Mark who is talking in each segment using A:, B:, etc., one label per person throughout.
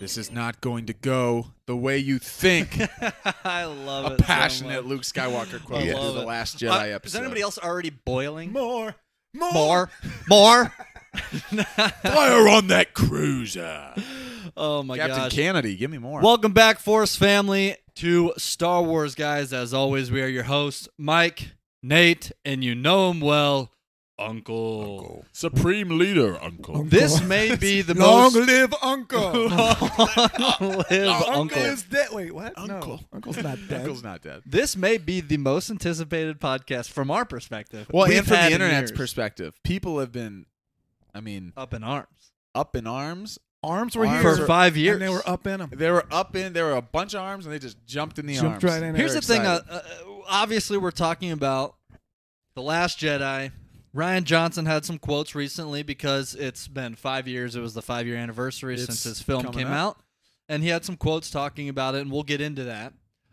A: This is not going to go the way you think.
B: I love
A: A
B: it. so
A: passionate
B: much.
A: Luke Skywalker quote
B: I
A: yeah.
B: love
A: the
B: it.
A: last
B: Uh,
A: Jedi episode.
B: Is anybody else already boiling?
A: More, more,
B: More, more.
A: fire on that cruiser,
B: oh my
A: Captain
B: gosh.
A: Kennedy. Give me more.
B: Welcome back, Force family, to Star Wars, guys. As always, we are your hosts, Mike, Nate, and you know him well, Uncle.
A: Supreme Leader, Uncle.
B: This may be the
C: Long
B: most
C: live Uncle.
B: long live
C: Uncle
B: Uncle.
C: is dead. Wait, what?
A: Uncle.
C: No, Uncle's not dead.
A: Uncle's not dead.
B: This may be the most anticipated podcast from our perspective.
A: Well,
B: We've
A: and from
B: had
A: the
B: in
A: internet's
B: years.
A: perspective, people have been, I mean,
B: up in arms
A: up in arms.
C: Arms were
A: Arms
C: here
A: were-
B: for five years.
C: and they were up in them.
A: They were up in. There were a bunch of arms, and they just jumped in the
C: Jumped
A: arms.
C: right in it.
B: Here's
A: They're
B: the thing. Uh,
A: excited.
B: uh, obviously, we're talking about The Last Jedi. Ryan Johnson had some quotes recently because it's been five years. It was the five year anniversary
A: It's
B: since his film
A: coming
B: came
A: up.
B: out. And he had some quotes talking about it, and we'll get into that.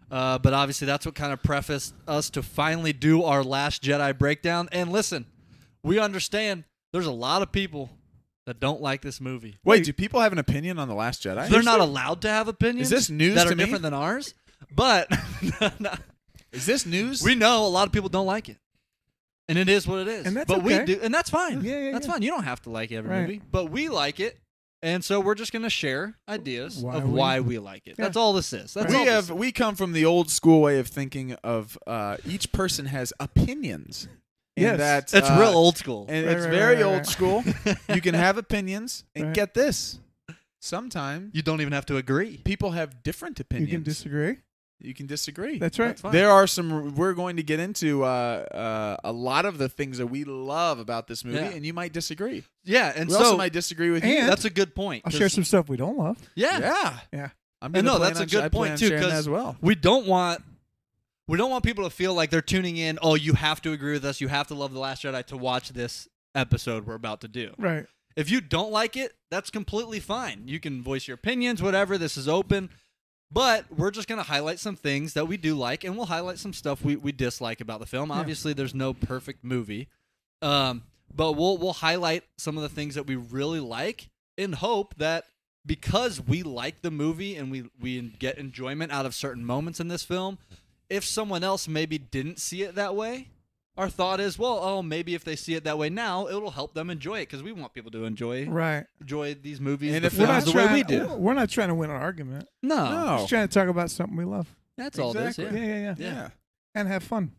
B: Uh, but obviously, that's what kind of prefaced us to finally do our Last Jedi breakdown. And listen, we understand there's a lot of people that don't like this movie.
A: Wait, do people have an opinion on the Last Jedi?
B: They're not allowed to have opinions
A: this news
B: that
A: to
B: are
A: me?
B: different than ours. But
A: Is this news?
B: we know a lot of people don't like it, and it is what it is.
C: And that's
B: but we
C: okay.
B: do, and that's fine.
C: Yeah, yeah,
B: that's
C: yeah.
B: fine. You don't have to like every
C: Right.
B: movie, but we like it, and so we're just gonna share ideas
C: Why
B: of
C: we-
B: why we like it.
C: Yeah.
B: That's all this is. That's
A: we
B: all
A: have
B: This.
A: we come from the old school way of thinking of uh, each person has opinions. and
C: Yes.
A: that,
B: That's
A: uh,
B: real old school.
A: And
C: Right,
A: it's
C: right,
A: very
C: right,
A: old
C: right.
A: school. you can have opinions, and
C: Right.
A: get this: sometimes
B: you don't even have to agree.
A: people have different
C: You
A: opinions.
C: can disagree.
A: You can disagree.
C: That's right.
B: That's fine.
A: There are some. We're going to get into uh, uh, a lot of the things that we love about this movie,
B: Yeah.
A: and you might disagree.
B: yeah, and
A: we also
B: so
A: might disagree with you.
C: And-
B: that's a good point.
C: I'll
B: 'cause-
C: share some stuff we don't love.
B: Yeah,
A: yeah,
C: Yeah.
A: I'm
B: And
A: gonna
B: no,
A: plan
B: that's a
A: on-
B: good
A: I plan
B: point,
A: on
B: too,
A: sharing that
B: 'cause
A: as well.
B: we don't want we don't want people to feel like they're tuning in. Oh, you have to agree with us. You have to love the Last Jedi to watch this episode we're about to do.
C: Right.
B: If you don't like it, that's completely fine. You can voice your opinions, whatever. This is open. But we're just going to highlight some things that we do like, and we'll highlight some stuff we, we dislike about the film.
C: Yeah.
B: Obviously, there's no perfect movie. Um, but we'll, we'll highlight some of the things that we really like in hope that because we like the movie and we, we get enjoyment out of certain moments in this film, if someone else maybe didn't see it that way, our thought is, well, oh, maybe if they see it that way now, it'll help them enjoy it because we want people to enjoy
C: Right.
B: enjoy these movies
A: And
B: the
A: if
C: We're
A: Films
B: films,
C: not
B: the way
C: trying.
B: we do.
C: We're not trying to win an argument.
B: No,
A: no,
C: Just trying to talk about something we love.
B: Oh, that's all this.
A: Exactly.
B: Yeah.
C: Yeah, yeah, yeah.
B: Yeah.
A: yeah.
C: And have fun.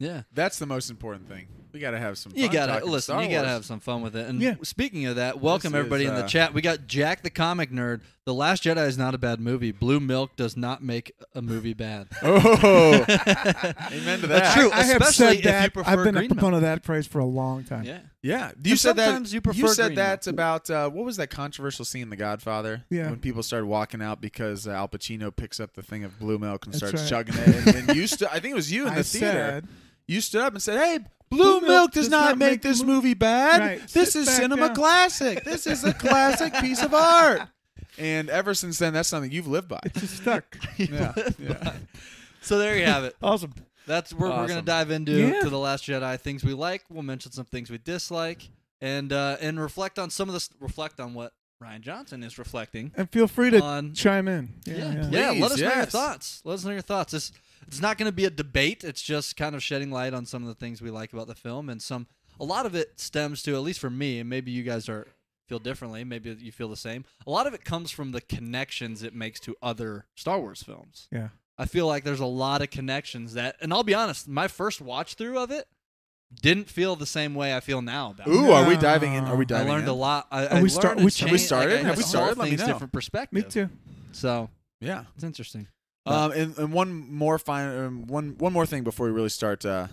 B: yeah.
A: That's the most important thing. We got to have some. Fun
B: You gotta
A: talking
B: listen.
A: Star
B: You gotta
A: Wars.
B: have some fun with it. And
C: Yeah.
B: speaking of that, welcome
A: This is,
B: everybody in the
A: uh,
B: chat. We got Jack the comic nerd. The Last Jedi is not a bad movie. Blue Milk does not make a movie bad.
A: Oh, amen to that.
B: That's true.
C: I, I have
B: especially
C: said
B: if
C: that.
B: you prefer
C: I've been
B: green
C: a proponent of that phrase for a long time.
B: yeah,
A: Yeah, you
B: And
A: said that.
B: sometimes you prefer
A: said
B: green
A: that about uh, what was that controversial scene in The Godfather?
C: Yeah.
A: when people started walking out because uh, Al Pacino picks up the thing of blue milk and
C: That's
A: starts
C: right.
A: chugging it, and then you stood. I think it was you in
C: I
A: the theater.
C: said,
A: you stood up and said, "Hey."
C: Blue
A: Blue
C: milk
A: milk does not make this
C: the mo-
A: movie bad.
C: Right.
A: This
C: Sit
A: is
C: back
A: cinema
C: down."
A: classic. This is a classic piece of art. And ever since then, that's something you've lived by.
C: it's just stuck.
A: Yeah, yeah.
B: So there you have it.
C: awesome.
B: That's where we're gonna
A: Awesome.
B: dive into
C: Yeah.
B: to the Last Jedi. Things we like. We'll mention some things we dislike, and uh, and reflect on some of this. Reflect on what Ryan Johnson is reflecting
C: And feel free to
B: on.
C: chime in.
B: Yeah,
C: yeah.
B: yeah.
A: Please,
B: let us know your
A: yes.
B: thoughts. Let us know your thoughts. It's it's not going to be a debate. It's just kind of shedding light on some of the things we like about the film, and some a lot of it stems to at least for me, and maybe you guys are feel differently. Maybe you feel the same. A lot of it comes from the connections it makes to other Star Wars films.
C: Yeah.
B: I feel like there's a lot of connections that, and I'll be honest, my first watch through of it didn't feel the same way I feel now about it.
A: Ooh, are we diving in? Are we
B: I
C: I
A: diving
B: learned
A: in?
B: a lot. I, I
C: we
B: learned
C: start-
B: and
C: we-
A: have we
B: changed-
A: started?
B: Like, I,
A: Have we
B: I saw
A: started? Let me
B: Things
A: know.
B: different perspective.
C: Me too.
B: So
A: Yeah.
B: it's interesting.
A: Um, and, and one more fine, um, one one more thing before we really start uh,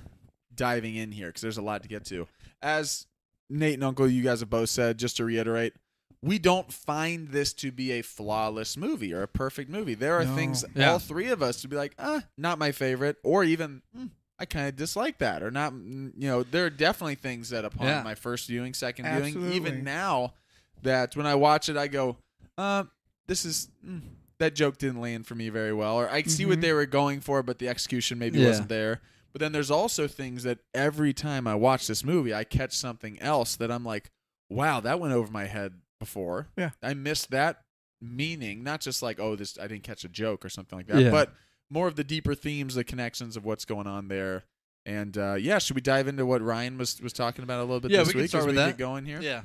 A: diving in here, because there's a lot to get to. As Nate and Uncle, you guys have both said, just to reiterate, we don't find this to be a flawless movie or a perfect movie. There are
C: No.
A: things
B: Yeah.
A: all three of us to be like, ah, not my favorite, or even mm, I kind of dislike that, or not. mm, You know, there are definitely things that upon
B: Yeah.
A: my first viewing, second viewing,
C: Absolutely.
A: even now, that when I watch it, I go, um, this is mm, that joke didn't land for me very well, or I see what
C: Mhm.
A: they were going for, but the execution maybe
B: Mm-hmm. Yeah.
A: wasn't there. But then there's also things that every time I watch this movie, I catch something else that I'm like, wow, that went over my head before.
C: Yeah.
A: I missed that meaning, not just like oh this I didn't catch a joke or something like that,
B: Yeah.
A: but more of the deeper themes, the connections of what's going on there. And uh, yeah, should we dive into what Ryan was was talking about a little bit
B: Yeah,
A: this
B: we can
A: week
B: start
A: as
B: with
A: we
B: that.
A: get going here?
B: Yeah.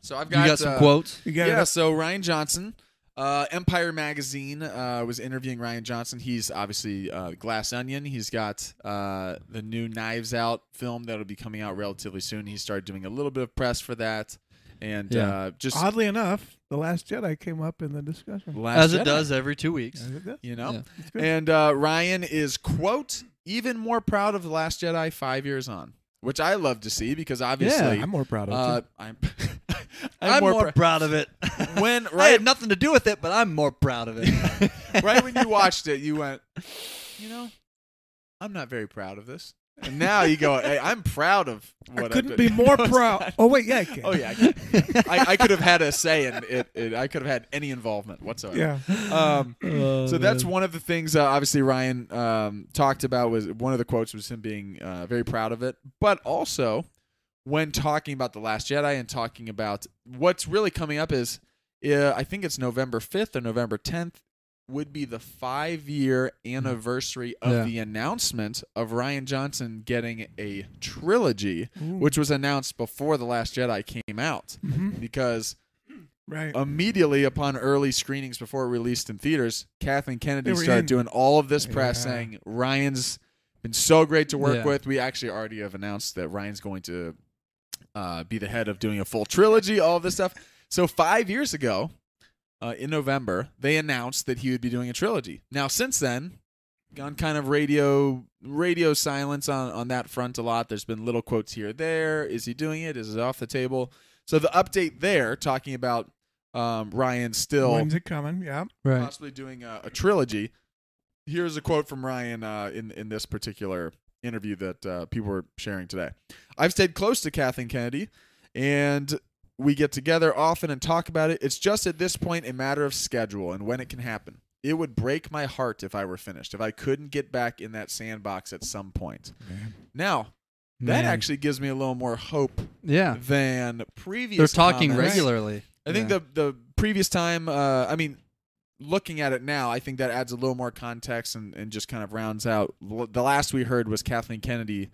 A: So I've
B: You
A: got,
B: got some
A: uh,
B: quotes?
C: You got
A: yeah,
C: it.
A: so Ryan Johnson, uh, Empire Magazine uh, was interviewing Ryan Johnson. He's obviously uh, Glass Onion. He's got uh, the new Knives Out film that'll be coming out relatively soon. He started doing a little bit of press for that, and
B: Yeah.
A: uh, just
C: Oddly enough, the Last Jedi came up in the discussion.
A: Last
B: As
A: Jedi,
B: it does every two weeks.
C: Is it that?
A: you know.
B: Yeah.
C: It's good.
A: And uh, Ryan is quote even more proud of the Last Jedi five years on, which I love to see because obviously
C: I'm more proud of
A: uh,
C: it.
A: I'm
B: I'm, more, proud of it.
A: pr- when
B: I
A: right
B: had nothing to do with it, but I'm more proud of it.
A: right when you watched it, you went, you know, I'm not very proud of this. And now you go, hey, I'm proud of what
C: I
A: I've
C: couldn't be
A: been-
C: more
A: No, it's
C: proud.
A: not.
C: Oh wait, yeah, I can.
A: Oh yeah, I, can. I, I could have had a say in it, it. I could have had any involvement whatsoever.
C: yeah.
A: Um, so
B: Oh,
A: that's one of the things. Uh, obviously, Ryan um, talked about was one of the quotes was him being uh, very proud of it, but also when talking about the Last Jedi and talking about what's really coming up is uh, I think it's November fifth or November tenth would be the five year anniversary of
B: Yeah.
A: the announcement of Ryan Johnson getting a trilogy,
C: Ooh.
A: which was announced before the Last Jedi came out,
C: Mhm.
A: because
C: Right.
A: uh, immediately upon early screenings before it released in theaters, Kathleen Kennedy
C: They were
A: started
C: in.
A: doing all of this press
C: Yeah.
A: saying Ryan's been so great to work
B: Yeah.
A: with. We actually already have announced that Ryan's going to uh, be the head of doing a full trilogy, all of this stuff. So five years ago, uh, in November, they announced that he would be doing a trilogy. Now, since then, gone kind of radio radio silence on, on that front a lot. There's been little quotes here or there. Is he doing it? Is it off the table? So the update there, talking about um, Ryan still
C: When's it coming? Yeah.
B: right.
A: possibly doing a, a trilogy. Here's a quote from Ryan uh, in in this particular interview that uh, people were sharing today. I've stayed close to Kathleen Kennedy, and we get together often and talk about it. It's just at this point a matter of schedule and when it can happen. It would break my heart if I were finished, if I couldn't get back in that sandbox at some point. Now, that actually gives me a little more hope
B: yeah.
A: than previous.
B: They're talking
A: comments.
B: regularly.
A: I think the the previous time, uh, I mean, looking at it now, I think that adds a little more context and, and just kind of rounds out. L- The last we heard was Kathleen Kennedy,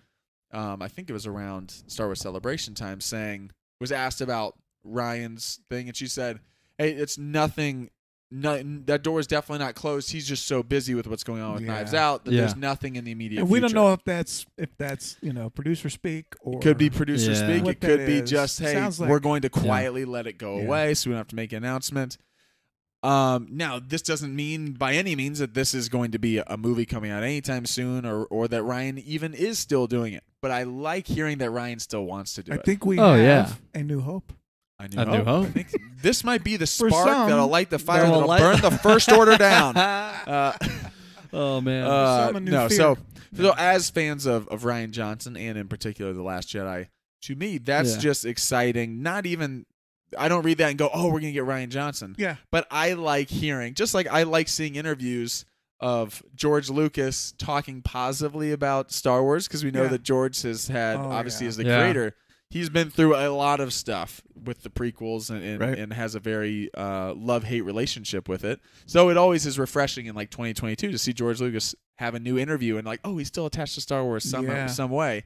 A: um, I think it was around Star Wars Celebration time, saying was asked about Ryan's thing, and she said, "Hey, it's nothing." No, that door is definitely not closed. He's just so busy with what's going on with
C: Yeah.
A: Knives Out that
B: Yeah.
A: there's nothing in the immediate.
C: And we don't
A: future.
C: know if that's if that's you know producer speak or
A: It could be producer
B: Yeah.
A: speak.
C: What
A: It could
C: that
A: be
C: is.
A: just hey,
C: Sounds like-
A: we're going to quietly let it go
C: Yeah.
A: away, so we don't have to make an announcement. Um, now, this doesn't mean by any means that this is going to be a movie coming out anytime soon, or or that Ryan even is still doing it. But I like hearing that Ryan still wants to do
C: I
A: it.
C: think we
B: Oh,
C: have a new hope.
A: I
B: I do hope.
A: I think this might be the
C: For
A: spark
C: some,
A: that'll light the fire
B: That will
A: that'll
B: light-
A: burn the first order down. Uh,
B: oh man.
A: Uh,
C: Some a new
A: no,
C: fear.
A: so so as fans of, of Ryan Johnson and in particular The Last Jedi, to me that's
B: Yeah.
A: just exciting. Not even I don't read that and go, oh, we're gonna get Ryan Johnson.
C: Yeah.
A: But I like hearing, just like I like seeing interviews of George Lucas talking positively about Star Wars because we know
C: Yeah.
A: that George has had
C: Oh,
A: obviously
C: yeah.
A: as the
B: Yeah.
A: creator. He's been through a lot of stuff with the prequels and and,
C: Right.
A: and has a very uh, love hate relationship with it. So it always is refreshing in like 2022 to see George Lucas have a new interview and like, oh, he's still attached to Star Wars some
C: Yeah.
A: some way.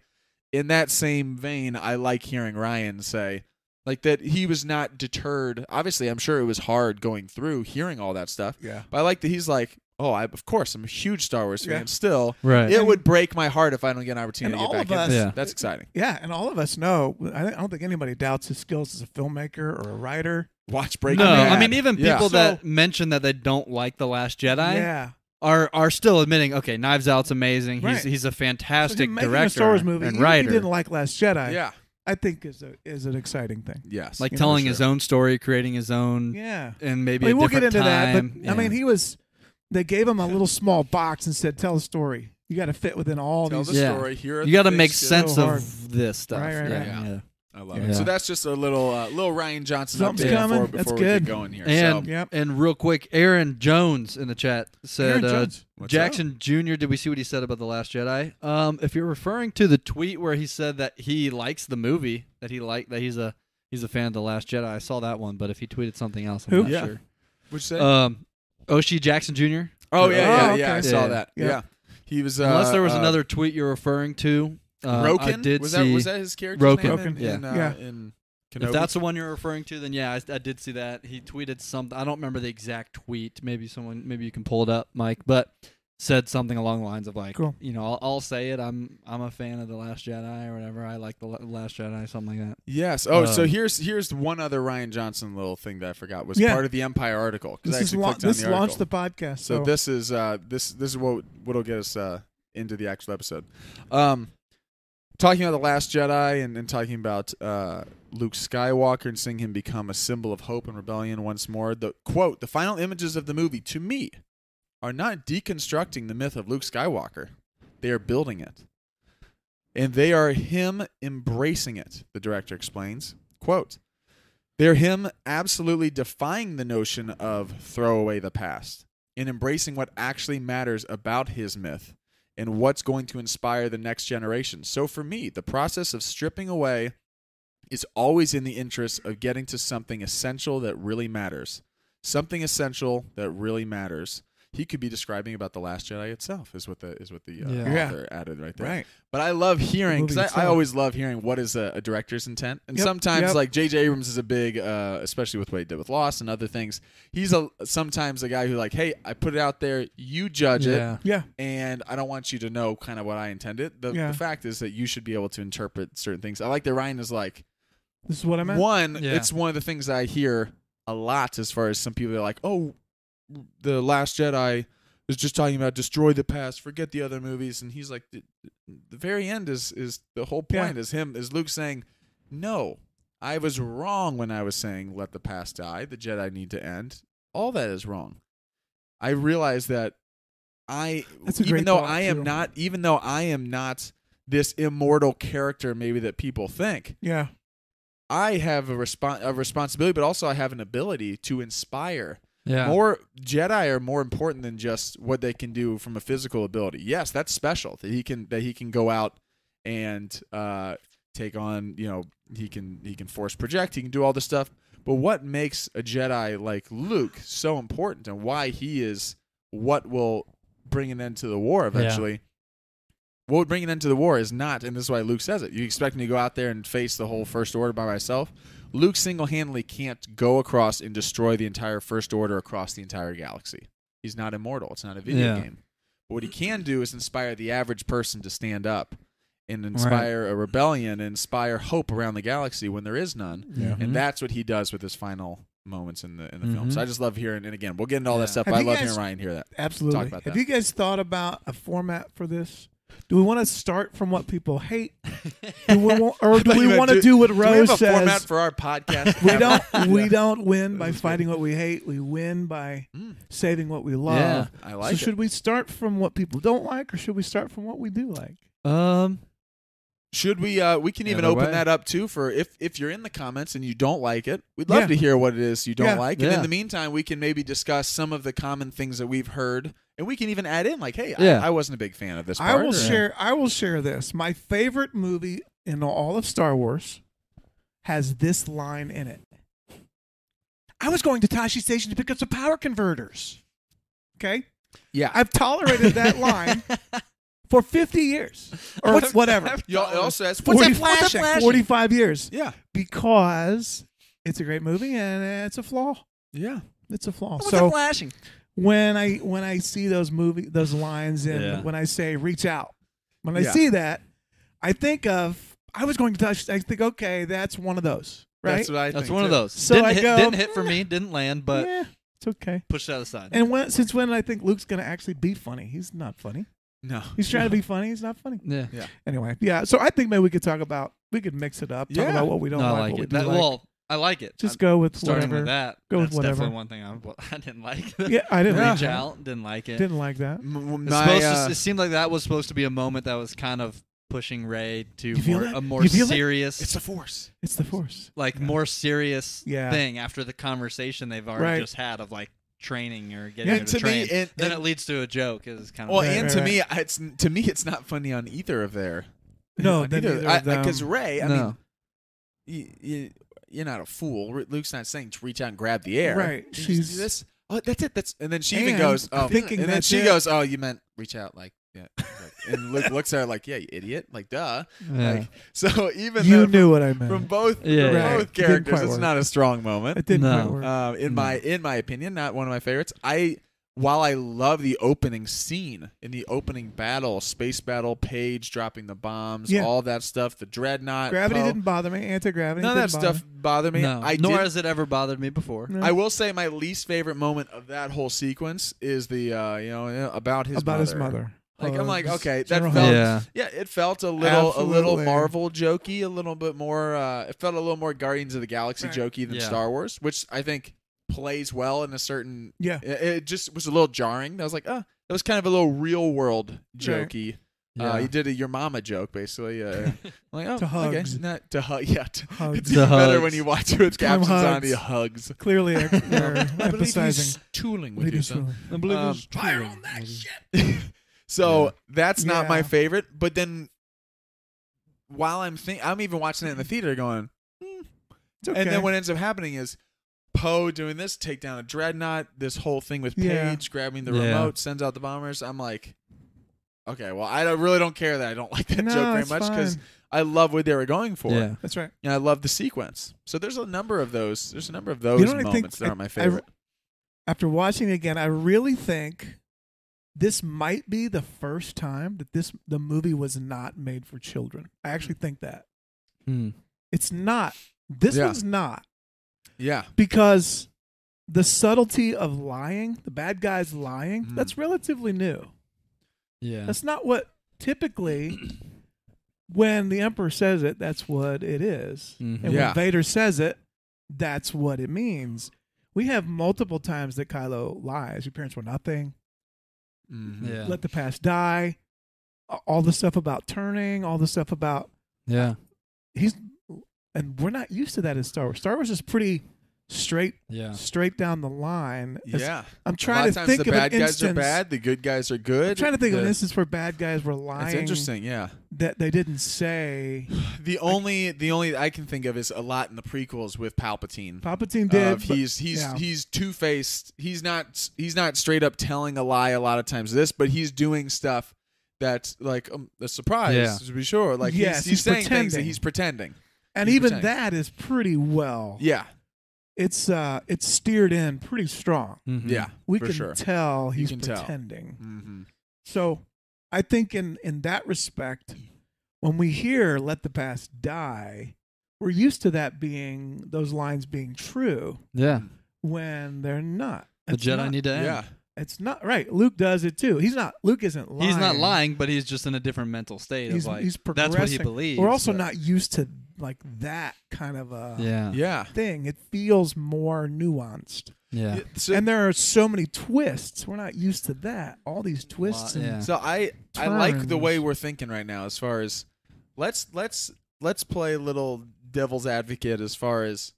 A: In that same vein, I like hearing Ryan say like that he was not deterred. Obviously, I'm sure it was hard going through hearing all that stuff,
C: Yeah.
A: but I like that he's like, oh, I of course I'm a huge Star Wars fan
C: Yeah.
A: still.
B: right.
A: It would break my heart if I don't get an
C: And
A: opportunity to
C: all
A: get
C: of
A: back
C: us,
A: in.
B: Yeah.
A: That's exciting.
C: yeah, and all of us know. I don't- I don't think anybody doubts his skills as a filmmaker or a writer.
A: Watch Breaking
B: no,
A: Bad.
B: I mean even
A: Yeah.
B: people
C: So-
B: that mention that they don't like The Last Jedi
C: yeah,
B: are are still admitting, okay, Knives Out's amazing. He's
C: Right.
B: he's a
C: So
B: fantastic
C: him making
B: director
C: a Star Wars movie.
B: and
C: even if
B: writer.
C: He didn't like Last Jedi.
A: yeah,
C: I think is a, is an exciting thing.
A: yes,
B: like
C: Yeah, for
B: telling
A: sure.
B: his own story, creating his own,
C: Yeah.
B: and maybe
C: I mean,
B: a
C: we'll get
B: different
C: into
B: time.
C: that, but I mean, he was. They gave him a little small box and said, "Tell a story. You got to fit within all
A: tell
C: these."
A: the
B: Yeah.
A: story. Here, are
B: you
A: got to
B: make
C: so
B: sense
C: hard.
B: of this stuff.
C: Right, right,
B: yeah,
A: right.
B: yeah.
A: I love
B: Yeah.
A: it. So that's just a little uh, little Ryan Johnson
C: Something's
A: update
C: coming.
A: before,
C: That's
A: before we
C: good.
A: get going here.
B: And
A: so,
C: Yep.
B: and real quick, Aaron Jones in the chat
C: Aaron
B: said uh,
C: Jones.
A: What's
B: Jackson Jr. Did we see what he said about the Last Jedi? Um, if you're referring to the tweet where he said that he likes the movie, that he liked that he's a he's a fan of the Last Jedi. I saw that one, but if he tweeted something else, I'm
C: Who?
B: not
A: Yeah.
B: sure.
A: Which say?
B: Um, Oshie Jackson Jr.
A: oh yeah, yeah,
C: oh,
A: yeah. I
C: okay.
A: saw
B: Yeah.
A: that. Yeah.
C: Yeah.
A: He was. Uh,
B: Unless there was
A: uh,
B: another tweet you're referring to. Um, I
A: Roken.
B: did
A: was
B: see.
A: that was that his character?
B: Roken,
A: Name in,
B: yeah.
A: In, uh,
C: Yeah.
A: in
B: if
A: Kenobi?
B: that's the one you're referring to, then yeah, I, I did see that. He tweeted something. I don't remember the exact tweet. Maybe someone, maybe you can pull it up, Mike. But said something along the lines of like,
C: Cool.
B: you know, I'll, I'll say it. I'm I'm a fan of the Last Jedi or whatever. I like the La- Last Jedi, something like that.
A: Yes. Oh, so
B: Um,
A: here's here's one other Ryan Johnson little thing that I forgot was
C: Yeah.
A: part of the Empire article 'cause I
C: This is
A: actually
C: la-
A: clicked on
C: this
A: the
C: launched
A: article.
C: the podcast.
A: so
C: So,
A: this is uh, this this is what what'll get us uh, into the actual episode. Um, talking about the Last Jedi and, and talking about uh, Luke Skywalker and seeing him become a symbol of hope and rebellion once more. The quote: "The final images of the movie to me are not deconstructing the myth of Luke Skywalker; they are building it." and they are him embracing it, the director explains. Quote They're him absolutely defying the notion of throw away the past and embracing what actually matters about his myth and what's going to inspire the next generation. So for me, the process of stripping away is always in the interest of getting to something essential that really matters. Something essential that really matters. He could be describing about the Last Jedi itself, is what the is what the uh,
B: Yeah.
C: Yeah.
A: author added right there.
C: right.
A: But I love hearing
C: movie
A: because I, I
C: itself.
A: always love hearing what is a, a director's intent, and
C: Yep,
A: sometimes
C: yep.
A: like J.J. Abrams is a big, uh, especially with what he did with Lost and other things. He's a sometimes a guy who like, hey, I put it out there, you judge it,
C: Yeah.
A: and I don't want you to know kind of what I intended. The,
C: Yeah.
A: the fact is that you should be able to interpret certain things. I like that Ryan is like,
C: This is what I meant.
A: one,
B: Yeah.
A: it's one of the things that I hear a lot as far as some people are like, oh, the Last Jedi is just talking about destroy the past, forget the other movies, and he's like, the, the very end is is the whole
C: Yeah.
A: point is him is Luke saying, no, I was wrong when I was saying let the past die, the Jedi need to end. All that is wrong. I realize that I
C: That's a
A: even
C: great
A: though
C: thought,
A: I am
C: too.
A: not even though I am not this immortal character maybe that people think
C: Yeah.
A: I have a respon a responsibility, but also I have an ability to inspire.
B: Yeah.
A: More Jedi are more important than just what they can do from a physical ability. Yes, that's special that he can that he can go out and uh, take on. You know, he can he can force project. He can do all this stuff. But what makes a Jedi like Luke so important, and why he is what will bring an end to the war eventually? What would bring an end to the war is not, and this is why Luke says it. You expect me to go out there and face the whole First Order by myself? Luke single handedly can't go across and destroy the entire First Order across the entire galaxy. He's not immortal. It's not a video
B: Yeah.
A: game. But what he can do is inspire the average person to stand up and inspire a rebellion, inspire hope around the galaxy when there is none.
B: Yeah. Mhm.
C: Mm-hmm.
A: And that's what he does with his final moments in the in the film.
B: Mhm.
A: So I just love hearing and again, we'll get into all
B: Yeah.
A: that stuff.
C: Have
A: but I
C: you
A: love
C: guys-
A: hearing Ryan hear that.
C: Absolutely.
A: about
C: Have
A: that.
C: you guys thought about a format for this? Do we want to start from what people hate, do we want, or
A: thought
C: do
A: you
C: we
A: meant
C: want to
A: do-
C: do, what
A: Do we
C: Rose
A: have a format
C: says?
A: for our podcast?
C: we don't. We
A: Yeah.
C: don't win by
A: That's good.
C: fighting what we hate. We win by
A: Mm,
C: saving what we love.
B: Yeah.
A: I
C: so
A: like it.
C: should we start from what people don't like, or should we start from what we do like?
B: Um.
A: Should we? Uh, we can even
B: Either
A: open
B: way.
A: that up too for if if you're in the comments and you don't like it, we'd love
C: Yeah.
A: to hear what it is you don't
C: Yeah.
A: like. And in
B: Yeah.
A: the meantime, we can maybe discuss some of the common things that we've heard, and we can even add in like, hey,
B: Yeah.
A: I, I wasn't a big fan of this.
C: I
A: part,
C: will
A: or-
C: share. I will share this. My favorite movie in all of Star Wars has this line in it. I was going to Tashi Station to pick up some power converters. Okay,
A: Yeah.
C: I've tolerated that line for fifty years or
A: What's-
C: whatever.
A: Y'all- it also has
C: Forty-five years
A: Yeah.
C: because it's a great movie and it's a flaw.
A: Yeah.
C: It's a flaw.
B: What's
C: so
B: a flashing?
C: when I when I see those movie those lines and
B: Yeah.
C: when I say reach out, when I
A: Yeah.
C: see that, I think of I was going to touch. I think okay, that's one of those, right?
A: That's what I
B: That's
A: think,
B: one of
A: too.
B: those.
C: So
B: didn't,
C: I
B: hit,
C: go- "Mm,
B: didn't hit for me. Didn't land, but
C: yeah, it's okay.
B: pushed out aside.
C: And when since when did I think Luke's going to actually be funny? He's not funny.
A: No.
C: He's trying to be funny. He's not funny.
B: yeah.
C: Anyway, yeah. So I think maybe we could talk about we could mix it up. Talk
A: Yeah.
C: about what we don't
B: No, I
C: like,
B: like
C: what we
B: it.
C: do
B: That,
C: like.
B: Well, I like it.
C: Just
B: I'm
C: go with
B: starting
C: whatever.
B: with that.
C: Go with
B: that's
C: whatever.
B: definitely one thing I, well, I didn't like.
C: Yeah, I didn't
A: Yeah.
C: like
B: Reach
C: that.
B: out. Didn't like it.
C: Didn't like that.
A: M- m-
B: It's
A: my,
B: supposed to-
A: uh,
B: it seemed like that was supposed to be a moment that was kind of pushing Ray to
C: You feel
B: more,
C: that?
B: a more
C: You feel that?
B: serious,
A: it's a force.
C: It's the force.
B: like more serious
C: Yeah.
B: thing after the conversation they've already
C: Right.
B: just had of like training or getting
C: Yeah,
B: her
A: to
B: to
A: me,
B: train.
A: and-
B: then
A: and-
B: it leads to a joke. Is kind of
A: Well,
C: Right,
A: and
C: right,
A: to
C: right.
A: me, it's to me, it's not funny on either of their.
C: No,
A: on
C: then
A: either
C: neither of them.
A: because Ray. I
B: no.
A: mean, you, you, you're not a fool. Re- Luke's not saying to reach out and grab the air.
C: Right.
A: She's
C: She's-
A: this. oh, that's it. That's and then she even
C: And
A: goes, oh,
C: thinking
A: and then
C: that's
A: she
C: it.
A: goes, oh, you meant reach out, like yeah. Like, and Luke looks at her like, yeah, you idiot, like duh. Like so, even
C: you
A: though
C: knew what I meant.
A: from, from both
B: Yeah,
A: from
B: yeah.
A: both
C: Right. Didn't
A: characters,
C: quite
A: it's
C: work.
A: not a strong moment.
C: it didn't
B: No.
C: quite work.
A: Um, in my in my opinion, not one of my favorites. I while I love the opening scene in the opening battle, space battle, Page dropping the bombs,
C: Yeah.
A: all that stuff, the dreadnought,
C: gravity
A: Poe,
C: didn't bother me. Anti gravity.
A: none of that stuff bothered me.
B: no,
A: I
B: nor
A: did,
B: has it ever bothered me before.
A: I will say my least favorite moment of that whole sequence is the uh, you know about his
C: about
A: mother.
C: his mother.
A: Like
C: Uh,
A: I'm like
C: just
A: okay, that
C: General
A: felt
C: Hux.
B: uh,
A: yeah. it felt a little a little
C: Absolutely.
A: Marvel jokey, a little bit more. Uh, it felt a little more Guardians of the Galaxy
C: Right.
A: jokey than
B: Yeah.
A: Star Wars, which I think plays well in a certain
C: Yeah.
A: it, it just was a little jarring. I was like, oh, that was kind of a little real world
C: Right.
A: jokey. Uh, you did a your mama joke basically. Uh, like oh,
C: To
A: okay,
C: hugs.
A: not to hug. Yeah, to,
C: Hugs.
A: it's
B: To
A: even better
B: hugs.
A: when you watch it with
C: Time
A: captions on.
C: hugs.
A: The hugs.
C: Clearly, we're
A: I believe
C: emphasizing.
A: he's tooling with you.
C: Ladies
A: Son.
C: rule.
B: I believe
A: Um,
B: it's fire on that
A: So that's not my
C: Yeah.
A: favorite. But then, while I'm think, I'm even watching it in the theater, going,
C: It's okay.
A: and then what ends up happening is Poe doing this, take down a dreadnought, this whole thing with Paige
C: Yeah.
A: grabbing the
B: Yeah.
A: remote, sends out the bombers. I'm like, okay, well, I don't, really don't care that I don't like that
C: no,
A: joke very
C: it's
A: much because
C: fine.
A: I love what they were going for,
B: Yeah.
C: that's right.
A: and I love the sequence. So there's a number of those. There's a number of those
C: You know what I
A: moments
C: think-
A: that aren't my
C: I-
A: favorite.
C: After watching it again, I really think this might be the first time that this the movie was not made for children. I actually think that
B: Hmm.
C: it's not. This
A: Yeah.
C: one's not
A: yeah,
C: because the subtlety of lying, the bad guys lying,
A: Mm.
C: that's relatively new.
B: Hmm. Yeah.
C: That's not what typically when the emperor says it, that's what it is.
B: Mhm.
C: And
A: Yeah.
C: when Vader says it, that's what it means. We have multiple times that Kylo lies. Your parents were nothing.
A: Mhm.
B: Yeah.
C: Let the past die. A- All the stuff about turning, all the stuff about
B: Yeah.
C: he's and we're not used to that in Star Wars. Star Wars is pretty straight
B: Yeah.
C: straight down the line. As-
A: yeah. A
C: I'm
A: lot
C: trying
A: of
C: to
A: times
C: think
A: the
C: of
A: bad
C: an
A: guys
C: instance.
A: are bad, the good guys are good.
C: I'm trying to think of an
A: The-
C: instance where bad guys were lying
A: It's interesting, yeah.
C: that they didn't say.
A: The only the only I can think of is a lot in the prequels with Palpatine.
C: Palpatine did.
A: of
C: but-
A: he's he's
C: yeah.
A: he's two faced. He's not he's not straight up telling a lie a lot of times. This, but he's doing stuff that's like um, a surprise
B: Yeah.
A: to be sure. Like he's,
C: Yes,
A: he's,
C: he's
A: saying things that
C: pretending.
A: he's pretending.
C: and
A: he's
C: even
A: pretending.
C: that is pretty well.
A: Yeah,
C: It's uh, it's steered in pretty strong.
B: Mhm.
A: yeah,
C: We
A: for
C: can
A: sure.
C: tell
A: You
C: he's
A: can tell.
C: pretending.
A: hmm
C: So, I think in in that respect, when we hear "Let the Past Die," we're used to that being those lines being true
B: Yeah.
C: when they're not.
B: The
C: It's
B: Jedi
C: not-
B: need to end.
A: Yeah,
C: It's not right. Luke does it too. He's not. Luke isn't lying.
B: He's not lying, but he's just in a different mental state
C: He's,
B: of like
C: he's
B: that's what he
C: progressing.
B: believes.
C: We're also
B: but-
C: not used to like that kind of a
B: Yeah.
A: yeah.
C: thing. It feels more nuanced.
B: Yeah.
A: Yeah, So,
C: and there are so many twists. We're not used to that. All these twists
B: Lot,
C: and
B: yeah.
A: so I I like the
C: Turns.
A: way we're thinking right now as far as let's let's let's play little devil's advocate as far as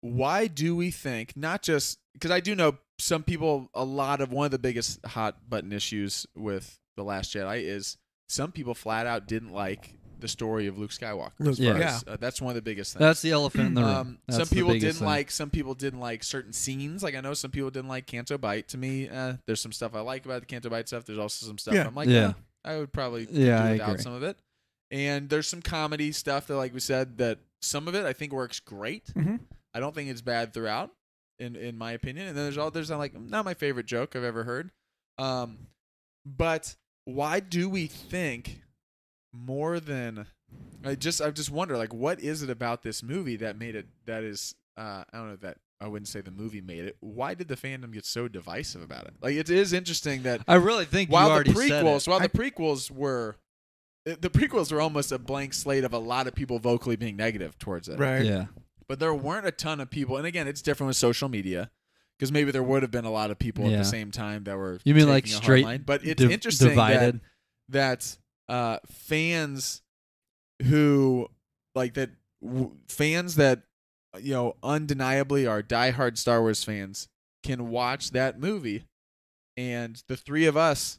A: why do we think not just because I do know some people a lot of one of the biggest hot button issues with the Last Jedi is some people flat out didn't like the story of Luke Skywalker.
C: Luke,
A: as far
B: yeah.
A: as- uh, that's one of the biggest things.
B: That's the elephant in the room.
A: Um,
B: That's
A: some
B: the
A: people didn't
B: biggest thing.
A: like some people didn't like certain scenes. Like I know some people didn't like Canto Bite. To me, uh, there's some stuff I like about the Canto Bite stuff. There's also some stuff
C: Yeah.
A: I'm like,
B: Yeah.
A: "Eh, I would probably
B: Yeah,
A: do
B: I
A: without
B: agree.
A: some of it. And there's some comedy stuff that, like we said, that some of it I think works great.
B: Mm-hmm.
C: Mhm.
A: I don't think it's bad throughout, in in my opinion. And then there's all there's like not my favorite joke I've ever heard. Um, but why do we think more than I just I just wonder like what is it about this movie that made it that is uh I don't know that I wouldn't say the movie made it. Why did the fandom get so divisive about it? Like it is interesting that
B: I really think you
A: while the
B: already said it.
A: prequels while the prequels were the prequels were almost a blank slate of a lot of people vocally being negative towards it.
C: right.
B: Yeah.
A: But there weren't a ton of people and again it's different with social media because maybe there would have been a lot of people at
B: Yeah.
A: the same time that were
B: You mean like
A: taking a hard
B: straight
A: line. but it's
B: Div-
A: interesting that
B: divided.
A: that uh, fans who like that w- fans that you know undeniably are diehard Star Wars fans can watch that movie, and the three of us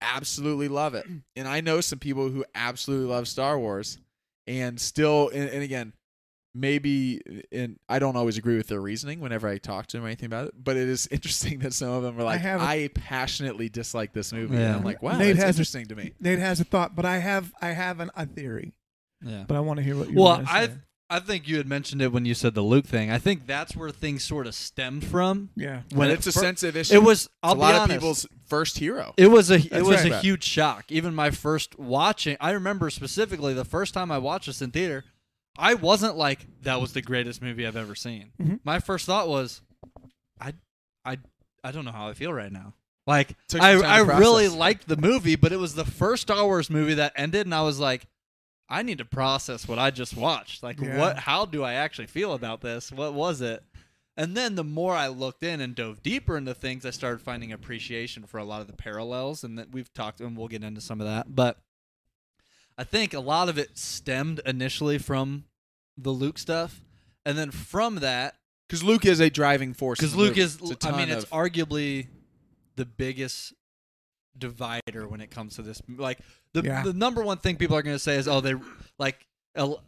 A: absolutely love it. And I know some people who absolutely love Star Wars and still and, and again maybe and I don't always agree with their reasoning whenever I talk to them or anything about it, but it is interesting that some of them are like,
C: have a-
A: I, passionately dislike this movie.
B: Yeah.
A: And I'm like, wow,
C: Nate
A: that's
C: has-
A: interesting to me.
C: Nate has a thought, but I have I have an, a theory,
B: Yeah.
C: but I want to hear what you.
B: Well, I I think you had mentioned it when you said the Luke thing. I think that's where things sort of stemmed from.
C: yeah.
B: When
A: When
B: it
A: it's a
B: fir-
A: sensitive issue.
B: It was
A: It's a
B: I'll
A: lot
B: be
A: of
B: honest,
A: people's first hero.
B: It was a it was
A: right.
B: a huge shock. Even my first watching, I remember specifically the first time I watched this in theater, I wasn't like that was the greatest movie I've ever seen.
C: Mhm.
B: My first thought was, I I I don't know how I feel right now. Like
A: Took
B: I
A: some time
B: I
A: to
B: really
A: process.
B: liked the movie, but it was the first Star Wars movie that ended, and I was like. I need to process what I just watched. Like,
C: Yeah.
B: what? How do I actually feel about this? What was it? And then the more I looked in and dove deeper into things, I started finding appreciation for a lot of the parallels, and that we've talked, and we'll get into some of that. But I think a lot of it stemmed initially from the Luke stuff, and then from that,
A: Because Luke is a driving force.
B: because
A: in the
B: Luke
A: movie.
B: is,
A: It's a
B: I mean,
A: ton
B: it's
A: of-
B: arguably the biggest divider when it comes to this. Like the
C: Yeah.
B: the number one thing people are going to say is, oh, they like. el-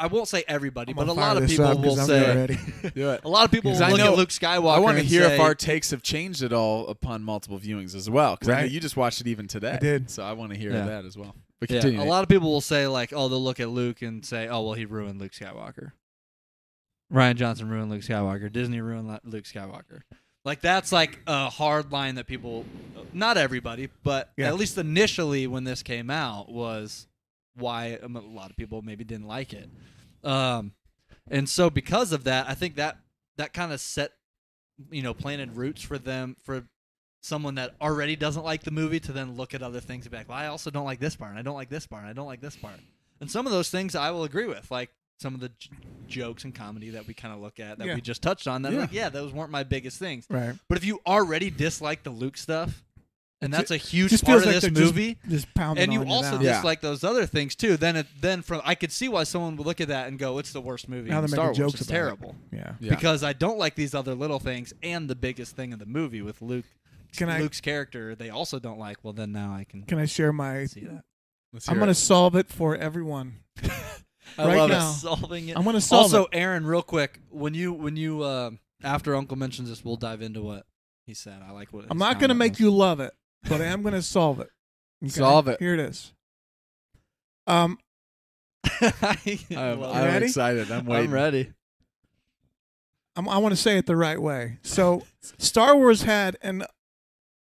B: I won't say everybody,
C: I'm
B: but
C: gonna
B: a
C: fire
B: lot of
C: this
B: people
C: up 'cause
B: will
C: I'm
B: say
C: ready.
A: Do it.
B: a lot of people will
A: Because I
B: look
A: know-
B: at Luke Skywalker.
A: I want to
B: and
A: hear if
B: say-
A: our takes have changed at all upon multiple viewings as well. Because I know
C: Right.
A: you just watched it even today.
C: I did.
A: So I want to hear
B: Yeah.
A: that as well. But
B: Yeah,
A: continue.
B: a lot of people will say like, oh, they'll look at Luke and say, oh, well, he ruined Luke Skywalker. Ryan Johnson ruined Luke Skywalker. Disney ruined Lu- Luke Skywalker. Like that's like a hard line that people, not everybody, but
C: Yeah.
B: at least initially when this came out was why um, a lot of people maybe didn't like it. Um, and so because of that, I think that that kind of set, you know, planted roots for them for someone that already doesn't like the movie to then look at other things and be like, well, I also don't like this part, and I don't like this part, and I don't like this part. And some of those things I will agree with, like some of the j- jokes and comedy that we kind of look at that
C: Yeah.
B: we just touched on. That
A: Yeah.
B: like, yeah, those weren't my biggest things.
C: Right.
B: But if you already dislike the Luke stuff, and
C: It's-
B: that's a huge
C: Just
B: part
C: feels
B: of
C: like
B: this
C: they're just-
B: movie,
C: Just, pounding
B: and you
C: on it
B: also
C: out.
A: Yeah.
B: dislike those other things too, then it then from I could see why someone would look at that and go, "It's the worst movie."
C: Now
B: in
C: they're
B: Star
C: making
B: Wars.
C: jokes
B: It's
C: about it.
B: terrible
C: yeah.
A: Yeah.
B: because I don't like these other little things and the biggest thing in the movie with Luke.
C: Can I-
B: Luke's character they also don't like. Well, then now I can.
C: Can I share my?
B: See that.
A: Let's
C: I'm
A: hear
C: gonna
A: it.
C: solve it for everyone.
B: I
C: right
B: love
C: now.
B: it. solving it.
C: I'm gonna solve
B: Also,
C: it.
B: Aaron, real quick, when you when you uh, after Uncle mentions this, we'll dive into what he said. I like what
C: I'm not gonna make you love it, but I am gonna solve it. Okay?
A: Solve it.
C: Here it is. Um,
A: I'm,
B: I'm,
A: I'm
C: Ready?
A: excited. I'm waiting.
B: I'm ready.
C: I'm, I want to say it the right way. So, Star Wars had an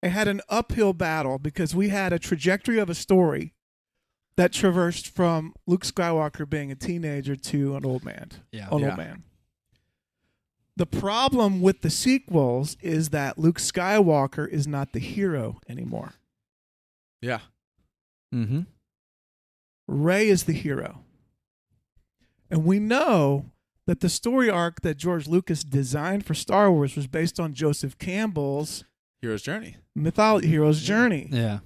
C: it had an uphill battle because we had a trajectory of a story that traversed from Luke Skywalker being a teenager to an old man.
B: Yeah.
C: an
A: Yeah.
C: old man. The problem with the sequels is that Luke Skywalker is not the hero anymore.
A: Yeah.
B: Mm-hmm.
C: Ray is the hero. And we know that the story arc that George Lucas designed for Star Wars was based on Joseph Campbell's
A: Hero's Journey.
C: mythology hero's journey.
B: Yeah.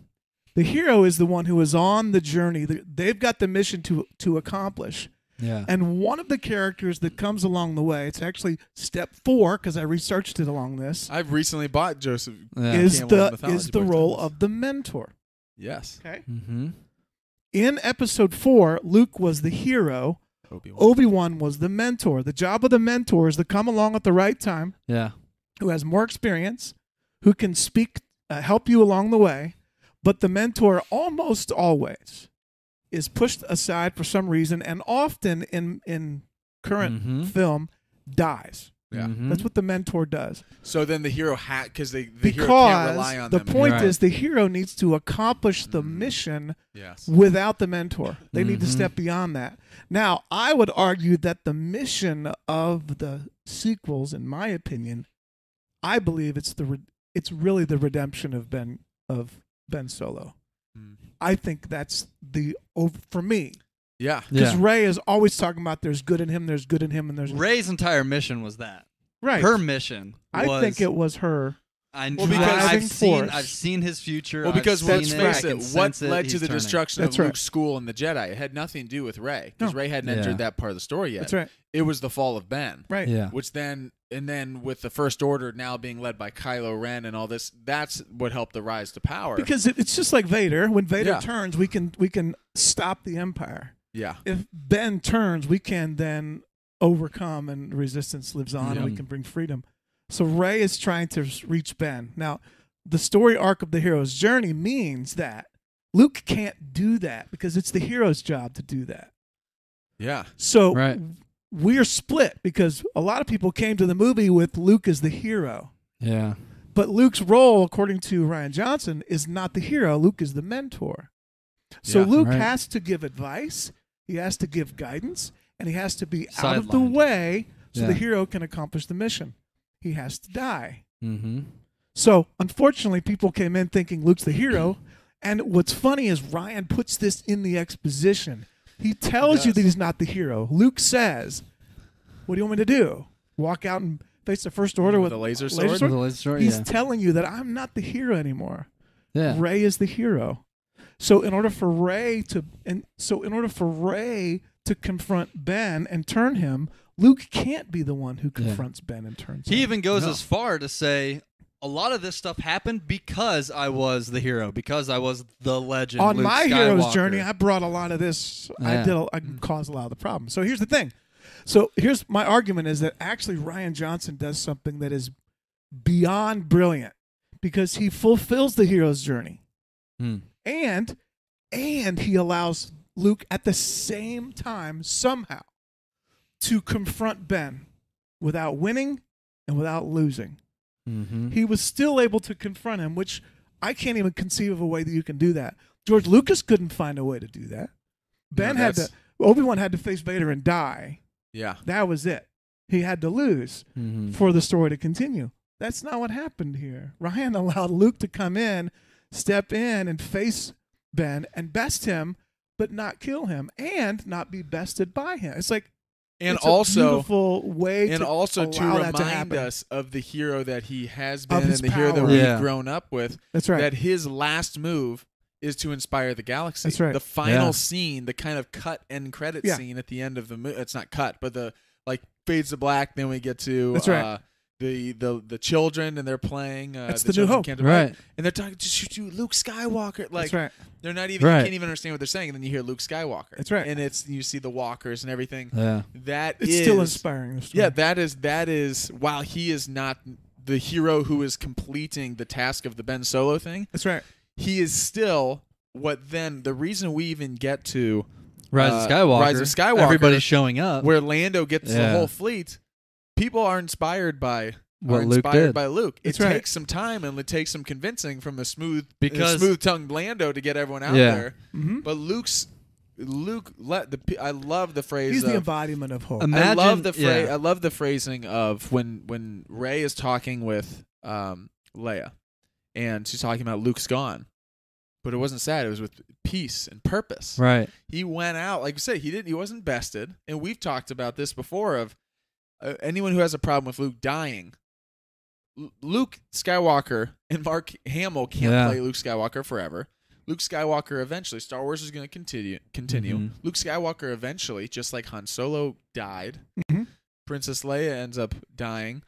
C: The hero is the one who is on the journey. They- They've got the mission to to accomplish.
B: Yeah.
C: And one of the characters that comes along the way, it's actually step 4 because I researched it along this,
A: I've recently bought Joseph.
C: is
A: Campbell's
C: the
A: mythology
C: is the
A: book
C: role
A: titles.
C: of the mentor.
A: Yes.
C: Okay.
B: Mm-hmm.
C: In episode 4, Luke was the hero
B: Oh.
A: Obi-Wan.
C: Obi Wan was the mentor. The job of the mentor is to come along at the right time,
B: Yeah.
C: who has more experience, who can speak, uh, help you along the way. But the mentor almost always is pushed aside for some reason, and often in in current
B: Mhm.
C: film dies.
B: Mm-hmm.
A: Yeah.
C: That's what the mentor does.
A: So then the hero hat because they the hero can't
C: because
A: rely on
C: the
A: them.
C: point
B: Right.
C: is, the hero needs to accomplish the
A: Mm.
C: mission
A: Yes.
C: without the mentor. They need to
B: Mhm.
C: step beyond that. Now, I would argue that the mission of the sequels, in my opinion, I believe it's the re- it's really the redemption of Ben of Ben Solo.
A: Mm.
C: I think that's the over for me
A: Yeah.
C: because Ray is always talking about there's good in him, there's good in him, and there's
B: Ray's entire mission was that.
C: right.
B: Her mission.
C: I
B: was,
C: think it was her.
B: I,
A: Well,
B: because
A: because-
B: I've
C: Driving
B: seen
C: force.
B: I've seen his future.
A: Well, because
B: I've
A: let's
B: seen
A: face
B: it, I
A: it,
B: can
A: what
B: sense it,
A: led to
B: he's
A: the
B: turning.
A: destruction
C: That's
A: of
C: right.
A: Luke's school and the Jedi? It had nothing to do with Ray because
C: No.
A: Ray hadn't
B: Yeah.
A: entered that part of the story yet.
C: That's right.
A: It was the fall of Ben.
C: Right.
B: Yeah,
A: Which then, and then with the First Order now being led by Kylo Ren and all this, that's what helped the rise to power.
C: Because it, it's just like Vader. When Vader
A: Yeah.
C: turns, we can we can stop the Empire.
A: yeah,
C: if Ben turns, we can then overcome and resistance lives on and we
B: Yeah.
C: can bring freedom. So Ray is trying to reach Ben. Now, the story arc of the hero's journey means that Luke can't do that because it's the hero's job to do that.
A: Yeah.
C: So
B: Right.
C: we're split because a lot of people came to the movie with Luke as the hero.
B: Yeah.
C: But Luke's role, according to Ryan Johnson, is not the hero. Luke is the mentor. So
A: Yeah,
C: Luke
B: right.
C: has to give advice, he has to give guidance, and he has to be out of the
B: Sidelined.
C: way so the
B: Yeah.
C: hero can accomplish the mission. He has to die.
B: Mm-hmm.
C: So unfortunately, people came in thinking Luke's the hero. And what's funny is Ryan puts this in the exposition. He tells you
A: does.
C: that he's not the hero. Luke says, What do you want me to do? Walk out and face the first order with,
A: With a laser sword?
B: With a laser sword,
C: He's
B: yeah.
C: telling you that I'm not the hero anymore.
B: Yeah.
C: Ray is the hero. So in order for Ray to and so in order for Ray to confront Ben and turn him, Luke can't be the one who confronts Ben and turns
B: He
C: him.
B: even goes
A: No.
B: as far to say a lot of this stuff happened because I was the hero, because I was the legend.
C: on
B: Luke
C: my hero's
B: Skywalker.
C: journey, I brought a lot of this.
B: Yeah.
C: I
B: Mm-hmm.
C: did. A, I caused a lot of the problem. So here's the thing. So here's my argument is that actually Ryan Johnson does something that is beyond brilliant because he fulfills the hero's journey.
B: Hmm.
C: and and he allows Luke at the same time somehow to confront Ben without winning and without losing.
B: Mm-hmm.
C: He was still able to confront him, which I can't even conceive of a way that you can do that. George Lucas couldn't find a way to do that. Ben
A: No,
C: had to
A: that's-
C: Obi-Wan had to face Vader and die.
A: Yeah.
C: That was it. He had to lose
B: Mm-hmm.
C: for the story to continue. That's not what happened here. Ryan allowed Luke to come in, step in, and face Ben and best him, but not kill him and not be bested by him. It's like
A: And
C: it's a
A: also
C: beautiful way
A: and
C: to
A: also to
C: allow that to
A: remind
C: happen.
A: us of the hero that he has been and
C: his
A: the hero that
C: power.
A: we've
B: Yeah.
A: grown up with.
C: That's right.
A: That his last move is to inspire the galaxy.
C: That's right.
A: The final
B: Yeah.
A: scene, the kind of cut end credit
C: Yeah.
A: scene at the end of the movie. It's not cut, but the like fades to black. Then we get to
C: That's right.
A: uh, the the the children and they're playing. Uh,
C: That's
A: the,
C: the New
A: Children
C: Hope.
A: Can't Divide,
B: Right.
A: And they're talking to shoot you, Luke Skywalker. Like
C: That's right.
A: they're not even you
B: Right.
A: can't even understand what they're saying. And then you hear Luke Skywalker.
C: That's right.
A: And it's you see the walkers and everything.
B: Yeah.
A: That
C: It's still
A: is-
C: inspiring. The story.
A: yeah, that is that is while he is not the hero who is completing the task of the Ben Solo thing,
C: that's right.
A: he is still what then the reason we even get to
B: Rise
A: Uh,
B: of Skywalker.
A: Rise of Skywalker.
B: Everybody's showing up.
A: where Lando gets the
B: Uh, Yeah.
A: whole fleet, people are inspired by
B: What
A: are
B: Luke
A: inspired
B: did.
A: by Luke.
C: That's
A: it
C: right.
A: takes some time and it takes some convincing from the smooth
B: Because-
A: smooth tongued Lando to get everyone out
B: Yeah.
A: there.
C: hmm
A: But Luke's Luke let the pe- I love the phrase
C: He's the
A: of,
C: embodiment of hope.
B: Am-
A: I love
B: Imagine-
A: the phrase.
B: yeah.
A: I love the phrasing of when when Ray is talking with um, Leia, and she's talking about Luke's gone, but it wasn't sad. It was with peace and purpose.
B: right.
A: He went out, like you said, he didn't. He wasn't bested, and we've talked about this before. Of uh, anyone who has a problem with Luke dying, L- Luke Skywalker and Mark Hamill can't
B: Yeah.
A: play Luke Skywalker forever. Luke Skywalker eventually. Star Wars is going to continue. Continue.
B: Mhm.
A: Luke Skywalker eventually, just like Han Solo died,
C: Mhm.
A: Princess Leia ends up dying.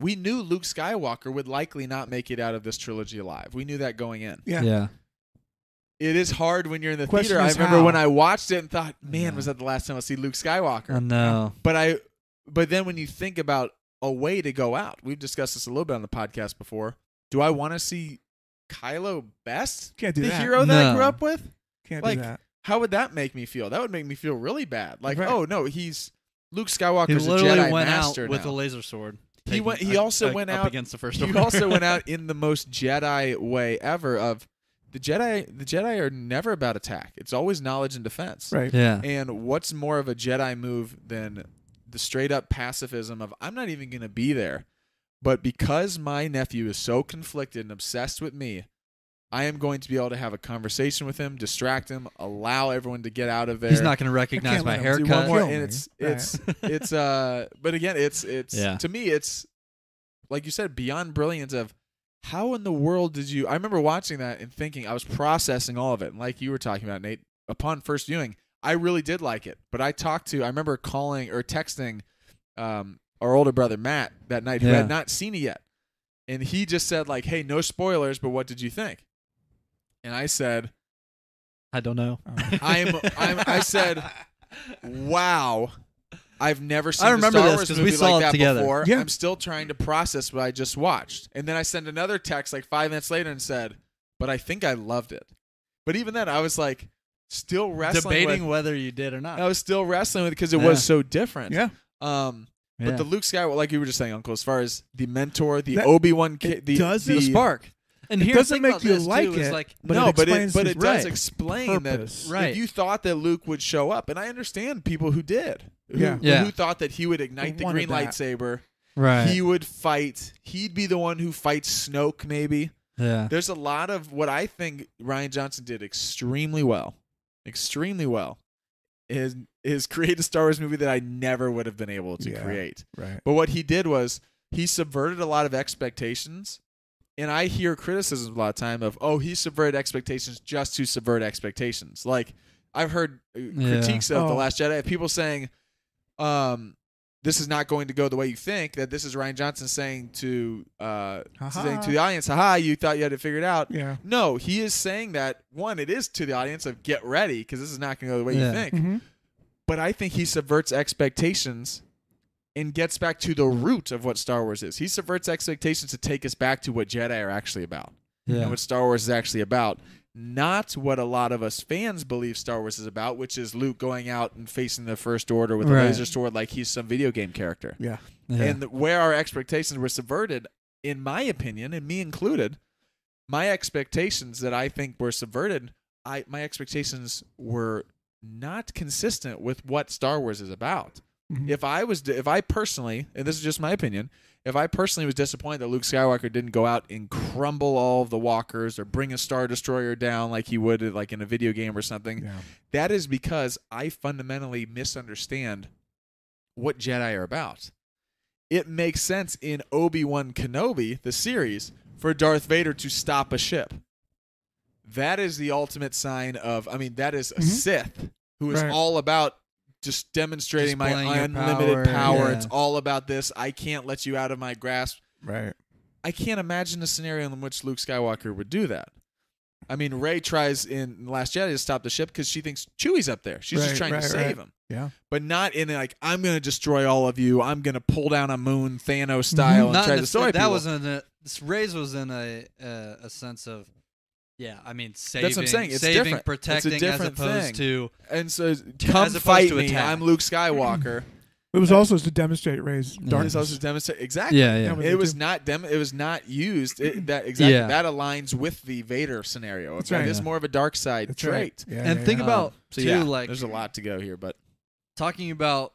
A: We knew Luke Skywalker would likely not make it out of this trilogy alive. We knew that going in.
C: Yeah.
B: Yeah.
A: It is hard when you're in the
C: Question
A: theater. I
C: is
A: remember
C: how.
A: when I watched it and thought, "Man,
B: Yeah.
A: was that the last time I see Luke Skywalker?"
B: I know.
A: But I, but then when you think about a way to go out, we've discussed this a little bit on the podcast before. Do I want to see Kylo best
C: Can't do
A: the
C: that.
A: hero that I
B: No.
A: grew up with?
C: Can't
A: like-
C: do that.
A: How would that make me feel? That would make me feel really bad. Like,
C: Right.
A: oh no, he's Luke
B: He
A: Skywalker's a
B: literally
A: Jedi
B: went out
A: master
B: with
A: now.
B: a laser sword.
A: He
B: taking-
A: went- he
B: uh,
A: also
B: uh,
A: went
B: up
A: out-
B: against the first.
A: he
B: order.
A: also went out in the most Jedi way ever. Of the Jedi, the Jedi are never about attack. It's always knowledge and defense.
C: Right.
B: Yeah.
A: And what's more of a Jedi move than the straight up pacifism of I'm not even going to be there, but because my nephew is so conflicted and obsessed with me, I am going to be able to have a conversation with him, distract him, allow everyone to get out of there.
B: He's not going to
C: I
B: recognize
C: can't
B: my
C: let him do
A: do
B: haircut.
A: one more,
C: Kill
A: and
C: me.
A: it's it's it's uh. But again, it's it's
B: Yeah.
A: to me, it's like you said, beyond brilliance of. How in the world did you? I remember watching that and thinking I was processing all of it. And like you were talking about, Nate, upon first viewing, I really did like it. But I talked to, I remember calling or texting um, our older brother Matt that night, who
B: Yeah.
A: had not seen it yet, and he just said like, "Hey, no spoilers, but what did you think?" And I said,
B: I don't know.
C: Oh.
A: I'm, I'm I said, "Wow." I've never seen.
B: remember
A: a Star
B: this,
A: Wars
B: 'cause we
A: movie
B: saw
A: like
B: it
A: that
B: together.
A: before.
C: Yeah.
A: I'm still trying to process what I just watched, and then I sent another text like five minutes later and said, "But I think I loved it." But even then, I was like, still wrestling.
B: debating
A: With, Oh,
B: whether you did or not.
A: I was still wrestling with because it,
B: Yeah.
A: was so different.
C: Yeah.
A: Um.
B: Yeah.
A: But the Luke Skywalker, like you were just saying, Uncle, as far as the mentor, the
C: That-
A: Obi Wan, ki-
C: it
A: the
C: doesn't-
A: the,
C: The
B: spark. And
C: It
B: here's the
C: doesn't
B: thing
C: make
B: about
C: you
B: this,
C: like
B: too, is
C: it.
B: like
C: but
A: no,
C: it
A: but it
C: explains
A: but
C: his
A: it does
C: right,
A: explain
C: purpose.
A: that
B: Right.
A: if you thought that Luke would show up, and I understand people who did, who,
C: Yeah.
B: Yeah.
A: who thought that he would ignite the
C: Wanted
A: green
C: that.
A: lightsaber,
B: right.
A: he would fight, he'd be the one who fights Snoke. Maybe
B: yeah.
A: there's a lot of what I think Ryan Johnson did extremely well, extremely well, is is create a Star Wars movie that I never would have been able to
C: Yeah.
A: create.
C: Right.
A: But what he did was he subverted a lot of expectations. And I hear criticisms a lot of time of, oh, he subverted expectations just to subvert expectations. Like I've heard uh,
B: Yeah.
A: critiques of The
C: Oh.
A: Last Jedi of people saying, um, this is not going to go the way you think. That this is Ryan Johnson saying to uh,
C: Ha-ha.
A: saying to the audience, "Haha, you thought you had it figured out."
C: Yeah.
A: No, he is saying that one. It is to the audience of get ready because this is not going to go the way
B: Yeah.
A: you think
C: Mhm.
A: but I think he subverts expectations and gets back to the root of what Star Wars is. He subverts expectations to take us back to what Jedi are actually about and
B: Yeah.
A: what Star Wars is actually about, not what a lot of us fans believe Star Wars is about, which is Luke going out and facing the First Order with a
B: Right.
A: laser sword like he's some video game character.
C: Yeah.
B: Yeah.
A: And where our expectations were subverted, in my opinion, and me included, my expectations that I think were subverted, I my expectations were not consistent with what Star Wars is about.
C: Mhm.
A: If I was if I personally, and this is just my opinion, if I personally was disappointed that Luke Skywalker didn't go out and crumble all of the walkers or bring a star destroyer down like he would like in a video game or something,
C: Yeah.
A: that is because I fundamentally misunderstand what Jedi are about. It makes sense in Obi Wan Kenobi, the series, for Darth Vader to stop a ship. That is the ultimate sign of, I mean, that is a
B: Mm-hmm.
C: Mhm.
A: Sith who is
C: Right.
A: all about just demonstrating my
B: Displaying your
A: unlimited
B: power,
A: power.
B: yeah.
A: It's all about this. I can't let you out of my grasp.
C: Right.
A: I can't imagine a scenario in which Luke Skywalker would do that. I mean, Ray tries in The Last Jedi to stop the ship because she thinks Chewie's up there. She's
C: Right,
A: just trying
C: right,
A: to
C: right.
A: save him.
C: Yeah.
A: But not in like I'm going to destroy all of you. I'm going to pull down a moon Thanos
C: Mm-hmm.
A: style and
B: Not
A: try
B: in
A: to
B: the
A: destroy
B: that
A: people.
B: was in a this raise was in a uh, a sense of yeah I mean saving
A: what I'm saying, it's different.
B: saving
A: It's a
B: protecting
A: different
B: as opposed
A: thing.
B: to
A: and so come
B: opposed
A: fight
B: to
A: me.
B: attack.
A: I'm Luke Skywalker.
C: It was also to demonstrate Ray's
A: and
C: darkness.
A: it's also demonstrate exactly.
B: yeah
C: yeah.
A: It was not dem. It was not used. It, that exactly
B: Yeah.
A: that aligns with the Vader scenario.
C: That's
A: That
C: right.
A: is more of a dark side
C: That's
A: trait.
C: right. Yeah,
B: and
C: yeah,
B: think
C: yeah.
B: about
A: Um, so
B: too
A: yeah,
B: like
A: there's a lot to go here, but
B: talking about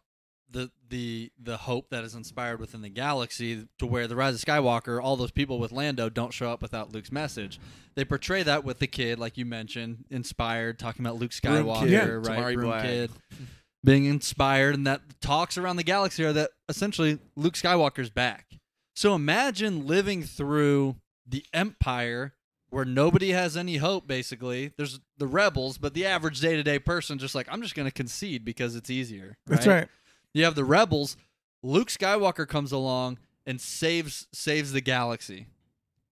B: the the the hope that is inspired within the galaxy to where the rise of skywalker all those people with lando don't show up without luke's message they portray that with the kid like you mentioned inspired talking about luke
A: Broom
B: skywalker
A: kid,
B: right
A: Tamari
B: Broom
A: Black.
B: kid being inspired and that talks around the galaxy are that essentially luke skywalker's back so imagine living through the empire where nobody has any hope basically there's the rebels but the average day-to-day person just like i'm just going to concede because it's easier
C: That's right.
B: you have the rebels luke skywalker comes along and saves saves the galaxy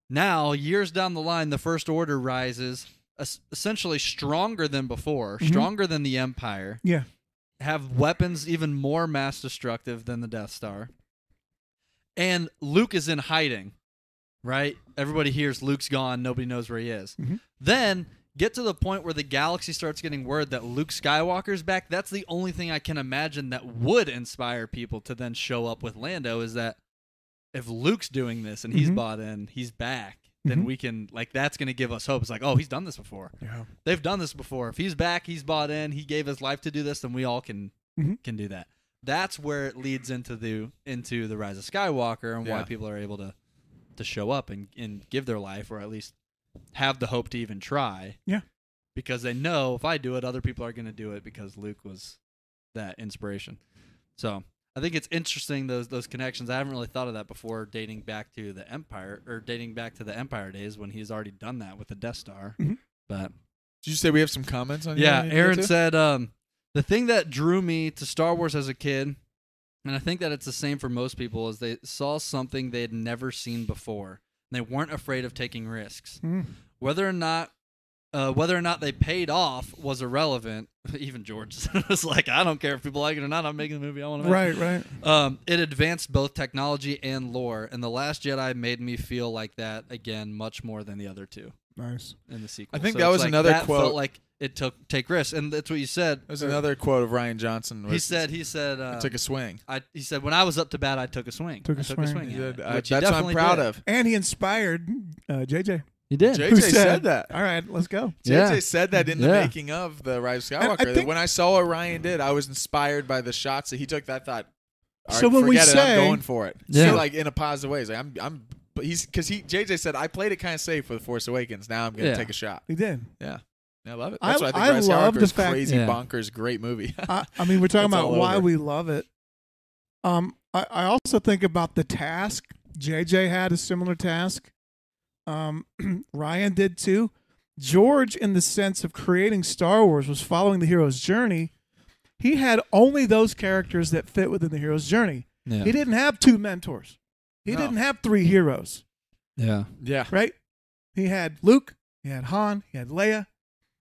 B: now years down the line the first order rises es- essentially stronger than before
C: Mhm.
B: stronger than the empire
C: Yeah.
B: have weapons even more mass destructive than the Death Star. And Luke is in hiding, right? Everybody hears Luke's gone. Nobody knows where he is.
C: Mhm.
B: Then get to the point where the galaxy starts getting word that Luke Skywalker's back. That's the only thing I can imagine that would inspire people to then show up with Lando is that if Luke's doing this and he's
C: Mhm.
B: bought in, he's back, then
C: Mhm.
B: we can, like, that's going to give us hope. It's like, oh, he's done this before
C: Yeah.
B: they've done this before. If he's back, he's bought in, he gave his life to do this, then we all can
C: Mhm.
B: can do that. That's where it leads into the into the rise of Skywalker and why
A: Yeah.
B: people are able to to show up and, and give their life or at least have the hope to even try.
C: Yeah.
B: Because they know if I do it, other people are gonna do it because Luke was that inspiration. So I think it's interesting those those connections. I haven't really thought of that before, dating back to the Empire or dating back to the Empire days when he's already done that with the Death Star.
C: Mhm.
B: But
A: Did you say we have some comments on?
B: yeah,
A: your- your
B: Aaron
A: two?
B: said um, the thing that drew me to Star Wars as a kid, and I think that it's the same for most people, is they saw something they had never seen before. And they weren't afraid of taking risks,
C: Mm.
B: whether or not Uh, whether or not they paid off was irrelevant. Even George was like, I don't care if people like it or not. I'm making the movie I want to make.
C: Right, right.
B: Um, it advanced both technology and lore, and The Last Jedi made me feel like that again much more than the other two
C: Nice.
B: in the sequel.
A: I think
B: So
A: that
B: it's
A: was
B: like,
A: another
B: that
A: quote.
B: Felt like it took take risks, and that's what you said.
A: There's another quote of Ryan Johnson.
B: He
A: where
B: said. He said. Uh,
A: I took a swing.
B: I, he said when I was up to bat, I took a swing.
C: Took a
B: I
C: swing.
A: He
B: at
A: said,
B: it,
A: uh, that's
B: which he
A: what I'm
B: definitely
A: proud
B: did.
A: of.
C: And he inspired uh, JJ.
B: He did.
A: JJ
C: who
A: said, that.
C: All right, let's go.
B: Yeah.
A: JJ said that in the
B: Yeah.
A: making of the Rise of
C: And I
A: Skywalker. that
C: think-
A: when I saw what Ryan did, I was inspired by the shots that he took. That I thought, all right,
C: So when we
A: forget it,
C: say-
A: I'm going for it.
B: Yeah.
A: So like in a positive way, he's like I'm, I'm, but he's because he JJ said I played it kind of safe with Force Awakens. Now I'm gonna
B: Yeah.
A: take a shot.
C: He did.
A: I love it.
C: I-
A: That's why I think
C: I
A: Rise
C: love
A: of Skywalker
C: the
A: is
C: fact-
A: crazy
B: Yeah.
A: bonkers, great movie.
C: I, I mean, we're talking
A: It's
C: about
A: all
C: why
A: over.
C: we love it. Um, I, I also think about the task. JJ had a similar task. Um, Ryan did too. George, in the sense of creating Star Wars, was following the hero's journey. He had only those characters that fit within the hero's journey.
B: Yeah.
C: He didn't have two mentors. He
A: No.
C: didn't have three heroes,
B: Yeah.
A: yeah,
C: right? He had Luke, he had Han, he had Leia,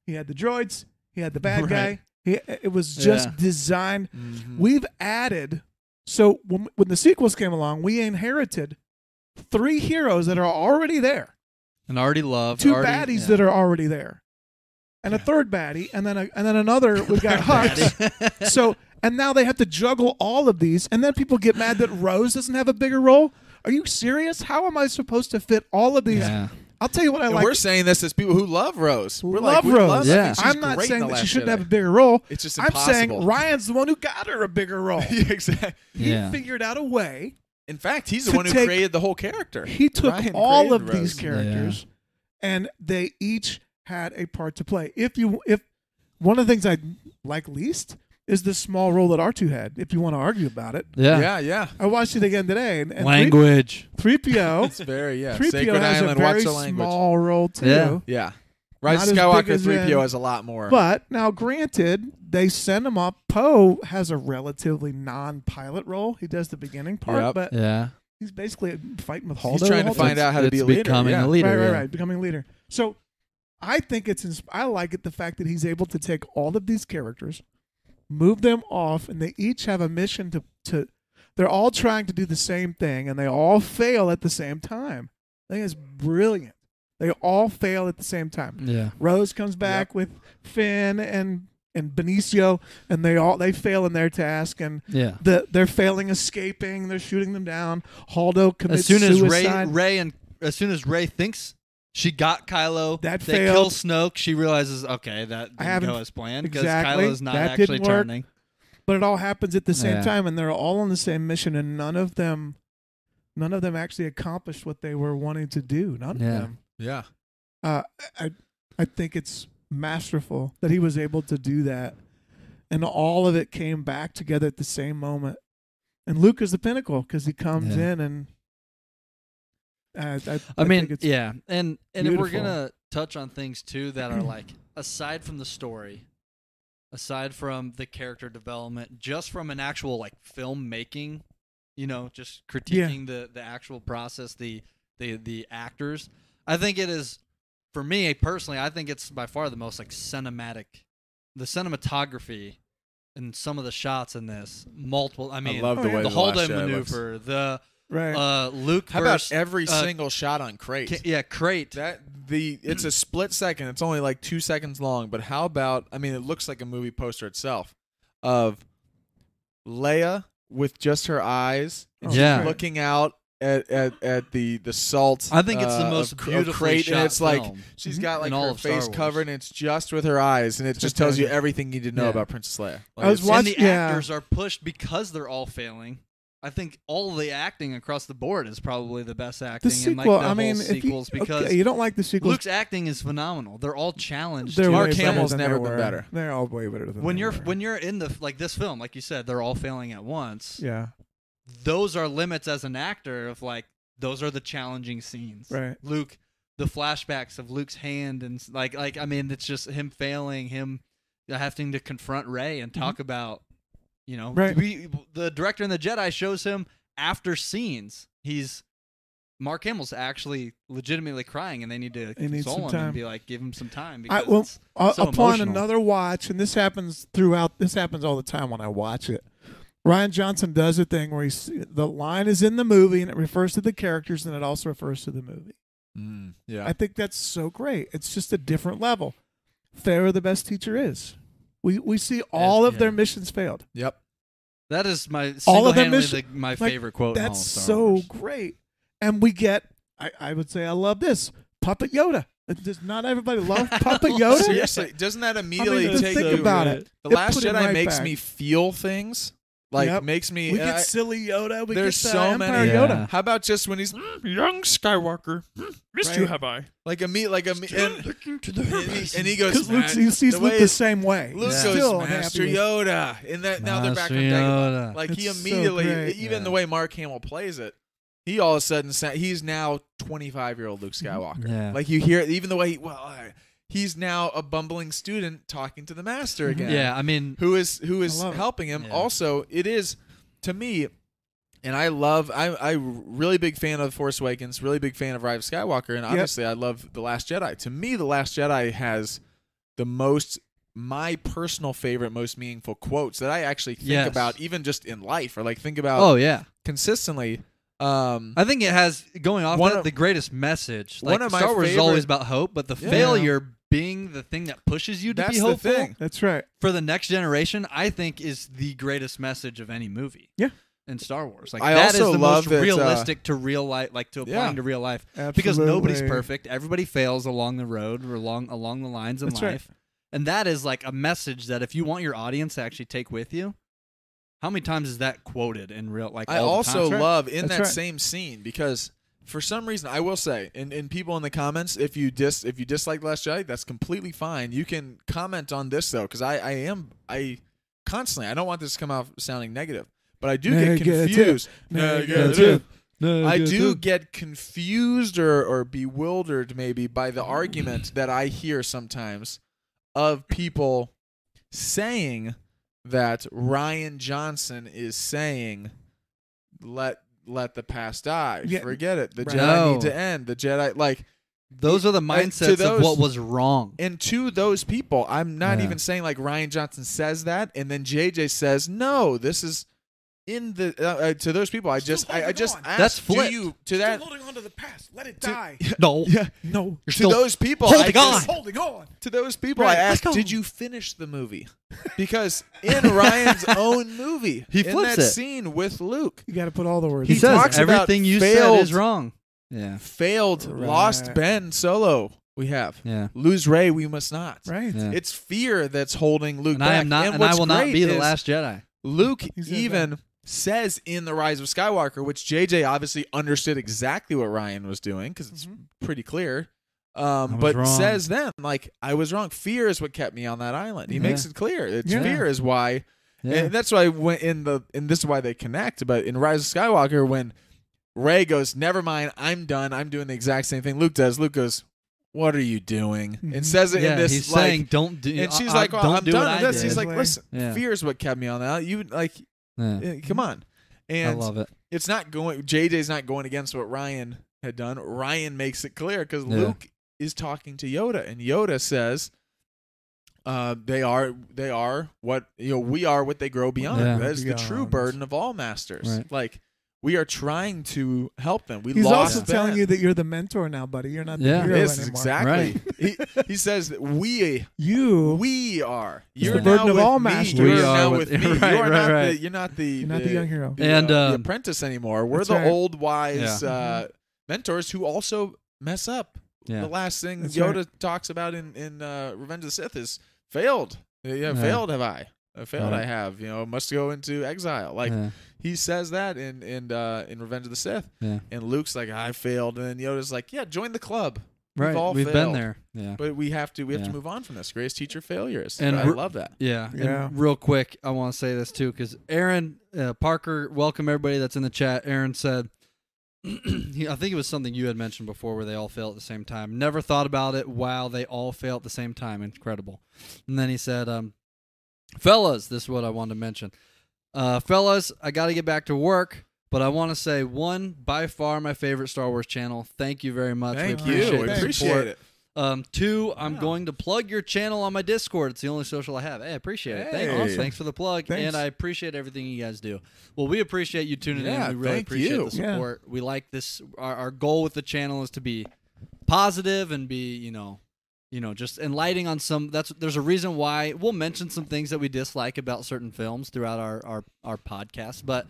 C: he had the droids, he had the bad
A: Right.
C: guy. He, it was just
B: Yeah. Mm-hmm.
C: designed We've added, so when, when the sequels came along, we inherited three heroes that are already there,
B: And already loved.
C: two
B: already,
C: baddies
B: yeah.
C: that are already there, and a third baddie, and then a, and then another. We've got Hux. so and now they have to juggle all of these, and then people get mad that Rose doesn't have a bigger role. Are you serious? How am I supposed to fit all of these?
B: Yeah.
C: I'll tell you what I
A: And
C: like.
A: we're saying this as people who love Rose. We're like,
C: Love
A: we
C: Rose.
A: Love, I
B: Yeah.
A: think she's
C: I'm not
A: great in
C: saying
A: The
C: that
A: Last
C: she shouldn't
A: Jedi.
C: have a bigger role.
A: It's just
C: I'm saying
A: impossible.
C: Ryan's the one who got her a bigger role.
A: Yeah, exactly.
B: Yeah.
C: He figured out a way
A: In fact, he's the
C: To
A: one who
C: take-
A: created the whole character.
C: he took
A: Ryan
C: all of
A: created
C: these
A: Rose.
C: characters and they each had a part to play if you if one of the things i like least is the small role that r2 had if you want to argue about it
B: Yeah.
A: yeah, yeah.
C: i watched it again today and, and
B: Language.
C: 3, 3po
A: It's very yeah.
C: 3po
A: Sacred
C: has
A: Island.
C: a
A: Watch
C: very
A: the language.
C: small role too
B: Yeah.
A: Yeah.
C: Not
A: Rise of
C: as big
A: Skywalker
C: as
A: 3PO
C: in-
A: has a lot more.
C: but now granted they send him up poe has a relatively non-pilot role he does the beginning part
A: Yep.
C: but
B: Yeah.
C: he's basically fighting with Haldo
A: he's
C: the
A: trying to
C: whole time.
A: find out how to be a leader.
B: becoming
A: yeah.
B: a leader.
C: right, right,
B: yeah.
C: right. Becoming a leader. So I think it's ins- I like it the fact that he's able to take all of these characters, move them off, and they each have a mission to to. They're all trying to do the same thing, and they all fail at the same time. I think it's brilliant. They all fail at the same time.
B: Yeah.
C: Rose comes back with Finn and and Benicio, and they all they fail in their task, and
B: Yeah.
C: the, they're failing escaping. They're shooting them down. Haldo commits
B: As soon as Ray,
C: suicide.
B: Ray, and as soon as Ray thinks she got Kylo,
C: That
B: they
C: failed.
B: kill Snoke. She realizes, okay, that didn't
C: haven't-
B: go as planned because
C: exactly.
B: Kylo's not
C: That
B: actually
C: didn't work.
B: turning.
C: but it all happens at the same
B: Yeah.
C: time and they're all on the same mission and none of them none of them actually accomplished what they were wanting to do none
B: Yeah.
C: of them
A: Yeah.
C: uh, I, I think it's masterful that he was able to do that and all of it came back together at the same moment and luke is the pinnacle because he comes
B: Yeah.
C: in and uh, I, I,
B: I,
C: think
B: mean,
C: it's,
B: yeah, and and if we're
C: beautiful.
B: gonna touch on things too that are like aside from the story, aside from the character development, just from an actual like filmmaking, you know, just critiquing the the actual process, the the the actors. I think it is for me personally. I think it's by far the most like cinematic, the cinematography. And some of the shots in this, multiple. I mean,
A: love
C: the
B: the,
C: way
A: The Last
B: Holdo
A: Jedi looks.
B: maneuver, the
C: right
B: uh, Luke.
A: How
B: versus-
A: about every
B: uh,
A: single shot on crate?
B: Ca- yeah, crate.
A: that the it's a split second. It's only like two seconds long. But how about? I mean, it looks like a movie poster itself of Leia with just her eyes
C: Oh,
B: Yeah.
C: right.
A: looking out at at, at the the salt.
B: I think it's
A: uh,
B: the
A: of
B: most
A: cr- of
B: beautiful
A: crate,
B: shot
A: and it's like
B: film.
A: she's
C: Mhm.
A: got like
B: In all
A: her
B: of Star
A: face
B: Wars.
A: covered, and it's just with her eyes, and it just tells you everything you need to know
B: Yeah.
A: about Princess Leia.
C: I was
A: it's-
B: and
C: watch-
B: the
C: yeah.
B: actors are pushed because they're all failing. I think all the acting across the board is probably the best
C: the
B: acting in like
C: sequel
B: the
C: i
B: whole
C: mean if you,
B: sequels because
C: okay, you don't like the sequels
B: Luke's acting is phenomenal. They're all challenged.
C: they're
B: to-
A: Mark
C: way better
A: Hamill's
C: than
A: never
C: they
A: been
C: were.
A: better.
C: they're all way better than
B: when
C: they
B: you're
C: were.
B: when you're in the like this film, like you said, they're all failing at once.
C: yeah
B: Those are limits as an actor of like those are the challenging scenes.
C: Right.
B: Luke, the flashbacks of Luke's hand and s- like like I mean it's just him failing, him uh, having to confront Ray and talk about you know
C: Mm-hmm. Right.
B: we, the director in the Jedi shows him after scenes. He's Mark Hamill's actually legitimately crying, and they need to
C: He needs
B: console him
C: some time.
B: and be like, give him some time.
C: I,
B: Because
C: well,
B: it's-
C: uh,
B: so
C: upon
B: emotional.
C: another watch, and this happens throughout. This happens all the time when I watch it. Ryan Johnson does a thing where he's the line is in the movie and it refers to the characters and it also refers to the movie.
A: Mm, yeah.
C: I think that's so great. It's just a different level. Pharaoh, the best teacher, is. We we see all of
B: yeah.
C: their missions failed.
A: yep.
B: that is my
C: All of them
B: single-handedly
C: is-
B: the- my
C: like,
B: favorite quote. in Oh, all
C: That's
B: of Star
C: so
B: Wars.
C: great. And we get. I, I would say I love this puppet Yoda. Does not everybody love puppet Yoda?
A: Seriously, doesn't that immediately
C: I mean, to
A: take
C: think
A: you?
C: about
B: good.
C: it.
A: the
C: it
A: Last
C: put him
A: Jedi
C: right
A: makes
C: back.
A: me feel things. Like
C: Yep.
A: makes me.
C: We
A: and
C: get
A: I-
C: silly Yoda. We
A: there's
C: get the
A: so
C: Empire
A: many.
B: Yeah.
C: Yoda.
A: How about just when he's
D: Young Skywalker, missed
C: you
D: have I?
A: like a me, like a me, and,
D: to
A: and, he- and he goes.
C: Because Luke
A: "Man,
C: he sees
A: the
C: Luke
A: way
C: the same way.
A: Luke
B: Yeah.
A: goes,
C: Still unhappy
A: Master
C: with-
A: Yoda, and that now they're back
B: Master
A: on Dagobah.
B: Yoda.
A: Like he
C: It's so
A: immediately, e,
C: great.
A: even
B: Yeah.
A: the way Mark Hamill plays it, he all of a sudden sa- he's now 25 year old Luke Skywalker.
B: Yeah.
A: Like you hear, even the way he, well, I- he's now a bumbling student talking to the master again.
B: Mm-hmm. yeah, I mean,
A: who is who is
C: love it.
A: helping him.
B: Yeah.
A: Also, it is to me, and I love. I I really big fan of Force Awakens. Really big fan of Rise of Skywalker, and obviously I love the Last Jedi. To me, the Last Jedi has the most my personal favorite, most meaningful quotes that I actually think
B: Yes.
A: about, even just in life, or like think about
B: oh yeah,
A: consistently. Um,
B: I think it has going off
A: One
B: that
A: of-
B: the greatest message.
A: one
B: Like
A: of my
B: Star Wars is
A: favorite-
B: always about hope, but the
A: Yeah.
B: failure being the thing that pushes you to
A: that's
B: be
A: the
B: hopeful
A: thing.
C: That's right.
B: for the next generation. I think is the greatest message of any movie.
C: Yeah.
B: in Star Wars, like
A: I
B: that is
A: also
B: the
A: love
B: most
A: that, uh,
B: realistic to real life, like to applying
A: Yeah.
B: to real life,
C: Absolutely.
B: because nobody's perfect. Everybody fails along the road or along along the lines in
C: That's right.
B: life, and that is like a message that if you want your audience to actually take with you, how many times is that quoted in real? Like
A: I
B: all the
A: also
B: time?
A: love in
C: That's
A: that
C: right.
A: same scene because for some reason I will say, and, and people in the comments, if you dis if you dislike Last Jedi, that's completely fine. You can comment on this though, because I, I am I constantly I don't want this to come out sounding negative, but I do get
C: Negative.
A: confused.
C: Negative.
A: I do get confused or, or bewildered maybe by the argument
B: Mm.
A: that I hear sometimes of people saying that Ryan Johnson is saying let let the past die.
C: Yeah.
A: Forget it. The
C: Right.
A: Jedi
B: No.
A: need to end. The Jedi like
B: Those are the
A: Like, to
B: mindsets of
A: those-
B: what was wrong.
A: and to those people, I'm not
B: Yeah.
A: even saying like Ryan Johnson says that and then JJ says, "No, this is in the uh, uh, to those people, I
C: Still
A: just I, I
C: holding
A: just
C: on.
A: asked,
B: That's
A: do
B: flipped.
A: you to that
C: holding on to the past. Let it
A: To-
B: No,
A: yeah
C: No.
B: you're
A: to
B: still
A: those people I
B: holding
A: just-
B: on.
C: holding on.
A: to those people
C: Right,
A: I
C: let's
A: asked,
C: go.
A: did
B: oh."
A: you finish the movie? Because in Ryan's own movie,
B: He
A: in
B: flips
A: that
B: it.
A: scene with Luke,
C: You got to put all the words.
B: He,
A: He
B: says
A: talks about
B: everything you
A: failed-
B: said is wrong. Yeah,
A: failed,
C: Right.
A: lost Ben Solo. We have
B: yeah.
A: lose Ray. We must not.
C: Right.
B: yeah.
A: It's fear that's holding Luke
B: and
A: back.
B: I am not,
A: and,
B: and I
A: what's
B: will not
A: great
B: be the
A: is
B: last Jedi.
A: Luke
C: He said
A: even says in the Rise of Skywalker, which JJ obviously understood exactly what Ryan was doing because it's
C: Mhm.
A: pretty clear.
B: Mm-hmm. I
A: Um,
B: was
A: but
B: wrong.
A: says then, like, I was wrong. Fear is what kept me on that island. He
B: Yeah.
A: makes it clear. It's
C: Yeah.
A: fear is why
B: Yeah.
A: And that's why when in the and this is why they connect. But in Rise of Skywalker, when Ray goes, "Never mind, I'm done. I'm doing the exact same thing." Luke does. Luke goes, "What are you doing?"
C: Mhm.
A: And says it
B: Mm-hmm. yeah,
A: in this
B: he's
A: like,
B: saying don't do.
A: and she's
B: I-
A: like,
B: I-
A: well,
B: don't
A: "I'm
B: do
A: done
B: what I
A: with this."
B: did.
A: He's like,
C: Like-
A: "Listen,
B: Yeah.
A: fear is what kept me on that. You like,
B: Yeah.
A: eh, come on."
B: I
A: And
B: love it.
A: it's not going. JJ's not going against what Ryan had done. Ryan makes it clear because
B: Yeah.
A: Luke is talking to Yoda, and Yoda says, uh, "They are, they are what you know. We are what they grow beyond.
B: Yeah.
A: That is the true
C: Beyond.
A: burden of all masters.
B: Right.
A: Like we are trying to help them. We
C: He's
A: lost
C: also
A: Ben.
C: telling you that you're the mentor now, buddy. You're not the
B: Yeah.
C: hero
A: this is
C: anymore.
A: exactly. He, he says that we
C: You.
A: we are.
C: It's
A: You're
C: the burden
A: now
C: of
A: with
C: all
A: me.
C: masters.
A: You're
B: We are
A: now
B: with-
A: with me.
B: Right,
A: you're
B: right,
A: not
B: right.
A: The, you're not the.
C: you're not the, young hero.
A: the,
B: And,
A: uh, the
B: um,
A: apprentice anymore. We're
C: That's
A: the
C: right.
A: old wise uh, mentors who also mess up.
B: Yeah.
A: The last thing
C: That's
A: Yoda talks about in in uh, Revenge of the Sith is failed. Yeah,
B: Yeah.
A: failed have I? Uh, failed
B: Right.
A: I have. You know, must go into exile. Like
B: Yeah.
A: he says that in in uh, in Revenge of the Sith.
B: Yeah.
A: And Luke's like, I failed, and then Yoda's like, Yeah, join the club. We've
B: right.
A: all
B: We've been
A: failed.
B: there. Yeah.
A: But we have to we have
B: Yeah.
A: to move on from this. Greatest teacher failures.
B: And
A: And I
B: we're-
A: love that.
B: Yeah.
C: Yeah.
B: And real quick, I want to say this too because Aaron uh, Parker, welcome everybody that's in the chat. Aaron said, he- I think it was something you had mentioned before where they all fail at the same time. Never thought about it. Wow, they all fail at the same time. Incredible. And then he said, um, Fellas, this is what I wanted to mention. Uh, fellas, I got to get back to work, But I want to say one by far my favorite Star Wars channel. Thank you very much.
A: Thank
B: we
A: you.
B: appreciate
A: Appreciate,
B: the
A: appreciate
B: support.
A: it.
B: Um, two, I'm going to plug your channel on my Discord. It's the only social I have. Hey, I appreciate it. Thank
A: Hey.
B: you. Thanks for the plug.
C: Thanks.
B: And I appreciate everything you guys do. Well, we appreciate you tuning
A: Yeah,
B: in. We really
A: thank
B: appreciate
A: you.
B: the
C: Yeah.
B: support. We like this. Our, our goal with the channel is to be positive and be, you know, you know, just enlightening on some. That's there's a reason why we'll mention some things that we dislike about certain films throughout our our our podcast, but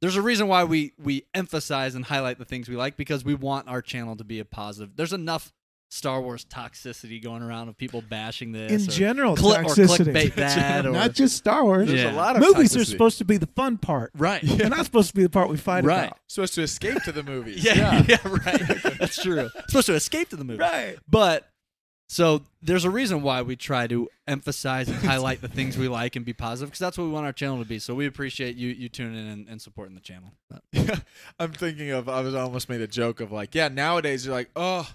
B: there's a reason why we we emphasize and highlight the things we like because we want our channel to be a positive. There's enough Star Wars toxicity going around of people bashing this
C: in
B: or
C: general,
B: cli- or
C: toxicity.
B: clickbait that or
C: Not just Star Wars.
A: There's
B: Yeah.
A: a lot of
C: Movies are
A: toxicity.
C: supposed to be the fun part.
B: right.
C: They're not supposed to be the part we fight
B: Right.
C: about.
A: supposed to escape to the movies.
B: Yeah, yeah, right. That's true. Supposed to escape to the movie.
C: Right.
B: But so there's a reason why we try to emphasize and highlight the things we like and be positive because that's what we want our channel to be. So we appreciate you you tuning in and, and supporting the channel.
A: I'm thinking of I was almost made a joke of like, yeah, nowadays you're like, oh,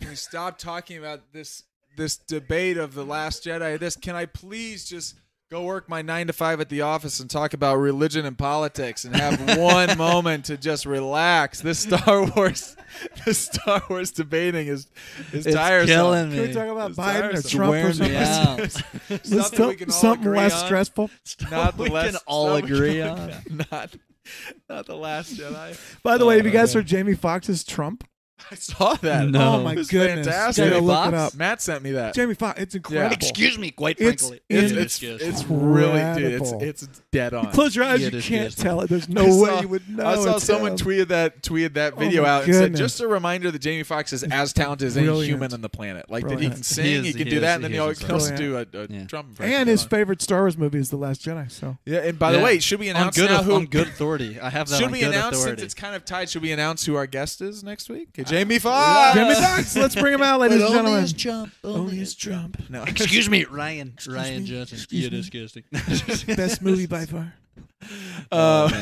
A: can we stop talking about this this debate of the last Jedi? This can I please just go work my nine to five at the office and talk about religion and politics and have one moment to just relax. This Star Wars this Star Wars debating is is tiresome.
B: killing
C: Can we
B: me.
C: talk about
A: It's
C: Biden or
A: tiresome.
C: Trump or
B: Wearing me
C: something?
B: out.
A: Something
C: Let's talk-
A: we can all
C: something
A: agree
C: less
A: on.
C: stressful.
A: Not the
B: we
A: less,
B: can all
A: something-
B: agree on.
A: Not not the last Jedi.
C: By the way, have you
A: Oh,
C: guys
A: yeah.
C: heard Jamie Foxx's Trump?
A: I saw that.
B: No.
C: Oh my
A: It's
C: goodness!
A: fantastic.
C: Gotta look it
B: Jamie
C: up.
B: Foxx?
A: Matt sent me that.
C: Jamie Foxx, it's incredible.
B: Excuse me, quite
C: It's-
B: frankly.
A: It's,
C: It
A: it's,
B: just-
A: it's really, dude. It's
C: incredible.
A: it's dead on.
C: Close your eyes,
B: Yeah, it
C: you
B: is
C: can't
B: good.
C: tell it. There's no
A: I
C: way
A: saw-
C: you would know.
A: I saw
C: it's
A: someone
C: him.
A: tweeted that tweeted that
C: Oh
A: video
C: my
A: out and
C: goodness.
A: said, "Just a reminder that Jamie Foxx is as talented as any
C: Brilliant.
A: human on the planet. Like that, he
C: Brilliant.
A: can
B: He
A: sing,
B: is-
A: he can
B: he
A: do
B: is-
A: that, and then he
B: he is
A: always- can also do
C: incredible.
A: a, a
B: Yeah.
A: drum impression.
C: And his
A: Hold
C: favorite Star Wars movie is The Last Jedi. So
A: on. yeah. And by the
B: Yeah.
A: way, should we
B: on
A: announce
B: good,
A: now who?
B: on good authority. I have that
A: should
B: on
A: we
B: good
A: announce
B: authority.
A: since it's kind of tied? Should we announce who our guest is next week? Jamie Foxx.
C: Jamie Foxx, let's bring him out, ladies and gentlemen.
B: Trump.
C: Only is Trump.
A: No.
B: Excuse me, Ryan. Ryan
C: me,
B: Johnson.
C: excuse
B: You're
C: me.
B: disgusting.
C: Best movie by far.
B: Oh,
A: Uh,
B: no,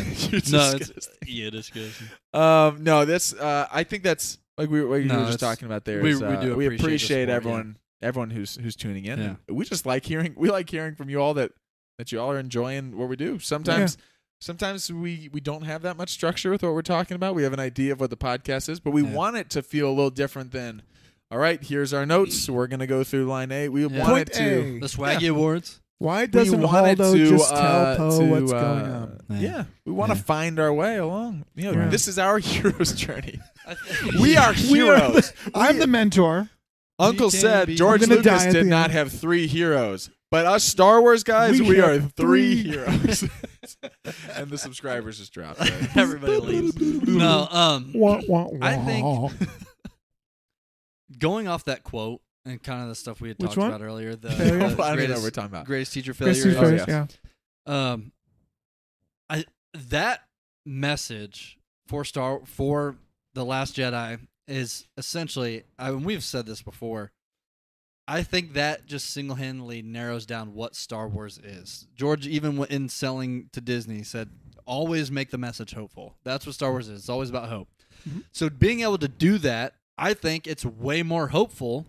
B: it's, you're disgusting.
A: Um, no, that's. Uh, I think that's like we, we
B: No,
A: were just
B: that's-
A: talking about there.
B: we-
A: is,
B: we
A: uh,
B: do
A: we
B: appreciate the
A: appreciate
B: support, yeah.
A: everyone everyone who's who's tuning in.
B: Yeah.
A: We just like hearing we like hearing from you all that that you all are enjoying what we do. Sometimes sometimes we we don't have that much structure with what we're talking about. We have an idea of what the podcast is, but we
B: Yeah.
A: want it to feel a little different than. All right, here's our notes. We're gonna go through line A. We
B: Yeah.
A: want
C: Point
A: it to.
B: The Swaggy Awards.
C: Why
A: We
C: doesn't
A: want it
C: Waldo
A: to
C: just
A: uh,
C: tell Poe
A: to,
C: what's
A: uh,
C: going on?
B: Yeah.
A: Yeah, we want to
B: Yeah.
A: find our way along. You know,
C: Right.
A: this is our hero's journey. We are heroes.
C: I'm the mentor.
A: Uncle
B: can
A: said
B: be-
A: George
C: I'm gonna die
A: Lucas
C: at
A: did
C: the
A: not
C: end.
A: have three heroes, but us Star Wars guys,
C: We
A: we, are
C: have
A: three
C: three.
A: heroes. and the subscribers just dropped. right?
B: Everybody leaves. No, um,
C: Wah, wah, wah.
B: I think- going off that quote and kind of the stuff we had
C: Which
B: talked
C: one?
B: about earlier, the,
A: I
C: Failure?
B: the
A: don't even know what we're
B: greatest,
A: talking about.
B: greatest teacher
C: Christy
B: failure.
A: failure.
C: Ferris, yeah.
B: Um, I that message for Star for the Last Jedi is essentially. I mean, we've said this before. I think that just single handedly narrows down what Star Wars is. George, even when- in selling to Disney, said always make the message hopeful. That's what Star Wars is. It's always about hope. So being able to do that, I think it's way more hopeful.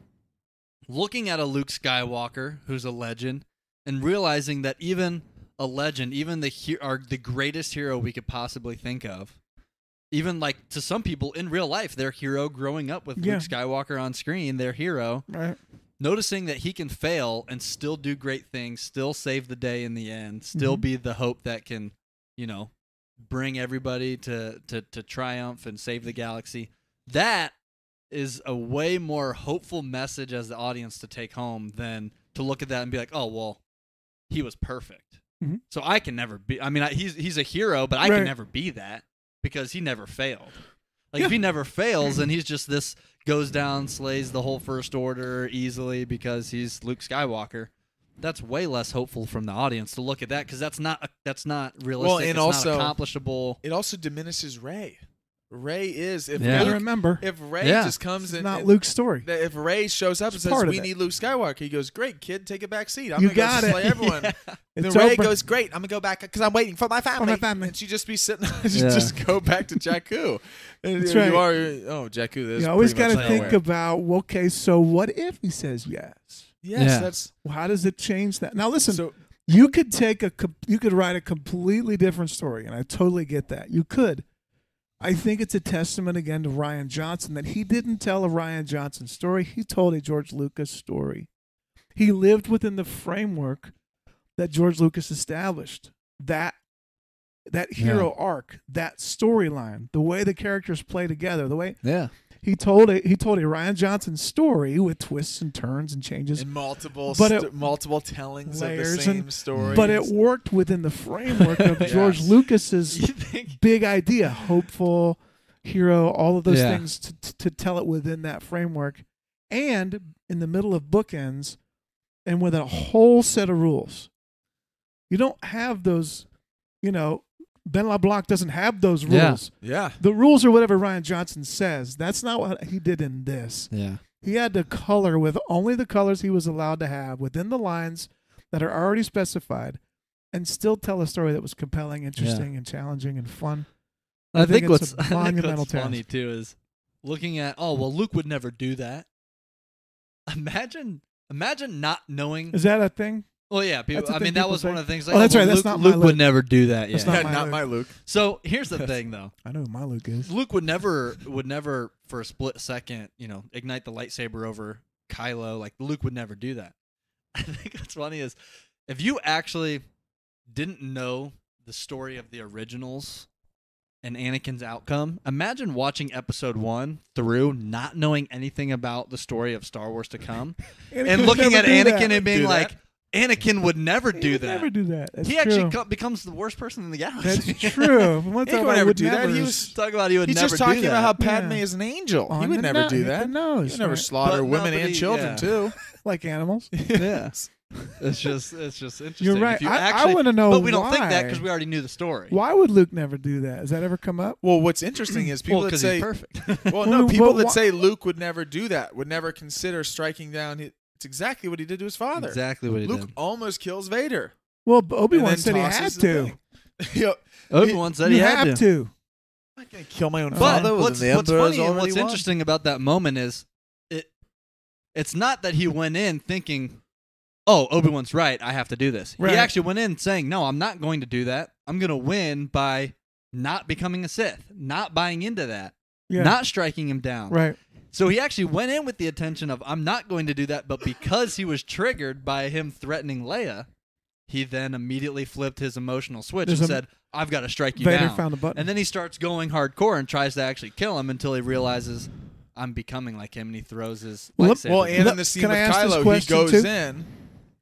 B: Looking at a Luke Skywalker, who's a legend, and realizing that even a legend, even the he- our, the greatest hero we could possibly think of, even like to some people in real life, their hero growing up with
C: Yeah.
B: Luke Skywalker on screen, their hero,
C: Right.
B: noticing that he can fail and still do great things, still save the day in the end, still
C: Mhm.
B: be the hope that can, you know, bring everybody to to to triumph and save the galaxy. That is a way more hopeful message as the audience to take home than to look at that and be like, "Oh, well, he was perfect."
C: Mhm.
B: So I can never be I mean, I, he's he's a hero, but I
C: Right.
B: can never be that because he never failed. Like if he never fails and he's just this goes down, slays the whole first order easily because he's Luke Skywalker. That's way less hopeful from the audience to look at that because that's not that's not realistic.
A: and
B: it's
A: also-
B: not accomplishable.
A: It also diminishes Ray. Ray is if
B: Yeah.
C: I
A: Luke,
C: remember.
A: if Ray
B: Yeah.
A: just comes
C: It's
A: in
C: not
A: and-
C: Luke's story.
A: that if Ray shows up and
C: It's
A: says
C: part of
A: we
C: it.
A: need Luke Skywalker, he goes, "Great kid, take it back seat. I'm
C: You
A: gonna go
C: got it.
A: slay everyone." Then
C: It's
A: Ray
C: over.
A: goes, "Great, I'm gonna go back because I'm waiting for my family."
C: family.
A: and she just be sitting, just,
B: Yeah.
A: just go back to Jakku. And
C: That's
A: here
C: right.
A: you are, you're- oh Jakku, this.
C: You always
A: got to
C: got to think about well, okay, so what if he says yes?
A: Yes,
B: Yeah.
A: that's
C: Well, how does it change that? Now listen,
A: so.
C: You could take a com- you could write a completely different story, and I totally get that. You could. I think it's a testament again to Ryan Johnson that he didn't tell a Ryan Johnson story. He told a George Lucas story. He lived within the framework that George Lucas established. That that hero arc, that storyline, the way the characters play together, the way
B: Yeah.
C: he told a he told a Ryan Johnson story with twists and turns and changes,
A: And multiple,
C: But
A: st-
C: it-
A: multiple tellings of the
C: layers
A: same
C: and-
A: story.
C: but it worked within the framework of
A: Yes.
C: George Lucas's
B: You think?
C: big idea, hopeful hero, all of those
B: Yeah.
C: things to, to, to tell it within that framework, and in the middle of bookends, and with a whole set of rules. You don't have those, you know. Ben LeBlanc doesn't have those rules.
B: Yeah.
A: yeah,
C: The rules are whatever Ryan Johnson says. That's not what he did in this.
B: Yeah.
C: He had to color with only the colors he was allowed to have within the lines that are already specified and still tell a story that was compelling, interesting, and challenging and fun.
B: I,
C: I think
B: think, what's,
C: it's a
B: I think
C: monumental
B: what's funny too is looking at oh well Luke would never do that. Imagine imagine not knowing.
C: Is that a thing?
B: Well, yeah, people,
C: That's a
B: I
C: thing
B: mean that
C: people
B: was
C: say.
B: one of the things.
C: Oh,
B: Like,
C: that's
B: well,
C: right, that's
B: Luke,
C: not my
B: Luok
C: Luke.
B: would never do that. Yeah.
C: That's
A: yeah,
C: Not my
A: not
C: Luke.
A: my Luke.
B: so here's the thing though.
C: I know who my Luke is.
B: Luke would never would never for a split second, you know, ignite the lightsaber over Kylo. Like Luke would never do that. I think what's funny is if you actually didn't know the story of the originals and Anakin's outcome, imagine watching episode one through not knowing anything about the story of Star Wars to come and looking at Anakin and being
A: Do
B: like, Anakin would never
C: he
B: do
C: would
B: that.
C: Never do that. That's
B: he
C: true.
B: actually co- becomes the worst person in the galaxy.
C: That's true. Once
A: He would
C: I
A: never
C: would
A: do that.
C: never-
A: He was-
B: Talk about he would
A: He's
B: never
A: just
B: do
A: talking
B: that.
A: about how Padme
C: Yeah. Oh,
A: is an angel. he
C: On
A: would
C: the
A: never
C: nut,
A: do
C: hit the
A: that.
C: nose,
A: He'd never
C: right?
A: slaughter
B: But
A: women
B: nobody-
A: and children
B: yeah.
A: too.
C: like animals.
B: yeah. It's just it's just interesting.
C: You're
B: If
C: right.
B: you
C: I- I
B: actually-
C: wanna know
B: But we don't think that
C: why.
B: because we already knew the story.
C: Why would Luke never do that? Has that ever come up?
A: Well, what's interesting is people that
B: Well, because
A: say,
B: he's perfect.
A: well,
C: Well,
A: no,
C: wha-
A: people that
C: wha-
A: say Luke would never do that, would never consider striking down. hi- It's exactly what he did to his father.
B: exactly what he
A: Luke almost kills Vader.
C: Well, Obi
A: and
C: Wan
A: then
C: said he had
A: tosses
C: to.
A: the thing. Yep.
B: Obi Wan said he
C: you
B: had
C: have
B: to.
C: to.
A: I'm not gonna kill my own
B: But
A: father.
B: what's,
A: when the
B: what's
A: Emperor has
B: funny and
A: already
B: what's
A: won.
B: interesting about that moment is it. It's not that he went in thinking, "Oh, Obi Wan's right. I have to do this."
C: Right.
B: He actually went in saying, "No, I'm not going to do that. I'm going to win by not becoming a Sith, not buying into that,
C: Yeah.
B: not striking him down."
C: right.
B: So he actually went in with the intention of I'm not going to do that, but because he was triggered by him threatening Leia, he then immediately flipped his emotional switch
C: There's
B: and
C: a-
B: said, "I've got to strike you
C: Vader
B: down."
C: found a button.
B: and then he starts going hardcore and tries to actually kill him until he realizes I'm becoming like him, and he throws his
C: Well,
B: lightsaber.
A: Well, and
C: Look,
A: in the scene
C: can I
A: with
C: ask this
A: Kylo, he
C: question
A: goes
C: too?
A: in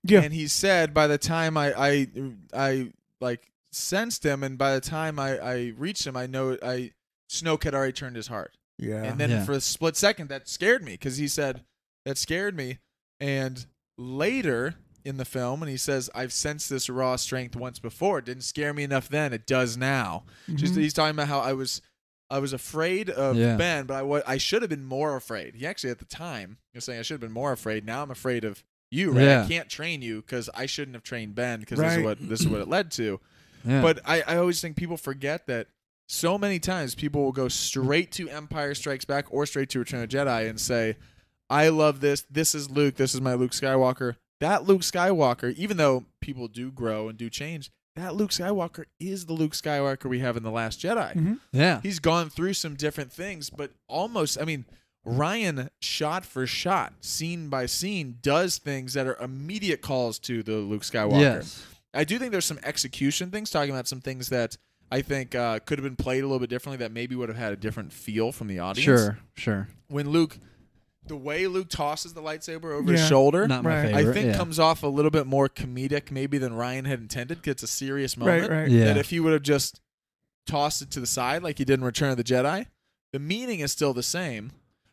C: yeah.
A: and he said, "By the time I, I, I like sensed him, and by the time I, I reached him, I know I Snoke had already turned his heart."
C: yeah.
A: And then
B: Yeah.
A: for a split second, that scared me because he said that scared me. And later in the film, and he says, "I've sensed this raw strength once before. It didn't scare me enough then. It does now." Just
C: Mhm.
A: he's talking about how I was, I was afraid of
B: Mm-hmm. Yeah.
A: Ben, but I wa- I should have been more afraid. He actually at the time he was saying I should have been more afraid. Now I'm afraid of you, right?
B: Yeah.
A: I can't train you because I shouldn't have trained Ben because this
C: Right.
A: is what this is what it led to. But I, I always think people forget that so many times people will go straight to Empire Strikes Back or straight to Return of the Jedi and say, I love this. This is Luke. This is my Luke Skywalker. That Luke Skywalker, even though people do grow and do change, that Luke Skywalker is the Luke Skywalker we have in The Last Jedi
B: yeah,
A: he's gone through some different things, but almost, I mean, Ryan shot for shot, scene by scene, does things that are immediate calls to the Luke Skywalker.
B: yes,
A: I do think there's some execution things, talking about some things that I think uh, could have been played a little bit differently that maybe would have had a different feel from the audience.
B: sure, sure.
A: When Luke, the way Luke tosses the lightsaber over
C: Yeah.
A: his shoulder.
B: Not
C: Right.
B: my
A: I
B: favorite.
A: think
B: yeah.
A: comes off a little bit more comedic maybe than Ryan had intended. 'cause It's a serious moment
C: Right, right.
B: yeah.
A: that if he would have just tossed it to the side like he did in Return of the Jedi, the meaning is still the same.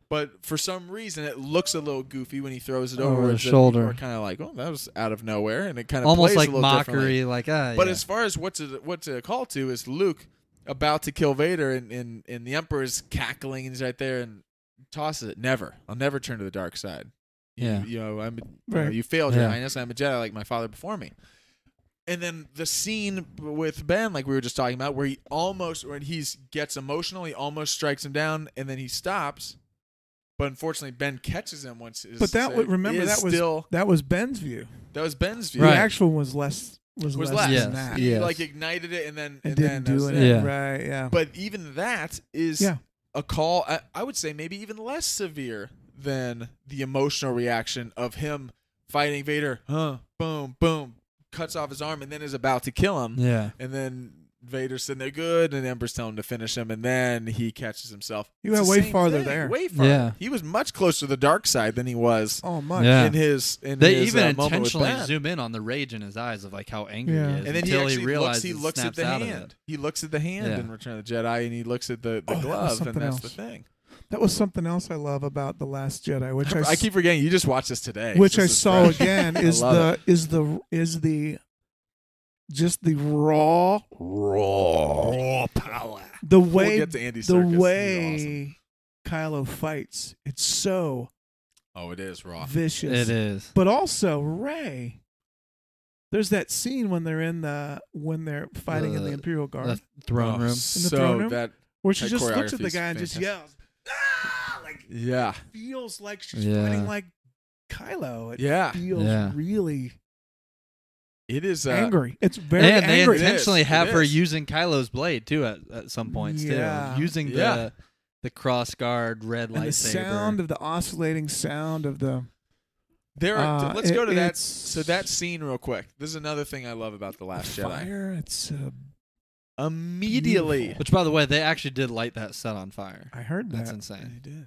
A: But for some reason, it looks a little goofy when he throws it over,
B: Over the
A: his
B: shoulder.
A: We're kind of like, oh, that was out of nowhere, and it kind of
B: almost
A: plays
B: like
A: a little differently.
B: mockery, like ah,
A: But
B: yeah.
A: as far as what to what to call to is Luke about to kill Vader, and and, and the Emperor's cackling, and he's right there and tosses it. Never, I'll never turn to the dark side. You-
B: Yeah.
A: you know, I'm a- you, know,
C: Right.
A: you failed, Your
B: Yeah.
A: Highness. I'm a Jedi like my father before me. And then the scene with Ben, like we were just talking about, where he almost, when he gets emotional, he almost strikes him down, and then he stops. But unfortunately, Ben catches him once. His
C: But that
A: save
C: was- remember,
A: is
C: that was-
A: still
C: That was Ben's view.
A: that was Ben's view.
B: Right.
C: The actual one was less was,
A: was
C: less,
A: less.
B: Yes.
C: than that.
A: He
B: Yes.
A: like ignited it and then
C: It
A: and
C: didn't
A: then that
C: do
A: was
C: it.
A: it.
B: Yeah.
C: Right, yeah.
A: But even that is
C: Yeah.
A: a call. I, I would say maybe even less severe than the emotional reaction of him fighting Vader. Huh? Boom! Boom! Cuts off his arm and then is about to kill him.
B: Yeah.
A: And then Vader's sitting there good, and the Emperor's telling him to finish him, and then he catches himself.
C: You
A: It's
C: went
A: the
C: way
A: same
C: farther
A: thing,
C: there.
A: Way farther.
B: Yeah.
A: He was much closer to the dark side than he was
C: oh, much.
B: Yeah.
A: in his in
B: They
A: his
B: even
A: uh, moment with
B: intentionally
A: Ben.
B: zoom in on the rage in his eyes of like how angry
C: Yeah.
B: he is.
A: And then he
B: until
A: actually looks.
B: realizes
A: He
B: it
A: looks at
B: snaps
A: the
B: out of
A: hand.
B: it.
A: He looks at the hand
B: Yeah.
A: in Return of the Jedi, and he looks at the, the
C: Oh, that was
A: glove, and
C: something
A: that's the
C: else.
A: thing.
C: That was something else I love about The Last Jedi, which I,
A: I
C: s-
A: keep forgetting. You just watched this today,
C: which
A: This
C: I
A: is
C: saw
A: fresh.
C: again is
A: love
C: the is the is the just the raw
A: raw power.
C: the
A: We'll
C: way
A: get to Andy
C: the
A: Serkis. He's awesome.
C: way Kylo fights. It's so
A: Oh, it is raw.
B: It
C: vicious.
B: is.
C: But also Ray. There's that scene when they're in the when they're fighting in the
B: The-
C: Imperial Guard,
B: The throne
A: Oh,
B: room.
C: throne
A: So
C: room?
A: that
C: where she
A: that
C: just looks at the
A: choreography's
C: guy and just yells, ah, like
A: yeah
C: feels like she's
B: Yeah.
C: fighting like Kylo. It
A: yeah
C: feels
B: Yeah.
C: really
A: it is. Uh,
C: angry. It's very
B: And they
C: angry.
A: It is.
B: intentionally have
A: It
B: her
A: is.
B: using Kylo's blade too at, at some points
C: Yeah.
B: too, using the
A: Yeah.
B: the cross guard red
C: and
B: lightsaber.
C: the sound of the oscillating sound of the
A: There, are,
C: Uh,
A: let's go
C: it-
A: to that.
C: it's-
A: So that scene, real quick. This is another thing I love about the Last Jedi.
C: fire. It's uh,
A: Immediately,
B: Which, by the way, they actually did light that set on fire.
C: I heard
B: That's
C: that.
B: insane.
A: They did.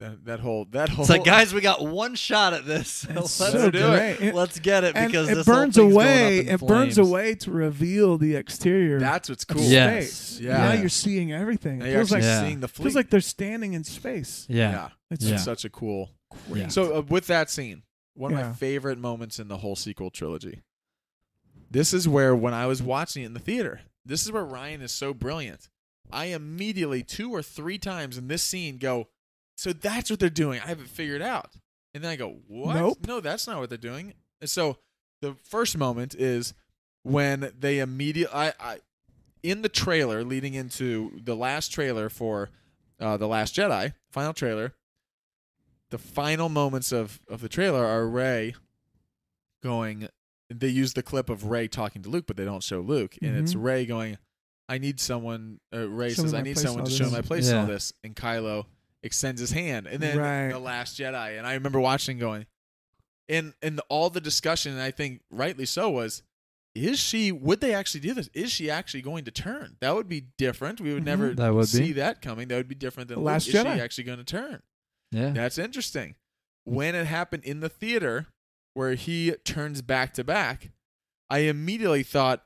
A: That, that whole that whole
B: It's like, guys, we got one shot at this. So
C: That's
B: let's
C: so
B: do it.
C: great. It-
B: Let's get it
C: and
B: because
C: it
B: this
C: burns
B: whole thing's
C: away.
B: Going up in
C: It burns
B: flames.
C: away to reveal the exterior
A: That's what's
C: of
A: cool.
B: Yeah.
C: space.
A: Yeah.
C: Now
B: Yeah.
C: you're seeing everything.
A: Now
C: It
A: you're
C: feels
A: actually
C: like
B: Yeah.
A: seeing the fleet.
C: feels like they're standing in space.
B: Yeah.
C: It's
A: It's
B: Yeah.
A: such a cool.
B: Yeah.
A: So uh, with that scene, one of
C: Yeah.
A: my favorite moments in the whole sequel trilogy. This is where when I was watching it in the theater, this is where Ryan is so brilliant. I immediately two or three times in this scene go, so that's what they're doing. I haven't figured out. And then I go, what?
C: Nope.
A: No, that's not what they're doing. And so the first moment is when they immediately I, I in the trailer leading into the last trailer for uh, the Last Jedi, final trailer. The final moments of of the trailer are Ray going. They use the clip of Ray talking to Luke, but they don't show Luke, and it's
C: Mhm.
A: Ray going, "I need someone." Uh, Ray
C: Show me
A: says, "I
C: my
A: need
C: place in
A: someone
C: all
A: to show
C: this."
A: my place in all
B: Yeah.
A: this," and Kylo extends his hand, and then
C: Right.
A: the Last Jedi. And I remember watching, going, and and all the discussion, and I think rightly so, was is she would they actually do this is she actually going to turn that would be different we would
C: Mhm.
A: never
B: Mm-hmm. That would be.
A: see that coming that would be different than
C: The
A: Luke.
C: Last
A: is
C: Jedi.
A: she actually going to turn
B: Yeah.
A: that's interesting when it happened in the theater where he turns back to back i immediately thought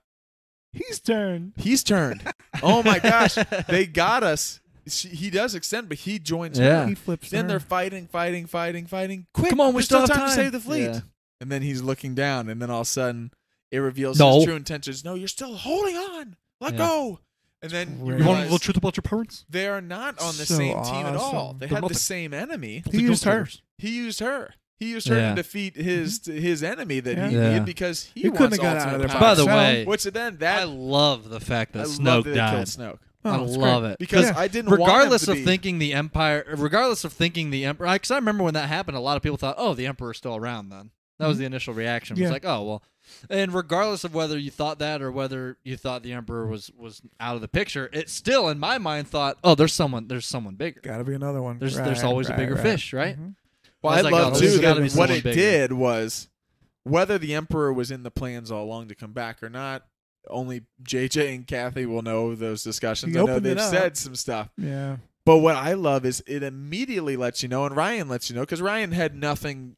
C: He's turned.
A: he's turned oh my gosh they got us she, he does extend but he joins her.
B: Yeah.
C: He flips.
A: then
C: her.
A: they're fighting fighting fighting fighting quick
B: Come on, we
A: there's
B: still
A: still
B: have
A: time to
B: time.
A: save the fleet
B: Yeah.
A: and then he's looking down, and then all of a sudden it reveals
B: No.
A: his true intentions. No, you're still holding on. Let
B: Yeah.
A: go. And then you
C: You
B: You want a
A: realize
B: little truth about your parents?
A: they are not on the
C: So
A: same team at all.
C: awesome.
A: They
B: They're
A: had
B: not
A: the
B: the-
A: same enemy.
C: He used her.
A: He used her. He used her
B: Yeah. Mm-hmm.
A: to defeat his his enemy that he
B: Yeah.
A: needed because he,
C: He couldn't
A: wants
C: have got out of
A: ultimate
C: there
A: power.
B: By the
C: Himself.
B: way,
A: which then
B: I
A: that
B: love the fact
A: I
B: that
A: love
B: Snoke
A: that they
B: died.
A: killed Snoke
C: Oh,
B: I
C: it's
B: love
C: great.
B: it
A: because
C: Yeah.
A: I didn't want him
B: regardless
A: to
B: of
A: be-
B: thinking the empire regardless of thinking the emperor because i remember when that happened a lot of people thought oh the emperor's still around then that
A: Mm-hmm.
B: was the initial reaction It
C: Yeah.
B: was like oh well and regardless of whether you thought that or whether you thought the emperor was was out of the picture it still in my mind thought oh there's someone there's someone bigger
C: Got to be another one.
B: there's
C: Right,
B: there's always
C: right,
B: a bigger
C: right.
B: fish right
C: Mhm.
A: Well, I
B: I was like,
A: love
C: oh, this
A: too
C: has gotta
A: that
C: be
A: what
B: someone
A: it
B: bigger.
A: did was whether the emperor was in the plans all along to come back or not. Only JJ and Kathy will know those discussions.
C: He
A: I know
C: opened it
A: they've
C: up.
A: said some stuff,
C: Yeah.
A: but what I love is it immediately lets you know, and Ryan lets you know because Ryan had nothing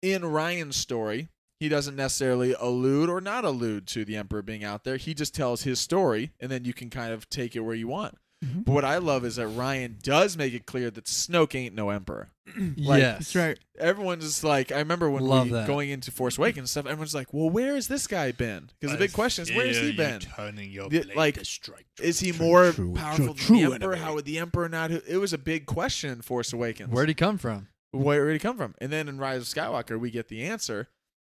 A: in Ryan's story. He doesn't necessarily allude or not allude to the emperor being out there. He just tells his story, and then you can kind of take it where you want.
C: Mhm.
A: But what I love is that Ryan does make it clear that Snoke ain't no emperor Like,
B: yes
C: That's right.
A: everyone's just like I remember when
B: Love
A: we
B: that.
A: going into Force Awakens and stuff. Everyone's like, "Well, where has this guy been?" Because the big question is, where has he been? The- like, is he more powerful than the Emperor? How would the Emperor not? It was a big question in Force Awakens.
B: where'd he come from
A: where did he come from? And then in Rise of Skywalker, we get the answer.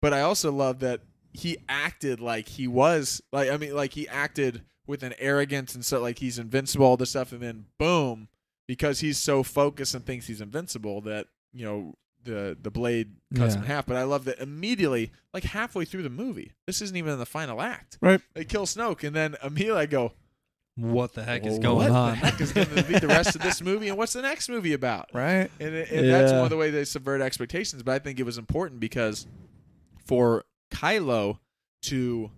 A: But I also love that he acted like he was like I mean like he acted with an arrogance and so like he's invincible all this stuff and then boom because he's so focused and thinks he's invincible that you know the the blade cuts
C: Yeah.
A: in half. But I love that immediately, like halfway through the movie, this isn't even in the final act.
C: Right.
A: They kill Snoke, and then immediately I go,
B: What the heck is
C: What
B: going
A: "What the
B: on?
A: heck is going to be the rest of this movie? And what's the next movie about?"
C: Right.
A: And, it- and that's
B: Yeah.
A: one of the way they subvert expectations. But I think it was important because for Kylo to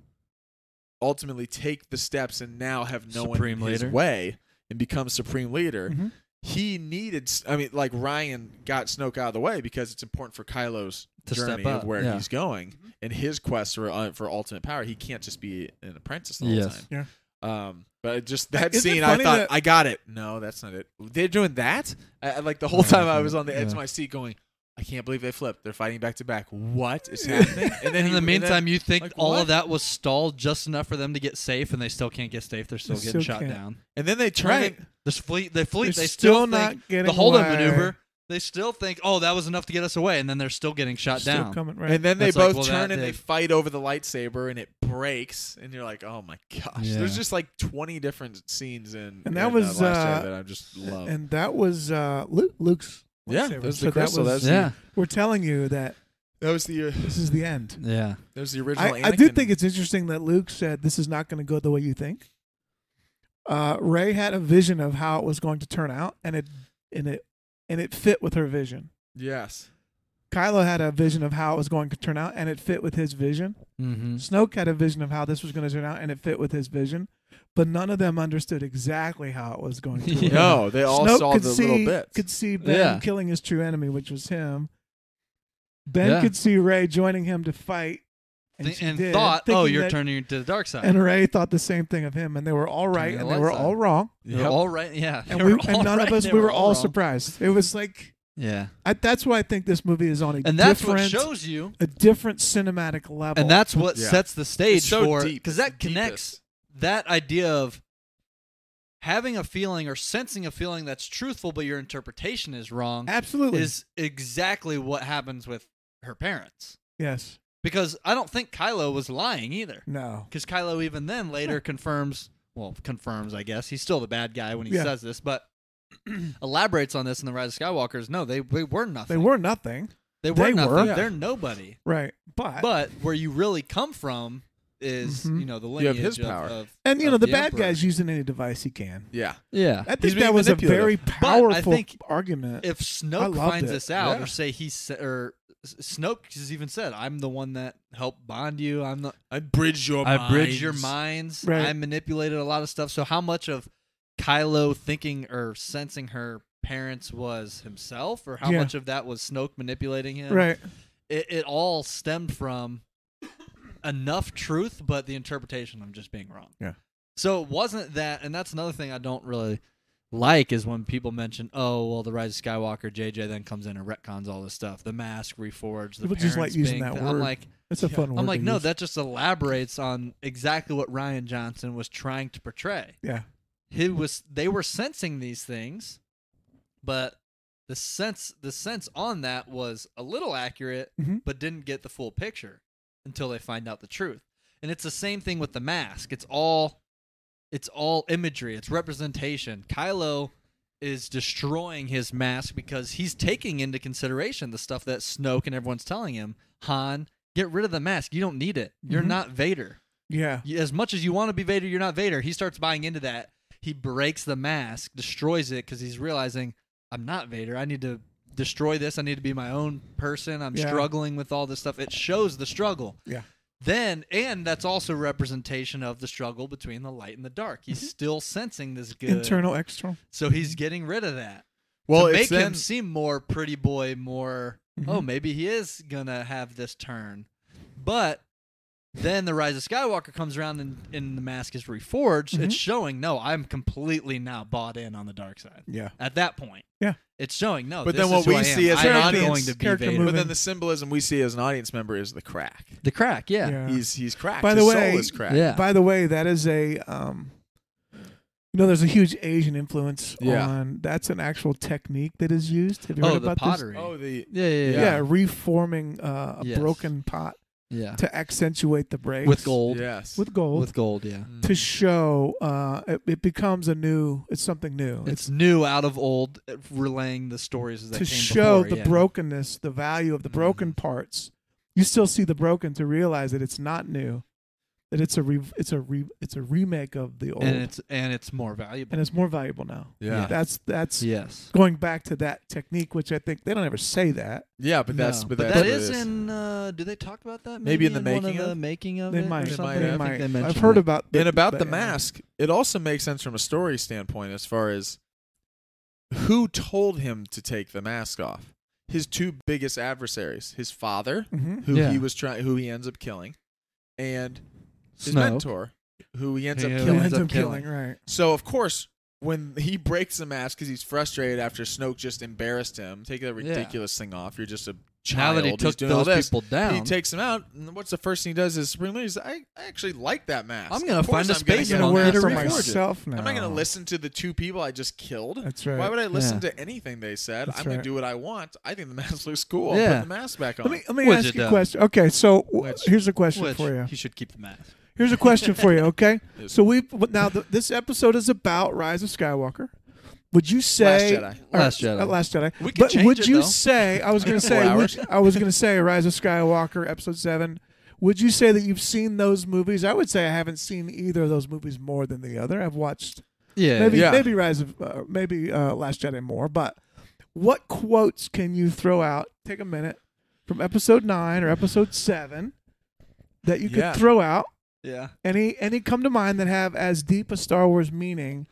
A: ultimately take the steps and now have no
B: Supreme
A: one in his
B: leader. Mm-hmm.
A: way and become supreme leader,
C: Mhm.
A: he needed. s- I mean, like Ryan got Snoke out of the way because it's important for Kylo's
B: To step
A: journey
B: up,
A: of where
B: yeah.
A: he's going
C: Mm-hmm.
A: and his quest for uh, for ultimate power. He can't just be an apprentice the whole time.
B: Yes.
A: Yeah. Um, but it just that
C: Isn't it
A: scene, I
C: funny
A: thought
C: that-
A: I got it. No, that's not it. They're doing that. I, I- like the whole time I was on the edge
B: Yeah.
A: of my seat, going, I can't believe they flipped. They're fighting back to back. What is happening? And
B: in the meantime, you think
A: like,
B: all
A: what?
B: of that was stalled just enough for them to get safe, and they still can't get safe. They're still
C: They
B: getting
C: still
B: shot
C: can't.
B: down.
A: and then they turn it.
B: Right. This fleet, they fleet,
C: They're
B: they still,
C: still
B: think
C: not getting
B: the holdup
C: away.
B: maneuver. They still think, oh, that was enough to get us away, and then they're still getting shot
C: Still
B: down.
C: coming. Right.
A: And then they
B: That's like,
A: both
B: well,
A: turn
B: that
A: and they
B: did-
A: fight over the lightsaber and it breaks. And you're like, oh my gosh.
B: Yeah.
A: There's just like 20 different scenes in.
C: And that
A: in,
C: was,
A: uh, Last Jedi
C: uh,
A: that I just love.
C: and that was uh, Luke, Luke's.
A: Yeah,
C: lightsaber.
A: that was the
C: So
A: crystal, that was the-
B: Yeah,
C: we're telling you that
A: that was the uh,
C: this is the end.
B: yeah.
A: that was the original.
C: I, I do
A: Anakin.
C: think it's interesting that Luke said this is not going to go the way you think. Uh, Ray had a vision of how it was going to turn out, and it and it and it fit with her vision.
A: yes.
C: Kylo had a vision of how it was going to turn out, and it fit with his vision.
B: Mm-hmm.
C: Snoke had a vision of how this was going to turn out, and it fit with his vision. But none of them understood exactly how it was going to. work.
B: Yeah.
A: No, they all
C: Snoke
A: saw
C: could
A: the
C: see,
A: little bits.
C: Could see Ben
B: Yeah.
C: killing his true enemy, which was him. Ben
B: Yeah.
C: could see Ray joining him to fight, and,
B: And,
C: she did,
B: thought, oh,
C: thinking
B: you're
C: that-
B: turning to the dark side.
C: And Ray thought the same thing of him, and they were all right,
B: Turning
C: and
B: the lights
C: they were
B: on.
C: all wrong,
B: They're
A: Yep.
B: all right. Yeah,
C: and
B: uh, they
C: we
B: were all
C: and none
B: right,
C: of us
B: they
C: we were all
B: wrong.
C: surprised. It was like
B: Yeah,
C: I, that's why I think this movie is on a
B: and that's what
C: different
B: shows you,
C: a different cinematic level.
B: and that's what
A: Yeah.
B: sets the stage
A: It's so
B: for
A: deep.
B: because
A: It's
B: that
A: the
B: connects
A: deepest.
B: that idea of having a feeling or sensing a feeling that's truthful, but your interpretation is wrong.
C: absolutely
B: is exactly what happens with her parents.
C: yes
B: Because I don't think Kylo was lying either.
C: no
B: Because Kylo even then later confirms, well, confirms, I guess. He's still the bad guy when he
C: Yeah.
B: says this, but elaborates on this in The Rise of Skywalkers. No, they, they were nothing.
C: they were nothing
B: They were
C: they
B: nothing.
C: were.
B: They're nobody.
C: right, but,
B: But where you really come from is,
C: Mhm.
B: you know, the
A: You have
B: lineage
A: his
B: of-
A: power.
B: Of,
C: and you know
B: of
C: the, bad
B: Emperor.
C: guy's using any device he can.
A: yeah.
B: Yeah.
C: I think
A: He's being
C: that was a very
A: manipulative.
C: powerful
B: think
C: argument.
B: If
C: I
B: Snoke
C: loved
B: finds
C: it.
B: this out,
A: Yeah.
B: or say he sa- or S- Snoke has even said, "I'm the one that helped bond you. I'm the
A: I bridge your
B: I bridged your minds.
C: Right.
B: I manipulated a lot of stuff. So how much of Kylo thinking or sensing her parents was himself, or how
C: Yeah.
B: much of that was Snoke manipulating him?
C: right.
B: It, it all stemmed from enough truth, but the interpretation of just being wrong.
C: Yeah.
B: So it wasn't that, and that's another thing I don't really like is when people mention, "Oh, well, the Rise of Skywalker." JJ then comes in and retcons all this stuff: the mask, reforged, the
C: People just like
B: parents
C: using
B: being
C: that
B: thi-
C: word.
B: I'm like,
C: It's a fun word.
B: I'm like,
C: to
B: no,
C: use.
B: that just elaborates on exactly what Ryan Johnson was trying to portray.
C: yeah.
B: He was they were sensing these things, but the sense the sense on that was a little accurate,
C: Mhm.
B: but didn't get the full picture until they find out the truth. And it's the same thing with the mask. It's all it's all imagery, it's representation. Kylo is destroying his mask because he's taking into consideration the stuff that Snoke and everyone's telling him. Han, get rid of the mask. You don't need it. You're
C: Mhm.
B: not Vader.
C: Yeah.
B: You- As much as you want to be Vader, you're not Vader. He starts buying into that. He breaks the mask, destroys it because he's realizing I'm not Vader. I need to destroy this. I need to be my own person. I'm
C: Yeah.
B: struggling with all this stuff. It shows the struggle.
C: Yeah.
B: Then and that's also representation of the struggle between the light and the dark. He's still sensing this good
C: Mm-hmm. Internal, external.
B: so he's getting rid of that.
A: Well,
B: to
A: it's
B: make him
A: then-
B: seem more pretty boy, more oh,
C: Mhm.
B: maybe he is gonna have this turn. But then the Rise of Skywalker comes around and, and the mask is reforged. It's showing, no, I'm completely now bought in on the dark side.
C: Yeah.
B: At that point.
C: Yeah.
B: It's showing, no,
A: But
B: this
A: then what
B: is who
A: we
B: I am.
A: see as
B: I
A: an
B: am
A: audience
B: going to be
C: character
B: Vader.
C: movement.
A: But then the symbolism we see as an audience member is the crack.
B: The crack, yeah.
C: Yeah.
A: He's he's cracked.
C: By the
A: His
C: way-
A: soul is cracked.
B: Yeah.
C: By the way, that is a um you know, there's a huge Asian influence
A: Yeah.
C: on that's an actual technique that is used. Have you
B: Oh,
C: heard
B: the
C: about
B: pottery.
A: Oh, the
B: yeah, yeah,
C: this?
B: yeah.
C: Yeah, reforming uh, a
B: Yes.
C: broken pot
B: Yeah.
C: to accentuate the breaks
B: With gold.
A: Yes. Mm.
C: with gold
B: With gold, yeah.
C: to show uh, it, it becomes a new. It's something new.
B: It's new out of old, uh, relaying the stories as they
C: to
B: came
C: show
B: before,
C: the
B: yeah. Mm-hmm.
C: brokenness, the value of the broken parts. You still see the broken to realize that it's not new, that it's a re- it's a re- it's a remake of the old,
B: and it's and it's more valuable.
C: and it's more valuable now.
A: yeah. yeah.
C: That's that's
B: yes,
C: going back to that technique, which I think they don't ever say that.
A: but that's
B: No,
A: but,
B: but
A: that's
B: that
A: what it
B: is in. Uh, do they talk about that?
A: Maybe in the
B: one
A: making
B: of, the
A: of?
B: making of
C: They
B: it or
C: might,
A: They
B: something?
A: might have.
C: they
B: I think
C: might.
B: they
C: I've
B: mentioned
C: heard
B: that.
C: about
A: and about
C: but,
A: the
C: yeah.
A: mask, it also makes sense from a story standpoint as far as who told him to take the mask off. His two biggest adversaries, his father,
C: Mhm.
A: who
B: Yeah.
A: he was trying, who he ends up killing, and his
B: Snow.
A: mentor, who he ends
B: Who
A: up
B: he
A: killing.
B: ends
C: Ends
B: up
C: up killing,
B: killing.
C: right?
A: So of course, when he breaks the mask because he's frustrated after Snoke just embarrassed him, take that
B: Yeah.
A: ridiculous thing off. You're just a
B: Now
A: child.
B: that he
A: He's
B: took
A: doing all
B: those
A: this.
B: people down,
A: He takes him out, and what's the first thing he does is Supreme Leader's. I, I actually like that mask.
B: I'm gonna
A: Of course
B: find a
A: I'm gonna
B: space
A: get
C: I'm
B: on
C: gonna wear
B: that
C: it
B: to
C: for
B: record it.
C: myself now.
A: I'm not gonna listen to the two people I just killed.
C: That's right.
A: Why would I listen
B: Yeah.
A: to anything they said?
C: That's
A: I'm gonna
C: right.
A: do what I want. I think the mask looks cool.
B: Yeah.
A: I'll put the mask back on.
C: Let me let me
B: Which it
C: ask you a
B: does.
C: question. Okay, so w-
A: Which-
C: here's a question
B: which
C: for you.
B: he should keep the mask.
C: Here's a question for you, okay?
A: Yes.
C: So we but now th- this episode is about Rise of Skywalker. Would you
A: Last
C: say
A: Jedi.
C: or-
B: Last Jedi.
C: uh, Last Jedi.
B: We could
C: but
B: change
C: would
B: it,
C: you
B: though.
C: say I was going to
A: Four
C: say
A: hours.
C: would, I was going to say Rise of Skywalker episode 7. Would you say that you've seen those movies? I would say I haven't seen either of those movies more than the other. I've watched
B: Yeah,
C: maybe
A: Yeah.
C: maybe Rise of uh, maybe uh, Last Jedi more, but what quotes can you throw out? Take a minute from episode 9 or episode 7 that you could
A: Yeah.
C: throw out
B: yeah.
C: any any come to mind that have as deep a Star Wars meaning?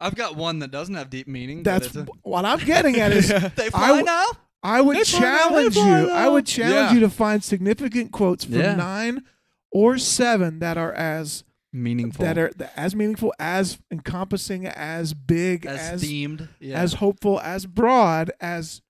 B: I've got one that doesn't have deep meaning. but
C: That's
B: it's a-
C: what I'm getting at is
B: they
C: I
B: fly
C: w-
B: now.
C: I would
B: That's what I
C: challenge you.
B: live on,
C: I would
B: though.
C: challenge
A: Yeah.
C: you to find significant quotes from
B: Yeah.
C: nine or seven that are as
B: Meaningful.
C: that are as meaningful, as encompassing, as big,
B: as,
C: as as,
B: themed. Yeah.
C: hopeful, as broad as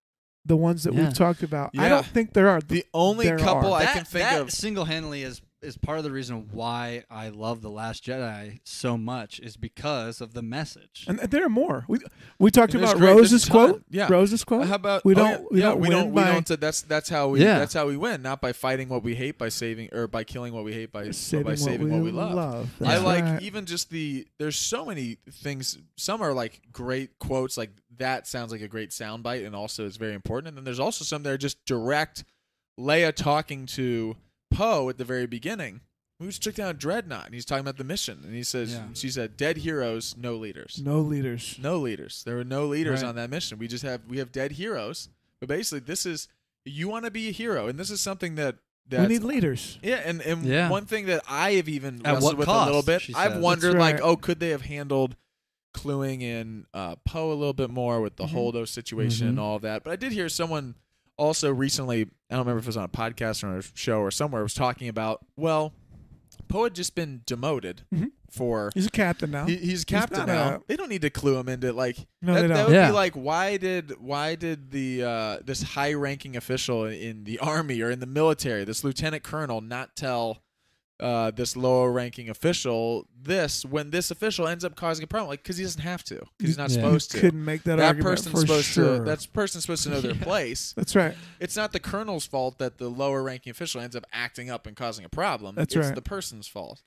C: the ones that
B: Yeah.
C: we've talked about. I
A: Yeah.
C: don't think there are.
A: the only
C: There
A: couple
C: are.
A: I
B: that,
A: can think
B: that
A: of.
B: single-handedly is is part of the reason why I love the Last Jedi so much is because of the message.
C: and there are more. We we talked
A: There's
C: about
A: great- there's
C: Rose's
A: a ton.
C: quote.
A: Yeah.
C: Rose's quote.
A: How about
C: we
A: oh,
C: don't
A: yeah,
C: we
A: yeah,
C: don't
A: we
C: win
A: don't,
C: by
A: we don't say- that's that's how we
B: Yeah.
A: that's how we win not by fighting what we hate by saving or by killing what we hate by
C: saving,
A: by saving what, we love, I
C: That's
A: like
C: right.
A: even just the there's so many things some are like great quotes like that sounds like a great soundbite and also it's very important and then there's also some that are just direct Leia talking to Poe at the very beginning we just took down Dreadnought and he's talking about the mission and he says
B: Yeah.
A: she said dead heroes no leaders
C: no leaders.
A: no leaders. There were no leaders
B: Right.
A: on that mission. We just have we have dead heroes. But basically, this is you want to be a hero, and this is something that that
C: we need leaders.
A: yeah. And and
B: Yeah.
A: one thing that I have even
B: At
A: wrestled
B: what
A: with
B: cost,
A: a little bit.
B: she
A: I've
B: says.
A: wondered
C: That's
A: like,
C: right.
A: oh, could they have handled cluing in uh, Poe a little bit more with the
C: Mm-hmm.
A: Holdo situation and
B: Mhm.
A: all of that? But I did hear someone also recently. I don't remember if it was on a podcast or a show or somewhere was talking about well, Poe had just been demoted
C: Mhm.
A: for
C: He's a captain now.
A: he, Oh, he's captain
C: not
A: now.
C: a-
A: they don't need to clue him into like
C: No,
A: that,
C: they
A: that
C: don't.
A: would
B: Yeah.
A: be like why did why did the uh, this high ranking official in the army or in the military this lieutenant colonel not tell uh, this lower ranking official this when this official ends up causing a problem like because he doesn't have to 'cause he's not
B: Yeah.
A: supposed to
C: couldn't make that,
A: that
C: argument
A: person's
C: for
A: supposed
C: sure.
A: to that person's supposed to know their place
C: That's right.
A: it's not the colonel's fault that the lower ranking official ends up acting up and causing a problem.
C: That's
A: it's
C: right.
A: the person's fault.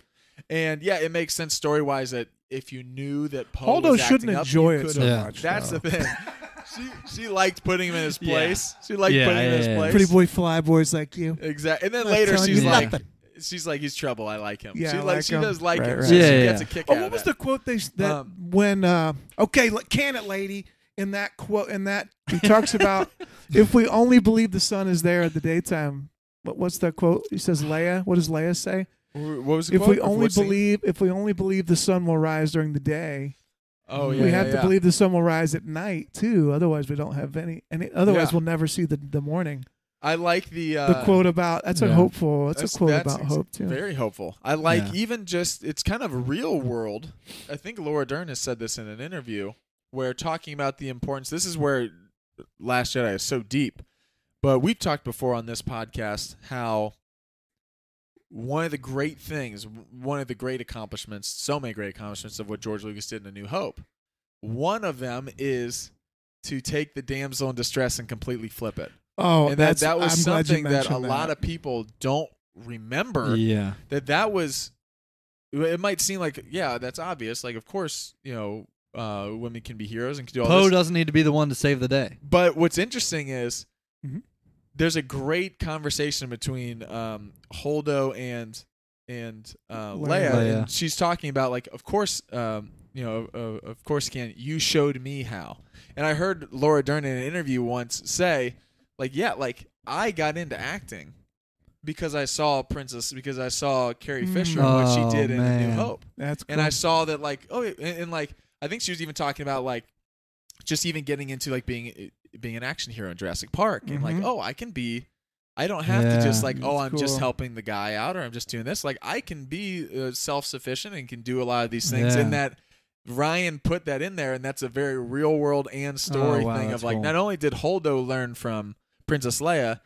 A: And yeah, it makes sense story wise that if you knew that Poe
C: Aldo
A: was acting
C: shouldn't
A: up,
C: enjoy
A: you
C: it
A: could've-
C: so
B: Yeah.
C: much.
A: That's
C: though.
A: the thing. she she liked putting him in his
B: Yeah.
A: place. She liked
B: Yeah,
A: putting him in his
B: yeah, yeah.
A: place.
C: pretty boy fly boys like you.
A: Exactly. And then
C: Not
A: later
C: telling
A: she's
B: you
A: like
C: nothing.
A: she's like he's trouble. I like him.
C: Yeah,
A: she
C: I
A: like,
C: like
A: she
C: him.
A: does like him.
C: Right,
A: She,
B: right.
A: she
B: Yeah,
A: gets
B: yeah.
A: a kick
C: Oh,
A: out
C: what
A: of
C: was the
A: that.
C: quote they s- that
A: Um,
C: when uh okay, look, can it, lady? In that quote, in that he talks about if we only believe the sun is there at the daytime. What, what's the quote? He says, Leia. What does Leia say?
A: Wh- What was the
C: If
A: quote?
C: we
A: Of
C: only
A: what scene?
C: believe, if we only believe the sun will rise during the day,
A: oh, yeah,
C: we
A: yeah,
C: have to
A: yeah.
C: believe the sun will rise at night too. Otherwise, we don't have any. any otherwise,
A: Yeah.
C: we'll never see the the morning.
A: I like the uh,
C: the quote about that's
B: yeah.
C: a hopeful. That's,
A: That's-
C: a quote
A: that's
C: about
A: ex-
C: hope too.
A: Very hopeful. I like
B: Yeah.
A: even just it's kind of real world. I think Laura Dern has said this in an interview where talking about the importance. This is where Last Jedi is so deep. But we've talked before on this podcast how one of the great things, one of the great accomplishments, so many great accomplishments of what George Lucas did in A New Hope. One of them is to take the damsel in distress and completely flip it
C: oh,
A: and that,
C: that's
A: that was
C: I'm glad you
A: something that a
C: mentioned
A: lot of people don't remember
B: Yeah.
A: that that was it might seem like yeah that's obvious like of course you know uh women can be heroes and can do all
B: Poe
A: this
B: doesn't need to be the one to save the day.
A: but what's interesting is
C: Mhm.
A: there's a great conversation between um, Holdo and and uh, Leia,
C: Leia.
A: and
B: Leia.
A: she's talking about like, of course, um, you know, uh, of course, can you showed me how? And I heard Laura Dern in an interview once say, like, yeah, like I got into acting because I saw Princess, because I saw Carrie
C: Mm.
A: Fisher and what
B: Oh,
A: she did in A New
B: man.
A: Hope
C: That's cool.
A: and I saw that like oh and, and like I think she was even talking about like just even getting into like being eh, being an action hero in Jurassic Park and like
C: Mhm.
A: oh I can be I don't have to just
B: Mm-hmm. Yeah.
A: like oh
C: That's
A: I'm just
C: cool.
A: helping the guy out or I'm just doing this like I can be uh, self sufficient and can do a lot of these things
B: Yeah.
A: and that Ryan put that in there and that's a very real world and story
B: Oh, wow,
A: thing of
B: that's
A: like
B: cool.
A: not only did Holdo learn from Princess Leia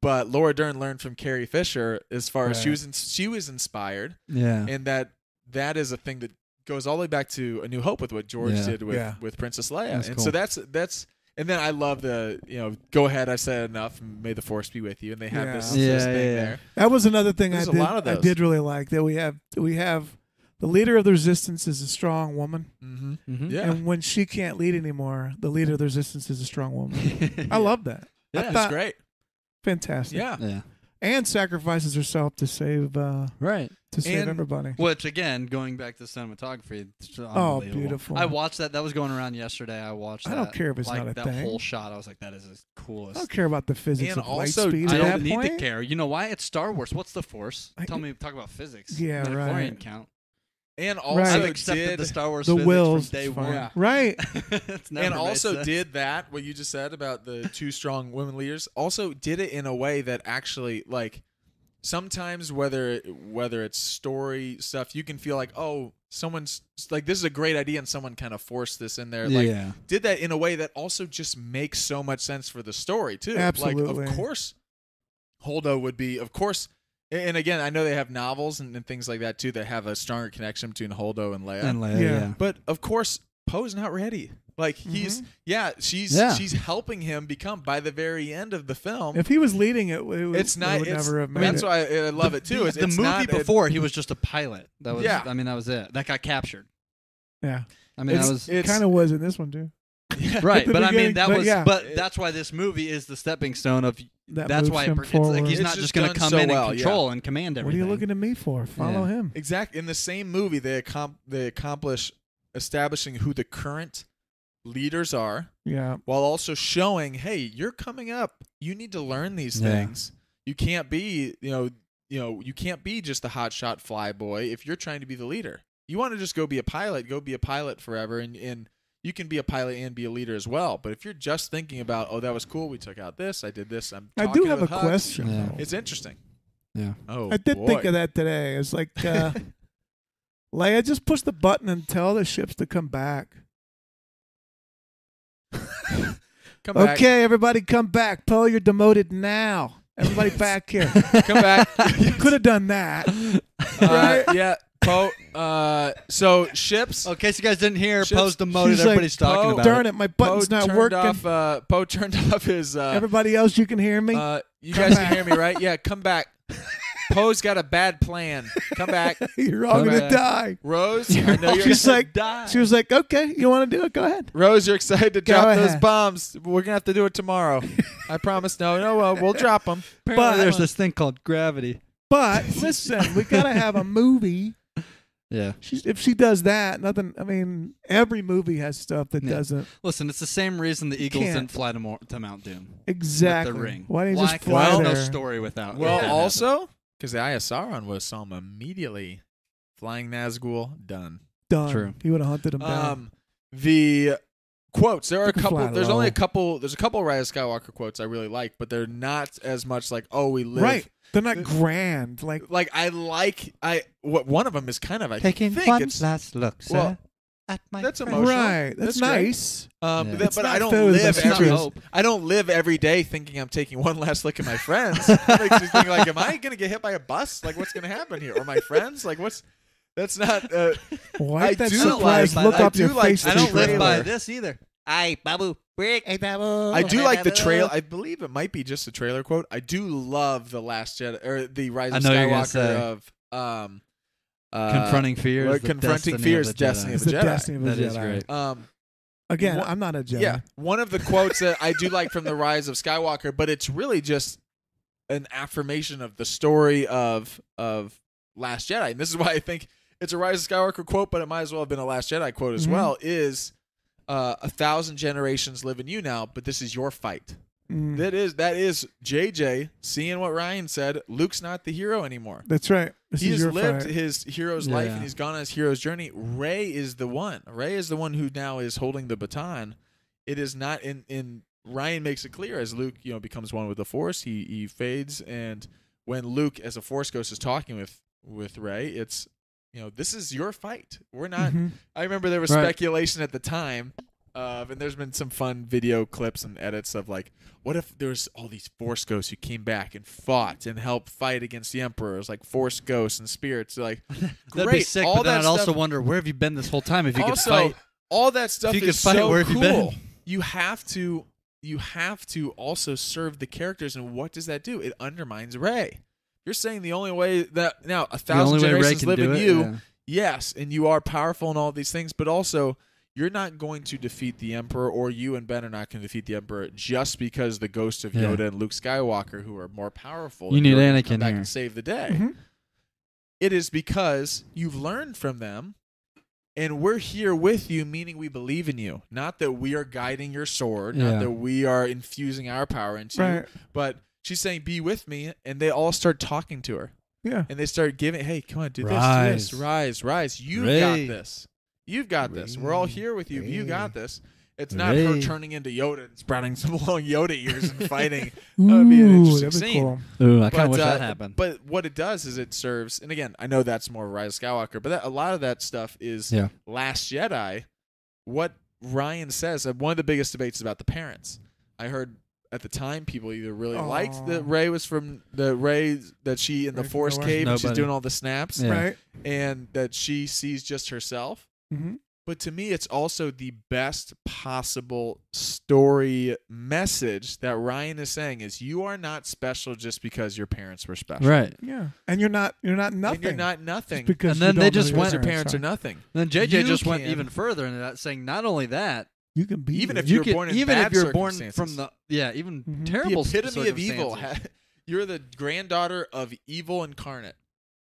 A: but Laura Dern learned from Carrie Fisher as far as she was
C: Right.
A: in, she was inspired
B: Yeah.
A: and that that is a thing that goes all the way back to A New Hope with what George
B: Yeah.
A: did with,
C: Yeah.
A: with Princess Leia,
B: That's
A: and
B: cool.
A: so that's that's and then I love the you know go ahead I said enough and may the force be with you and they have this,
B: Yeah.
A: this
B: Yeah,
A: thing
B: yeah, yeah.
A: there
C: That was another thing
A: There's a
C: I did.
A: lot of
C: I
A: those.
C: did really like that we have we have the leader of the resistance is a strong woman,
A: mm-hmm.
B: Mhm.
A: yeah
C: and when she can't lead anymore, the leader of the resistance is a strong woman. I love that.
A: yeah
C: I
A: that's
C: thought-
A: great
C: Fantastic.
A: yeah
B: Yeah.
C: And sacrifices herself to save uh
B: Right.
C: to save
A: And-
C: everybody.
B: Which again, going back to cinematography, it's just
C: Oh,
B: unbelievable.
C: beautiful.
B: I watched that. That was going around yesterday. I watched.
C: I don't
B: that,
C: care if it's
B: like,
C: not a
B: that
C: thing.
B: whole shot. I was like, that is the
C: I
B: coolest.
C: don't care about the physics
A: And
C: of light
A: also,
C: speed.
A: I
B: I
C: at
A: don't
C: that
B: don't need
C: point.
B: to care. You know why? It's Star Wars. What's the Force?
C: I-
B: Tell me. Talk about physics.
C: Yeah,
B: The
C: right.
B: Florian count.
A: and
C: Right.
A: also
B: I've accepted
A: did
B: the Star Wars.
C: The
B: physics
C: wills
B: from day
C: is fine.
B: one.
C: Right.
B: It's never
A: and
B: made
A: also
B: sense.
A: did that what you just said about the two strong women leaders also did it in a way that actually like sometimes whether whether it's story stuff you can feel like oh someone's like this is a great idea and someone kind of forced this in there like
B: yeah.
A: did that in a way that also just makes so much sense for the story too
C: Absolutely.
A: like of course holdo would be of course and again i know they have novels and, and things like that too that have a stronger connection between holdo and leia
B: And Leia.
C: Yeah.
B: yeah.
A: but of course, Poe's not ready. Like he's yeah, she's
B: Yeah.
A: she's helping him become by the very end of the film.
C: If he was leading it, it would,
A: it's not.
C: it would
A: it's-
C: never have made
A: that's
C: it.
A: why I, I love
B: The-
A: it too.
B: The,
A: is
B: the
A: it's
B: movie
A: not- it-
B: before, he was just a pilot. That was.
A: Yeah.
B: I mean, that was it. That got captured.
C: yeah.
B: I mean,
A: it's,
B: that was
A: it's,
C: Kind of was in this one too.
B: right.
C: at the
B: But I mean,
C: beginning,
B: that
C: but
B: was.
C: yeah.
B: But that's why this movie is the stepping stone of.
C: That
B: that's
C: moves
B: why it,
C: him
B: it's like he's
C: forward.
A: It's
B: not
A: just
B: just going to
A: done
B: come
A: so
B: in
A: well,
B: and
A: yeah.
B: control and command
C: What are
B: everything.
C: you looking at me for? Follow
B: Yeah.
C: him.
A: exact in the same movie they accom- they accomplish establishing who the current leaders are
C: Yeah.
A: while also showing, hey, you're coming up. You need to learn these
B: Yeah.
A: things. You can't be, you know, you know, you can't be just the hotshot fly boy if you're trying to be the leader. You want to just go be a pilot, go be a pilot forever and and you can be a pilot and be a leader as well. But if you're just thinking about, oh, that was cool, we took out this, I did this, I'm
C: I do
A: talking
C: have a
A: with Hux,"
C: question.
B: Yeah.
C: though.
A: It's interesting.
B: Yeah.
A: Oh.
C: I did
A: boy.
C: think of that today. It's like uh, Leia just push the button and tell the ships to come back.
A: Come back.
C: okay, everybody, come back. Poe, you're demoted now. Everybody, back here.
A: Come back.
C: you could have done that.
A: Uh, yeah. Poe uh so ships
B: Oh, in case you guys didn't hear,
A: Shit's-
B: Poe's demoted.
C: she's like, "Oh,
B: Everybody's talking
A: "Poe,
B: about
C: Darn
B: it.
C: it, my button's
A: Poe
C: not
A: turned
C: working.
A: off uh Poe turned off his uh
C: everybody else, you can hear me.
A: Uh, you
C: Come
A: guys
C: back.
A: can hear me, right? Yeah, come back. Poe's got a bad plan. Come back.
C: you're all gonna
A: back.
C: die.
A: Rose, I know you're,
C: She's like,
B: Die.
C: she was like, okay, you want to do it? Go ahead.
A: Rose, you're excited to
C: Go
A: drop those
C: ahead.
A: bombs. We're going to have to do it tomorrow. I promise. No, no, uh, we'll drop them.
B: Apparently
C: But-
B: there's this thing called gravity.
C: But listen, we gotta have a movie.
B: Yeah.
C: She's, if she does that, nothing. I mean, every movie has stuff that
B: Yeah.
C: doesn't
B: Listen, it's the same reason the Eagles
C: can't.
B: didn't fly to, Mor- to Mount Doom.
C: exactly.
B: With the ring.
C: Why do you
B: Why?
C: just
B: 'Cause there's
C: fly
A: Well,
C: there?
B: no story without.
A: Well,
B: without that.
A: also, because the ISR was saw him immediately. Flying Nazgul, done.
C: Done.
B: True.
C: He would have hunted him down.
A: Um, the quotes. There are a
C: Fly
A: couple. There's
C: low.
A: only a couple. There's a couple Rise of Skywalker quotes I really like, but they're not as much like, oh, we live.
C: right. They're not
A: Th-
C: grand. Like
A: Like I like I what one of them is kind of I think it's
B: last look, sir,
A: well,
B: at my
A: that's
B: friend.
A: emotional.
C: right.
A: That's
C: That's,
A: great.
C: nice.
A: Um,
B: Yeah.
A: but, that-
C: It's
A: but
C: not
A: I don't
C: fair with
A: live
C: best
A: every,
C: interest.
A: I don't live every day thinking I'm taking one last look at my friends. like, just thinking, like, am I gonna get hit by a bus? Like, what's gonna happen here? Or my friends? Like, what's? That's not. Uh,
C: Why
A: I
C: that
A: do
C: surprise
A: like-
C: look
A: I
C: up
A: do
C: your
A: like-
C: face?
A: I
B: I
C: to
B: don't live by
A: trailer.
B: this either. Hi, Babu. Brick. Hey, Babu.
A: I do like the trail. I believe it might be just a trailer quote. I do love the last Jedi or the Rise
B: I
A: of
B: know you're gonna
A: Skywalker
B: say.
A: of um, uh,
B: confronting fear.
A: well,
B: is the
A: confronting
B: destiny
A: fear
B: of
A: is
B: the
A: destiny
C: It's
A: of
B: Jedi.
A: a
C: the
A: Jedi.
C: destiny of a
B: That
C: Jedi.
B: is great.
A: Um,
C: Again,
A: What-
C: I'm not a Jedi.
A: yeah, one of the quotes that I do like from the Rise of Skywalker, but it's really just an affirmation of the story of of Last Jedi, and this is why I think it's a Rise of Skywalker quote, but it might as well have been a Last Jedi quote as
C: Mhm.
A: well. Is uh, a thousand generations live in you now, but this is your fight.
C: Mm,
A: That is that is JJ seeing what Ryan said. Luke's not the hero anymore.
C: that's right. This
A: he
C: is
A: has
C: your
A: lived
C: fight.
A: his hero's life
B: Yeah.
A: and he's gone on his hero's journey. Ray is the one. Ray is the one who now is holding the baton. It is not in in Ryan makes it clear as Luke, you know, becomes one with the Force. He he fades, and when Luke, as a Force ghost, is talking with with Ray, it's you know this is your fight. We're not.
C: Mhm.
A: I remember there was
B: Right.
A: speculation at the time of, and there's been some fun video clips and edits of like, what if there's all these Force ghosts who came back and fought and helped fight against the Emperors, like Force ghosts and spirits, like
B: That'd
A: great.
B: be sick.
A: all
B: but then
A: that
B: I'd also
A: stuff-
B: wonder where have you been this whole time? If you
A: also,
B: could fight,
A: all that stuff
B: If you
A: is
B: could fight,
A: so
B: where have you
A: cool.
B: been?
A: You have to, you have to also serve the characters, and what does that do? It undermines Ray. You're saying the only way that now a
B: the only
A: thousand
B: way Ray
A: generations
B: can
A: live
B: do
A: in
B: it,
A: you
B: yeah.
A: yes, and you are powerful and all these things, but also you're not going to defeat the Emperor, or you and Ben are not going to defeat the Emperor just because the ghost of
B: Yeah.
A: Yoda and Luke Skywalker, who are more powerful,
B: You
A: and
B: need
A: you're gonna come
B: Anakin
A: back
B: here.
A: and save the day.
C: Mhm.
A: It is because you've learned from them, and we're here with you, meaning we believe in you. Not that we are guiding your sword,
B: Yeah.
A: not that we are infusing our power into you,
C: Right.
A: but she's saying, "Be with me," and they all start talking to her
C: Yeah.
A: and they start giving, hey, come on, do this, do this, rise, rise. You've
B: Ray.
A: got this. You've got this. We're all here with you. You got this. It's not her
B: Ray.
A: turning into Yoda and sprouting some long Yoda ears and fighting.
C: Ooh,
A: would be an interesting
C: that'd be
A: scene.
C: cool.
B: Ooh, I kind of wish
A: uh,
B: that happened.
A: But what it does is it serves, and again, I know that's more Rise of Skywalker, but that, a lot of that stuff is
B: Yeah.
A: Last Jedi. What Ryan says, uh, one of the biggest debates is about the parents. I heard at the time people either really liked
C: Aw.
A: that Ray was from the Ray that she in the
C: Rey from
A: Force
C: nowhere.
A: cave and she's
B: Nobody.
A: doing all the snaps
B: Yeah.
C: Right.
A: and that she sees just herself.
C: Mm-hmm.
A: But to me, it's also the best possible story message that Ryan is saying is you are not special just because your parents were special.
B: right.
C: Yeah. And you're not. You're not nothing.
A: And you're not nothing.
C: Just because
B: And
C: you
B: then
C: don't
B: they
C: know
B: just
C: your
B: went-
A: Because your parents are
C: right.
A: nothing.
B: And then JJ
A: You
B: just went
A: can-
B: even further into that, saying not only that,
C: You can be
A: Even
C: there.
A: if
B: you
A: you're
B: can,
A: born in
B: even if
A: bad
B: you're born from
A: circumstances.
B: the yeah, even
C: Mhm. The
A: The
B: terrible
A: epitome of evil.
B: circumstances.
A: You're the granddaughter of evil incarnate.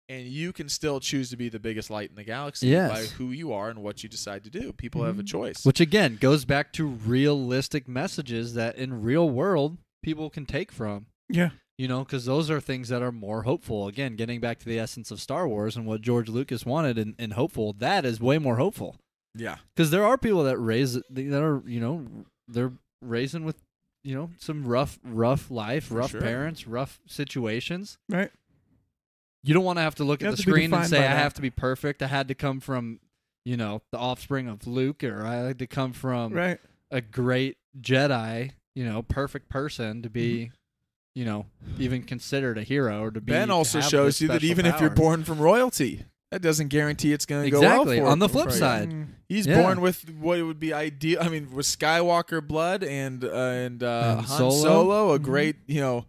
A: And you can still choose to be the biggest light in the galaxy
B: Yes.
A: by who you are and what you decide to do. People have a
C: Mhm.
A: choice.
B: Which again goes back to realistic messages that in real world people can take from.
C: Yeah.
B: You know, because those are things that are more hopeful. Again, getting back to the essence of Star Wars and what George Lucas wanted and, and hopeful, that is way more hopeful.
A: yeah.
B: Because there are people that raise that are you know they're raising with you know some rough rough life,
A: For
B: rough
A: sure.
B: parents, rough situations.
C: Right.
B: You don't want to have to look
C: You
B: at
C: have
B: the
C: to be
B: screen and
C: defined
B: say,
C: by
B: "I
C: that."
B: have to be perfect. I had to come from, you know, the offspring of Luke, or I had to come
A: Um,
B: from
C: Right.
B: a great Jedi, you know, perfect person to be,
D: Mm-hmm.
B: you know, even considered a hero or to be."
A: Ben
B: to
A: also
B: have
A: shows
B: this
A: you that
B: special
A: even if you're
B: power."
A: born from royalty, that doesn't guarantee it's going to go well
B: exactly
A: for
B: on the
A: for
B: flip
A: you.
B: side,
C: Mm.
A: He's
B: Yeah.
A: born with what would be ideal. I mean, with Skywalker blood and uh, and, uh,
B: And
A: Han Solo,
B: Solo. Mm-hmm.
A: a
C: Mhm.
A: great you know,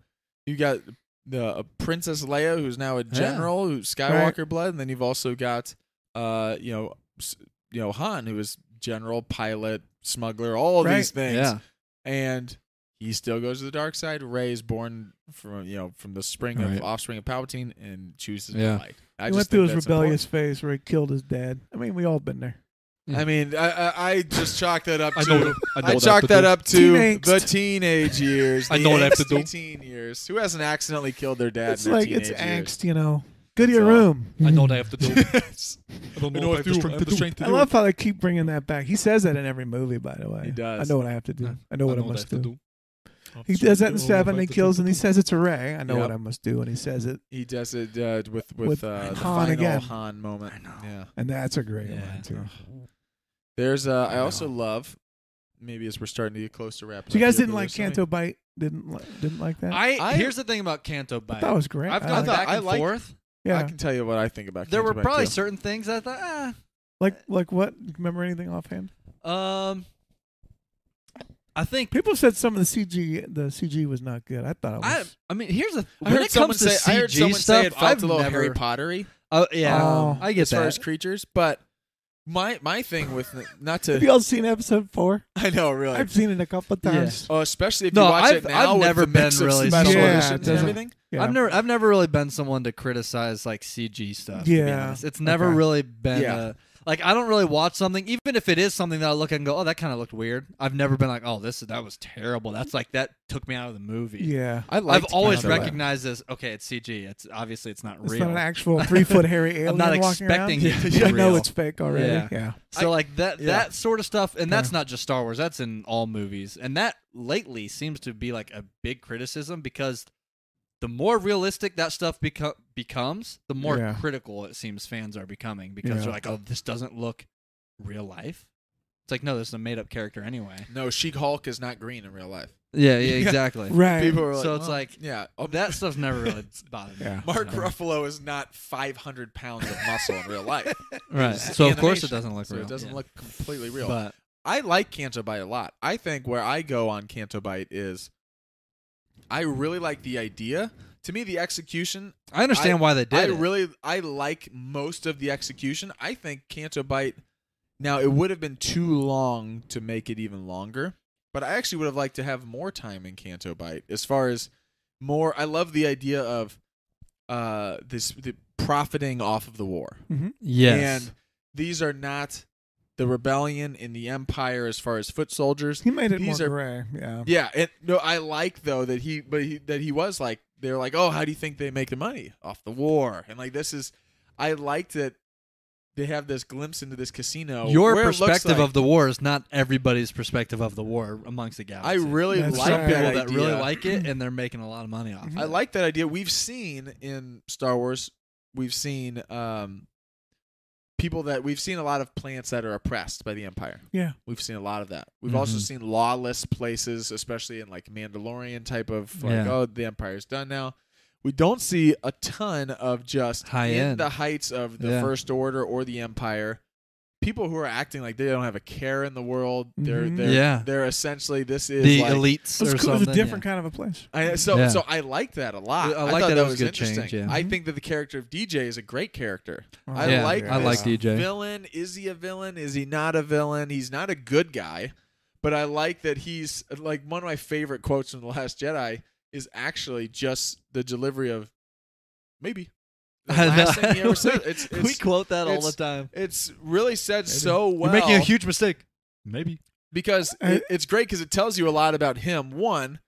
A: you got the uh, Princess Leia who's now a general, who's Skywalker blood, and then you've also got uh you know s- you know Han who is general, pilot, smuggler, all of these things,
B: yeah,
A: and he still goes to the dark side. Ray is born from you know from the spring
B: Right.
A: of offspring of Palpatine and chooses
B: Yeah.
A: the light. I
C: He
A: just
C: went through
A: think that's
C: his rebellious phase where he killed his dad. I mean, we all been there.
A: important. I mean, I, I I just chalk that up to I,
D: what I have
A: chalk
D: to
A: that
D: do.
A: up to
C: Teen angst.
A: the teenage years.
D: I
A: the
D: know what I have to
A: angsty
D: do.
A: Teen years. Who hasn't accidentally killed their dad?
C: it's
A: in their
C: like it's
A: teenage years?
C: angst, you know. Go to your
A: That's all.
C: room.
D: I know what I have to do.
A: Yes.
D: I don't know,
A: know
D: if I have the strength to do.
C: I love how they keep bringing that back. He says that in every movie, by the way.
A: He does.
C: I know what I have to do. I know what I,
D: know
C: must
D: have
C: do.
D: to
C: He does that in seven. He kills and he says it's a ray. I know
A: Yep.
C: what I must do, and he says it,
A: He does it uh, with with,
C: With
A: uh, the
C: Han
A: final
C: again.
A: Han moment. Yeah.
C: and that's a great
B: Yeah.
C: one too.
A: There's. Uh, I
B: know.
A: also love. Maybe as we're starting to get close to wrapping.
C: So you
A: up
C: guys
A: here,
C: didn't
A: but
C: like
A: there's
C: Canto Bite? Didn't li- didn't like that?
B: I,
A: I-
B: here's the thing about Canto Bite.
C: that was great.
B: I've
C: I
B: gone
C: liked it.
B: back
A: I
B: and
A: like-
B: forth.
A: so many-
C: Yeah,
A: I can tell you what I think about.
B: There
A: Canto
B: were
A: Bite,
B: probably
A: too.
B: certain things I thought, ah,
C: like like what? Remember anything offhand?
B: Um, "Ah, I think
C: People said some of the CG, the CG was not good. I thought it
B: I.
C: was.
B: I mean, here's the.
A: I
B: when
A: heard
B: it
A: someone
B: comes to
A: say I heard
B: CG
A: someone
B: stuff,
A: say it felt
B: I've
A: a little
B: never,
A: Harry Pottery
B: Oh yeah,
C: Oh.
B: I get
A: as far
B: that.
A: as creatures, but my my thing with not
C: Have
A: to
C: y'all seen episode four?
A: I know really
C: I've seen it a couple of
B: Yeah.
C: times.
A: Oh, especially if
B: No,
A: you watch
B: I've-
A: it now
B: I've
A: with
B: never
A: the mix
B: been
A: of
B: really
A: special
C: Yeah, it
A: editions and
C: doesn't-
A: everything.
C: Yeah.
B: I've never, I've never really been someone to criticize like CG stuff. to be
C: Yeah.
B: honest. it's never
C: Okay.
B: really been.
A: Yeah.
B: A, like I don't really watch something, even if it is something that I look at and go, "Oh, that kind of looked weird." I've never been like, "Oh, this is- that was terrible." That's like that took me out of the movie.
C: yeah.
A: I
B: I've
A: liked
B: always
A: Kinda Lab.
B: recognized this. Okay, it's CG. It's obviously it's not
C: It's
B: real.
C: not an actual three foot hairy alien
B: I'm not
C: walking around.
B: expecting it to be
C: I know
B: real.
C: it's fake already.
B: Yeah.
C: Yeah.
B: So like that
A: yeah.
B: that sort of stuff, and that's not just Star Wars. That's in all movies, and that lately seems to be like a big criticism because the more realistic that stuff beco- becomes, the more
C: Yeah.
B: critical it seems fans are becoming because
C: Yeah.
B: they're like, "Oh, this doesn't look real life." It's like, no, this is a made up character anyway.
A: No, Sheik Hulk is not green in real life.
B: Yeah,
A: yeah,
B: exactly.
C: Right.
A: People are like,
B: So it's
A: "Oh,
B: like-
A: yeah, oh,
B: That stuff's never really bothered me.
C: Yeah.
A: Mark
B: So-
A: Ruffalo is not 500 pounds of muscle in real life,
B: right?
A: is
B: So of course it
A: animation,
B: doesn't look
A: so
B: real.
A: it doesn't
B: Yeah.
A: look completely real.
B: But
A: I like Canto Bite a lot. I think where I go on Canto Bite is, I really like the idea. To me, the execution
B: I understand why they did.
A: I
B: it.
A: really I like most of the execution. I think Canto Bite now it would have been too long to make it even longer, but I actually would have liked to have more time in Canto Bite as far as more I love the idea of uh this the profiting off of the war.
B: yes.
A: And these are not the rebellion in the empire as far as foot soldiers.
C: He made it
A: These
C: more
A: are-
C: gray. Yeah.
A: Yeah, and no, I like though that he, but he, that he was like they were like, oh, how do you think they make the money off the war? And like this is, I liked that they have this glimpse into this casino.
B: Your
A: uh, where it looks
B: perspective
A: like-
B: of the war is not everybody's perspective of the war amongst the
A: I
B: galaxy.
A: really
C: That's
A: like
B: some
A: that,
C: right.
B: people
A: idea.
B: that really like it, and they're making a lot of money off.
C: Mhm.
A: I
B: it.
A: like that idea. We've seen in Star Wars, we've seen um, people that we've seen a lot of plants that are oppressed by the Empire.
C: Yeah.
A: We've seen a lot of that. We've also
B: Mhm.
A: seen lawless places, especially in like Mandalorian type of like,
B: Yeah.
A: oh, the Empire's done now. We don't see a ton of just
B: High
A: in
B: end.
A: the heights of the
B: Yeah.
A: First Order or the Empire. People who are acting like they don't have a care in the world. They're
C: Mhm.
A: they're
B: Mm-hmm. Yeah.
A: they're essentially this is
B: the
A: like,
B: elites
C: It was,
B: or
C: cool. it was
B: something.
C: a different kind of a place.
A: I, so
B: Yeah.
A: so I like that a lot.
B: I
A: I thought
B: like that it
A: that,
B: was
A: was,
B: a good change,
A: interesting.
B: yeah. Mm-hmm.
A: I think that the character of DJ is a great character.
C: Oh,
A: I
B: yeah.
A: like
B: I like
A: this
B: DJ.
A: Villain is he a villain? Is he not a villain? He's not a good guy, but I like that he's like one of my favorite quotes from the Last Jedi is actually just the delivery of maybe the
B: I know.
A: last thing he ever said. It's
B: We-
A: it's,
B: we quote that all the
A: it's-
B: time.
A: it's really said
C: Maybe.
A: so well
B: You're making a huge mistake. Maybe.
A: because
C: I-
A: it, it's great because it tells you a lot about him. One,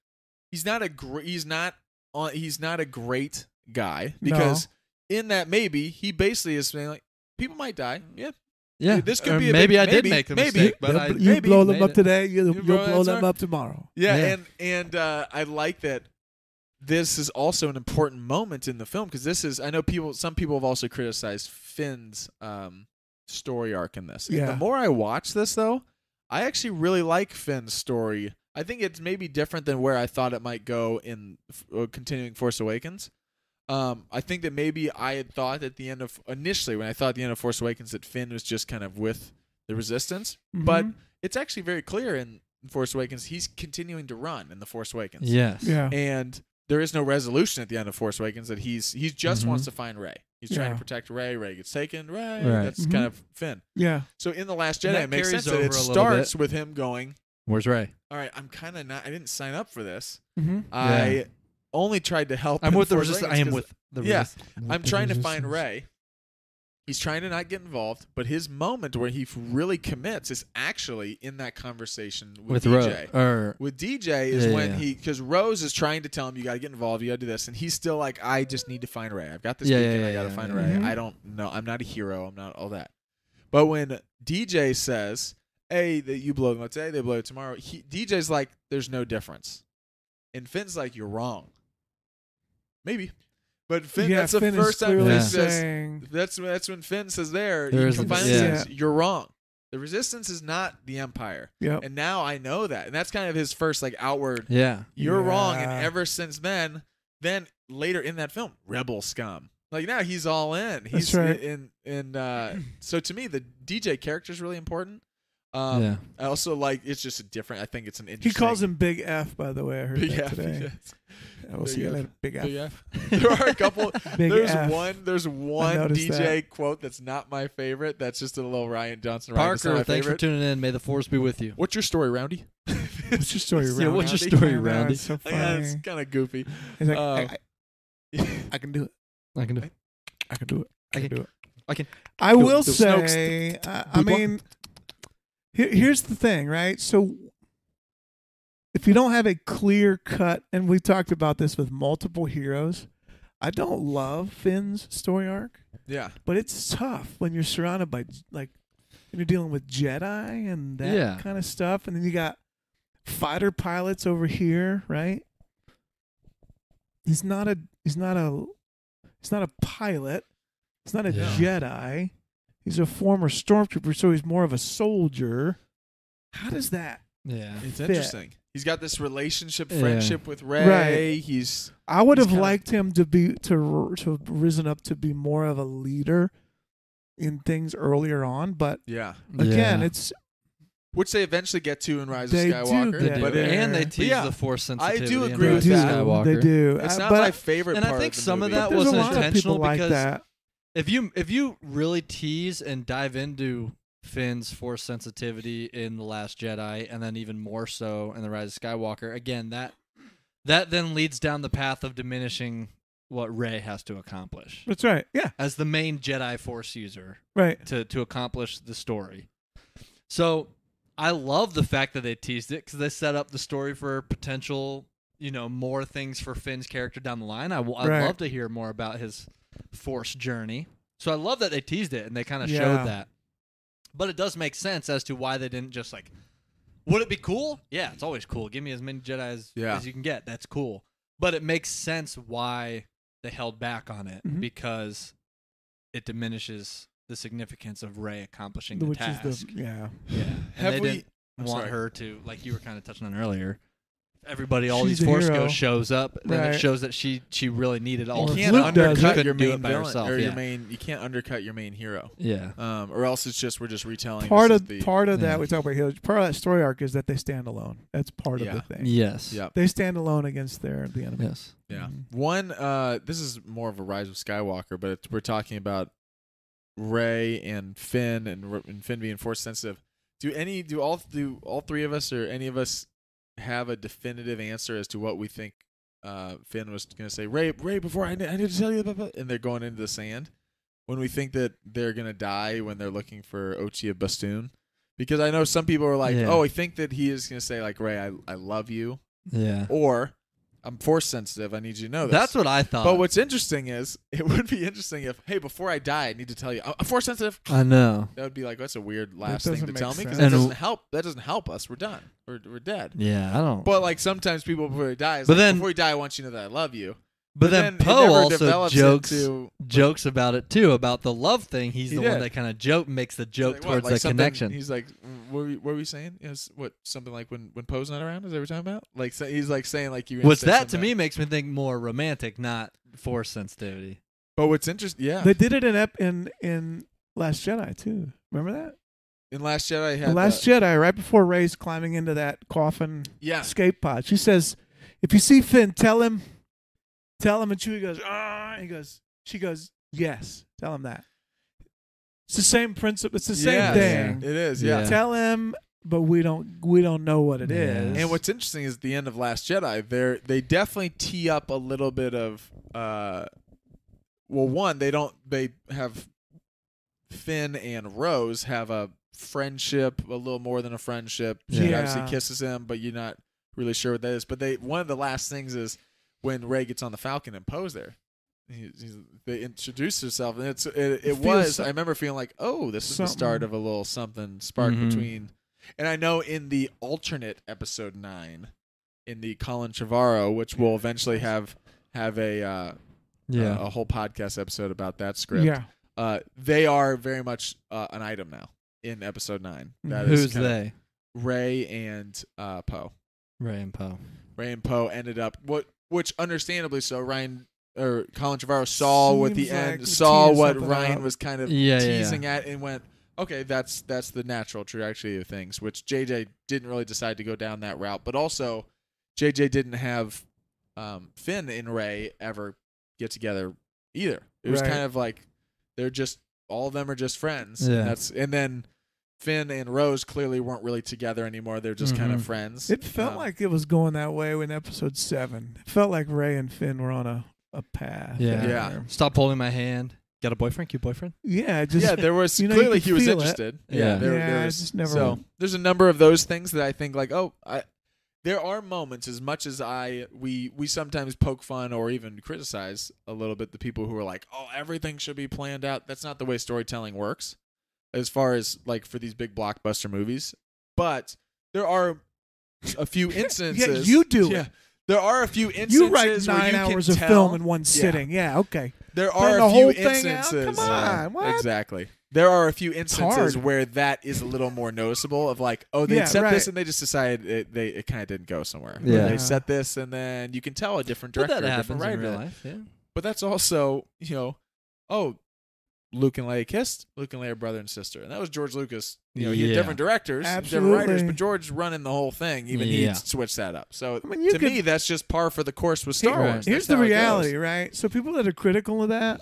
A: he's not a gr- he's not on he's not a great guy
C: No.
A: because in that maybe he basically is saying like people might die. Yeah,
B: Yeah.
A: This could
B: or
A: be a
B: maybe
A: big-
B: I did
A: maybe-
B: make the
A: maybe.
B: mistake, but
C: They'll-
B: I
C: you
B: maybe
C: blow them
B: made
C: up
B: it.
C: today. You,
A: You
C: you'll
A: blow
C: blow
A: it
C: them
A: tomorrow.
C: up tomorrow.
A: yeah,
B: Yeah.
A: and and uh, I like that. This is also an important moment in the film because this is I know people some people have also criticized Finn's um, story arc in this. And
C: Yeah.
A: the more I watch this though, I actually really like Finn's story. I think it's maybe different than where I thought it might go in f- uh, continuing Force Awakens. Um, I think that maybe I had thought at the end of initially when I thought at the end of Force Awakens that Finn was just kind of with the Resistance, but
C: Mhm.
A: it's actually very clear in Force Awakens he's continuing to run in the Force Awakens.
B: Yes.
C: yeah.
A: And there is no resolution at the end of Force Awakens that he's he just
B: Mhm.
A: wants to find Ray. He's trying to
C: Yeah.
A: protect Ray. Ray gets taken. Ray.
B: Right. Mm-hmm.
A: That's
C: Mhm.
A: kind of Finn.
C: Yeah.
A: So in the Last
B: And
A: Jedi,
B: that
A: it makes
B: carries
A: sense that it
B: over a little bit.
A: starts with him going,
B: Where's Ray?
A: "All right, I'm kind of not. I didn't sign up for this.
C: Mm-hmm.
B: Yeah.
A: I only tried to help.
B: I'm
A: in
B: with the
A: Force
B: resistance. I
A: Awakens
B: am
A: 'cause
B: with the
A: Yeah.
B: resistance.
A: I'm trying to find Ray. He's trying to not get involved, but his moment where he really commits is actually in that conversation with, E Um,
B: with
A: DJ.
B: Ray. Or
A: With DJ is
B: Yeah, yeah,
A: when
B: yeah.
A: he because Rose is trying to tell him you got to get involved, you got to do this, and he's still like, I just need to find Ray. I've got this
B: Yeah, yeah,
A: weekend,
B: yeah,
A: I got to
B: yeah,
A: find
C: yeah.
A: Ray.
C: Mhm.
A: I don't know, I'm not a hero, I'm not all that. But when DJ says, "Hey, that you blow them up today, they blow it tomorrow," he, DJ's like, "There's no difference," and Finn's like, "You're wrong." Maybe, but Finn,
C: yeah,
A: that's
C: Finn
A: the
C: is
A: first time Finn
C: clearly
B: Yeah.
A: says,
C: saying,
A: that's when- that's when Finn says there.
B: There
A: he
B: is a-
A: finally
C: yeah.
A: says, "You're wrong. The resistance is not the empire."
C: Yep.
A: And now I know that, and that's kind of his first like outward.
B: yeah.
A: You're wrong, and
C: Yeah.
A: ever since then, then later in that film, rebel scum. Like now he's all in. He's
C: right.
A: in and uh, so to me the DJ character is really important. Um,
B: Yeah.
A: I also like it's just a different. I think it's an
C: He
A: interesting.
C: calls him Big F, by the way. I heard
A: Big
C: that
A: F.
C: today.
A: yes.
C: Yeah, we'll
A: Big
C: see you
A: F.
C: later. Big F.
A: Big F. There are a couple.
C: Big
A: there's
C: F.
A: one. There's one
C: noticed
A: DJ quote that's not my favorite. That's just a little Ryan Johnson. Ryan, that's not
B: Parker,
A: my
B: thanks for
A: favorite.
B: tuning in. May the force be with you.
A: What's your story, Roundy?
C: What's your story,
B: Yeah,
C: Roundy?
B: what's your
A: Roundy?
B: story,
C: I know,
B: Roundy?
C: it's so funny.
A: Yeah, it's kind of goofy.
C: He's like,
A: uh,
C: I, I- I can do it.
B: I can do it.
C: I can do it. I can do it.
B: I can-
C: I
B: do it.
C: will
B: Do it.
C: say. I,
B: Do
C: I
B: it.
C: mean, here, here's the thing, right? So, if you don't have a clear cut, and we talked about this with multiple heroes, I don't love Finn's story arc,
A: Yeah.
C: but it's tough when you're surrounded by like, when you're dealing with Jedi and that
B: Yeah.
C: kind of stuff, and then you got fighter pilots over here, right? He's not a. He's not a. He's not a pilot. He's not a
B: Yeah.
C: Jedi. He's a former stormtrooper, so he's more of a soldier. How does that?
B: Yeah.
A: It's
C: fit.
A: interesting. He's got this relationship,
B: Yeah.
A: friendship with Ray.
C: Right.
A: He's
C: I would
A: He's
C: have
A: kinda-
C: liked him to be to r- to have risen up to be more of a leader in things earlier on, but
A: yeah,
C: again,
B: Yeah.
C: it's
A: which they eventually get to in Rise
C: They do
A: of Skywalker.
B: They
C: get
B: do.
A: but
C: it.
B: and they
C: But
B: tease
A: yeah,
B: the force
A: I
B: sensitivity.
A: do
B: in
A: agree
C: they
A: with
B: Rise
C: do
B: of
A: that.
B: Skywalker.
C: they do.
A: it's
C: Uh,
A: not
C: but
A: my favorite.
B: and I
A: part
B: think
A: of the
B: some of
A: movie.
B: that
C: there's
B: wasn't
C: a lot of
B: intentional
C: people like
B: because-
C: that.
B: If you if you really tease and dive into Finn's force sensitivity in the Last Jedi, and then even more so in the Rise of Skywalker, again that that then leads down the path of diminishing what Rey has to accomplish
C: That's right. Yeah.
B: as the main Jedi Force user.
C: Right.
B: to to accomplish the story. So I love the fact that they teased it because they set up the story for potential, you know, more things for Finn's character down the line. I w- I'd
C: Right.
B: love to hear more about his force journey. So I love that they teased it and they kind of
C: Yeah.
B: showed that. But it does make sense as to why they didn't just like. Would it be cool? Yeah, it's always cool. Give me as many Jedi as,
A: Yeah.
B: as you can get. That's cool. But it makes sense why they held back on it
C: Mhm.
B: because it diminishes the significance of Ray accomplishing the
C: Which
B: task.
C: is the yeah.
B: yeah,
A: Have
B: and they
A: we-
B: didn't
A: I'm
B: want
A: sorry.
B: her to, like you were kind of touching on earlier. Everybody, all
C: She's
B: these
C: the
B: Force
C: hero.
B: Ghosts shows up, and then
C: Right.
B: it shows that she she really needed all.
A: You
B: of
C: Or
A: can't
B: them.
C: Luke does it.
A: undercut
B: Couldn't
A: your
B: do
A: main
B: it by
A: villain,
B: herself.
A: or
B: yeah.
A: your main. You can't undercut your main hero,
B: yeah,
A: um, or else it's just we're just retelling
C: Part
A: this
C: of
A: is the,
C: part of
B: Yeah.
C: that we talk about here, part of that story arc is that they stand alone. That's part of
A: Yeah.
C: the thing.
B: yes,
A: Yeah.
C: They stand alone against their the enemy.
B: yes,
A: Yeah.
C: Mhm.
A: One, uh, this is more of a Rise of Skywalker, but it's, we're talking about Ray and Finn and, R- and Finn being force sensitive. Do any do all do all three of us or any of us have a definitive answer as to what we think uh, Finn was going to say? Ray, Ray, before I need, I need to tell you, blah, blah," and they're going into the sand. When we think that they're going to die when they're looking for Ochia Bastoon, because I know some people are like,
B: Yeah.
A: oh, I think that he is going to say like, Ray, I I love you,
B: yeah.
A: or I'm force sensitive. I need you to know this.
B: That's what I thought.
A: But what's interesting is it would be interesting if, hey, before I die, I need to tell you I'm force sensitive.
B: I know.
A: That would be like that's a weird last
C: That
A: thing to
C: doesn't
A: tell
C: make
A: me because
C: sense.
A: that
B: And-
A: doesn't help. That doesn't help us. We're done. We're, we're dead.
B: Yeah, I don't.
A: But like sometimes people before they die, is
B: But
A: like,
B: then-
A: before you die, I want you to know that I love you.
B: But
A: then,
B: then,
A: it
B: Poe
A: never
B: also
A: develops
B: jokes
A: into
B: jokes about it too, about the love thing. He's
A: He
B: the one
A: did.
B: that kind of joke makes the joke
A: like, what,
B: towards
A: like
B: the
A: something-
B: connection.
A: He's like, what were, we, what were we saying? Yes, what something like when when Poe's not around? Is that what we're talking about? Like so he's like saying like you.
B: What's that to me makes me think more romantic, not force sensitivity.
A: But what's interesting, yeah.
C: They did it in ep- in in Last Jedi too. Remember that?
A: In Last Jedi,
C: The
A: had
C: Last
A: that-
C: Jedi, right before Ray's climbing into that coffin
A: yeah,
C: escape pod, she says, "If you see Finn, tell him, tell him." And Chewie goes, "Ah!" and He goes, she goes, "Yes, tell him that." It's the same principle. It's the same
A: Yes,
C: thing.
A: It is, yeah.
B: Yeah.
C: Tell him, but we don't we don't know what it
B: Yeah.
C: is.
A: And what's interesting is the end of Last Jedi. They they definitely tee up a little bit of uh, well, one they don't they have Finn and Rose have a friendship, a little more than a friendship. She
C: Yeah.
A: obviously kisses him, but you're not really sure what that is. But they one of the last things is when Ray gets on the Falcon and Poe's there. He, he's, they introduce herself, and it's it, it,
C: feels
A: was.
C: so-
A: I remember feeling like, oh, this is the
C: Something.
A: start of a little something spark
C: Mm-hmm.
B: Mhm.
A: between and I know in the alternate episode nine, in the Colin Trevorrow, which we'll eventually have have a uh,
B: Yeah.
A: a, a whole podcast episode about that script.
C: yeah,
A: Uh, they are very much uh, an item now in episode nine.
C: Mm-hmm.
A: That is
B: Who's
A: kinda
B: they?
A: Ray and uh, Poe.
B: Ray and Poe.
A: Ray and Poe ended up what, which understandably so. Ryan or Colin Trevorro saw what the
C: Seems like
A: end
C: we're
A: saw
C: teeing
A: what
C: something
A: Ryan
C: up.
A: was kind of
B: Yeah, yeah,
A: teasing
B: yeah.
A: at and went, okay, that's that's the natural trajectory of things, which JJ didn't really decide to go down that route. But also, JJ didn't have um, Finn and Ray ever get together either. It was
C: Right.
A: kind of like they're just all of them are just friends.
B: Yeah.
A: And that's and then Finn and Rose clearly weren't really together anymore. They're just kind
B: Mhm.
A: of friends.
C: It felt
A: Um,
C: like it was going that way in episode seven. It felt like Ray and Finn were on a, a path.
B: Yeah.
C: down
A: Yeah.
C: there.
B: Stop holding my hand. Got a boyfriend? Cute boyfriend?
C: yeah. it Just
A: yeah, there was
C: you know, you
A: clearly
C: could
A: he was
C: feel it.
A: interested.
B: Yeah.
A: there,
C: Yeah,
A: there
C: I
A: was,
C: just never
A: So
C: would.
A: there's a number of those things that I think like, oh, I, there are moments as much as I we we sometimes poke fun or even criticize a little bit the people who are like, oh, everything should be planned out. That's not the way storytelling works, as far as like for these big blockbuster movies. But there are a few instances.
C: you do it.
A: There are a few instances
C: you write
A: where
C: nine
A: you
C: hours
A: can
C: of
A: tell,
C: film in one sitting. Yeah. Okay.
A: there
C: Turn
A: are
C: the
A: a
C: whole
A: few
C: thing out? Come
A: instances.
C: on, what?
A: Exactly. There are a few
C: hard.
A: instances where that is a little more noticeable of like, oh, they
C: Yeah,
A: set this
C: right.
A: and they just decided it, they it kind of didn't go somewhere. Or
B: Yeah.
A: They set this and then you can tell a different
B: But
A: director,
B: that
A: a
B: happens
A: different
B: in
A: writer.
B: real
A: did it.
B: life. Yeah.
A: But that's also, you know, oh, Luke and Leia kissed. Luke and Leia are brother and sister, and that was George Lucas. You know, he
B: Yeah.
A: had different directors, different writers,
C: Absolutely.
A: but George running the whole thing. Even
B: Yeah.
A: he switched that up. So
C: I mean, you
A: to
C: could-
A: me, that's just par for the course with Star
C: Here-
A: Wars. That's
C: Here's the
A: how it goes.
C: reality, right? So people that are critical of that,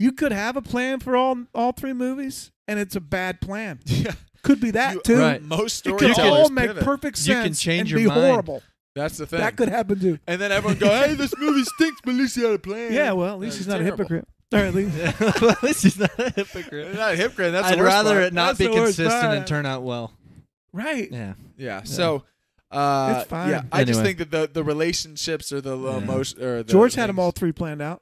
C: you could have a plan for all all three movies, and it's a bad plan.
A: Yeah.
C: Could be that too.
B: Right.
A: Most
C: It
A: stories
C: could all make perfect
B: You can
C: sense
B: change your
C: and be
B: mind.
C: horrible.
A: That's the thing.
C: That could happen too.
A: and then everyone go, "Hey, this movie stinks, but at least he had a plan."
C: Yeah, well, at least
A: That's
C: he's not a
A: terrible.
C: hypocrite. Or at least
B: At least he's not a
A: You're
B: hypocrite.
A: not a hypocrite. That's the
B: I'd
A: worst
B: rather
A: part.
B: it not
C: That's
B: be
C: the worst
B: consistent and
C: part.
B: turn out well.
C: right.
B: Yeah.
A: Yeah. So, uh,
C: It's fine.
A: yeah, I just
B: Anyway.
A: think that the the relationships or the low
B: Yeah.
A: emotion or the
C: George had them
A: things-
C: all three planned out.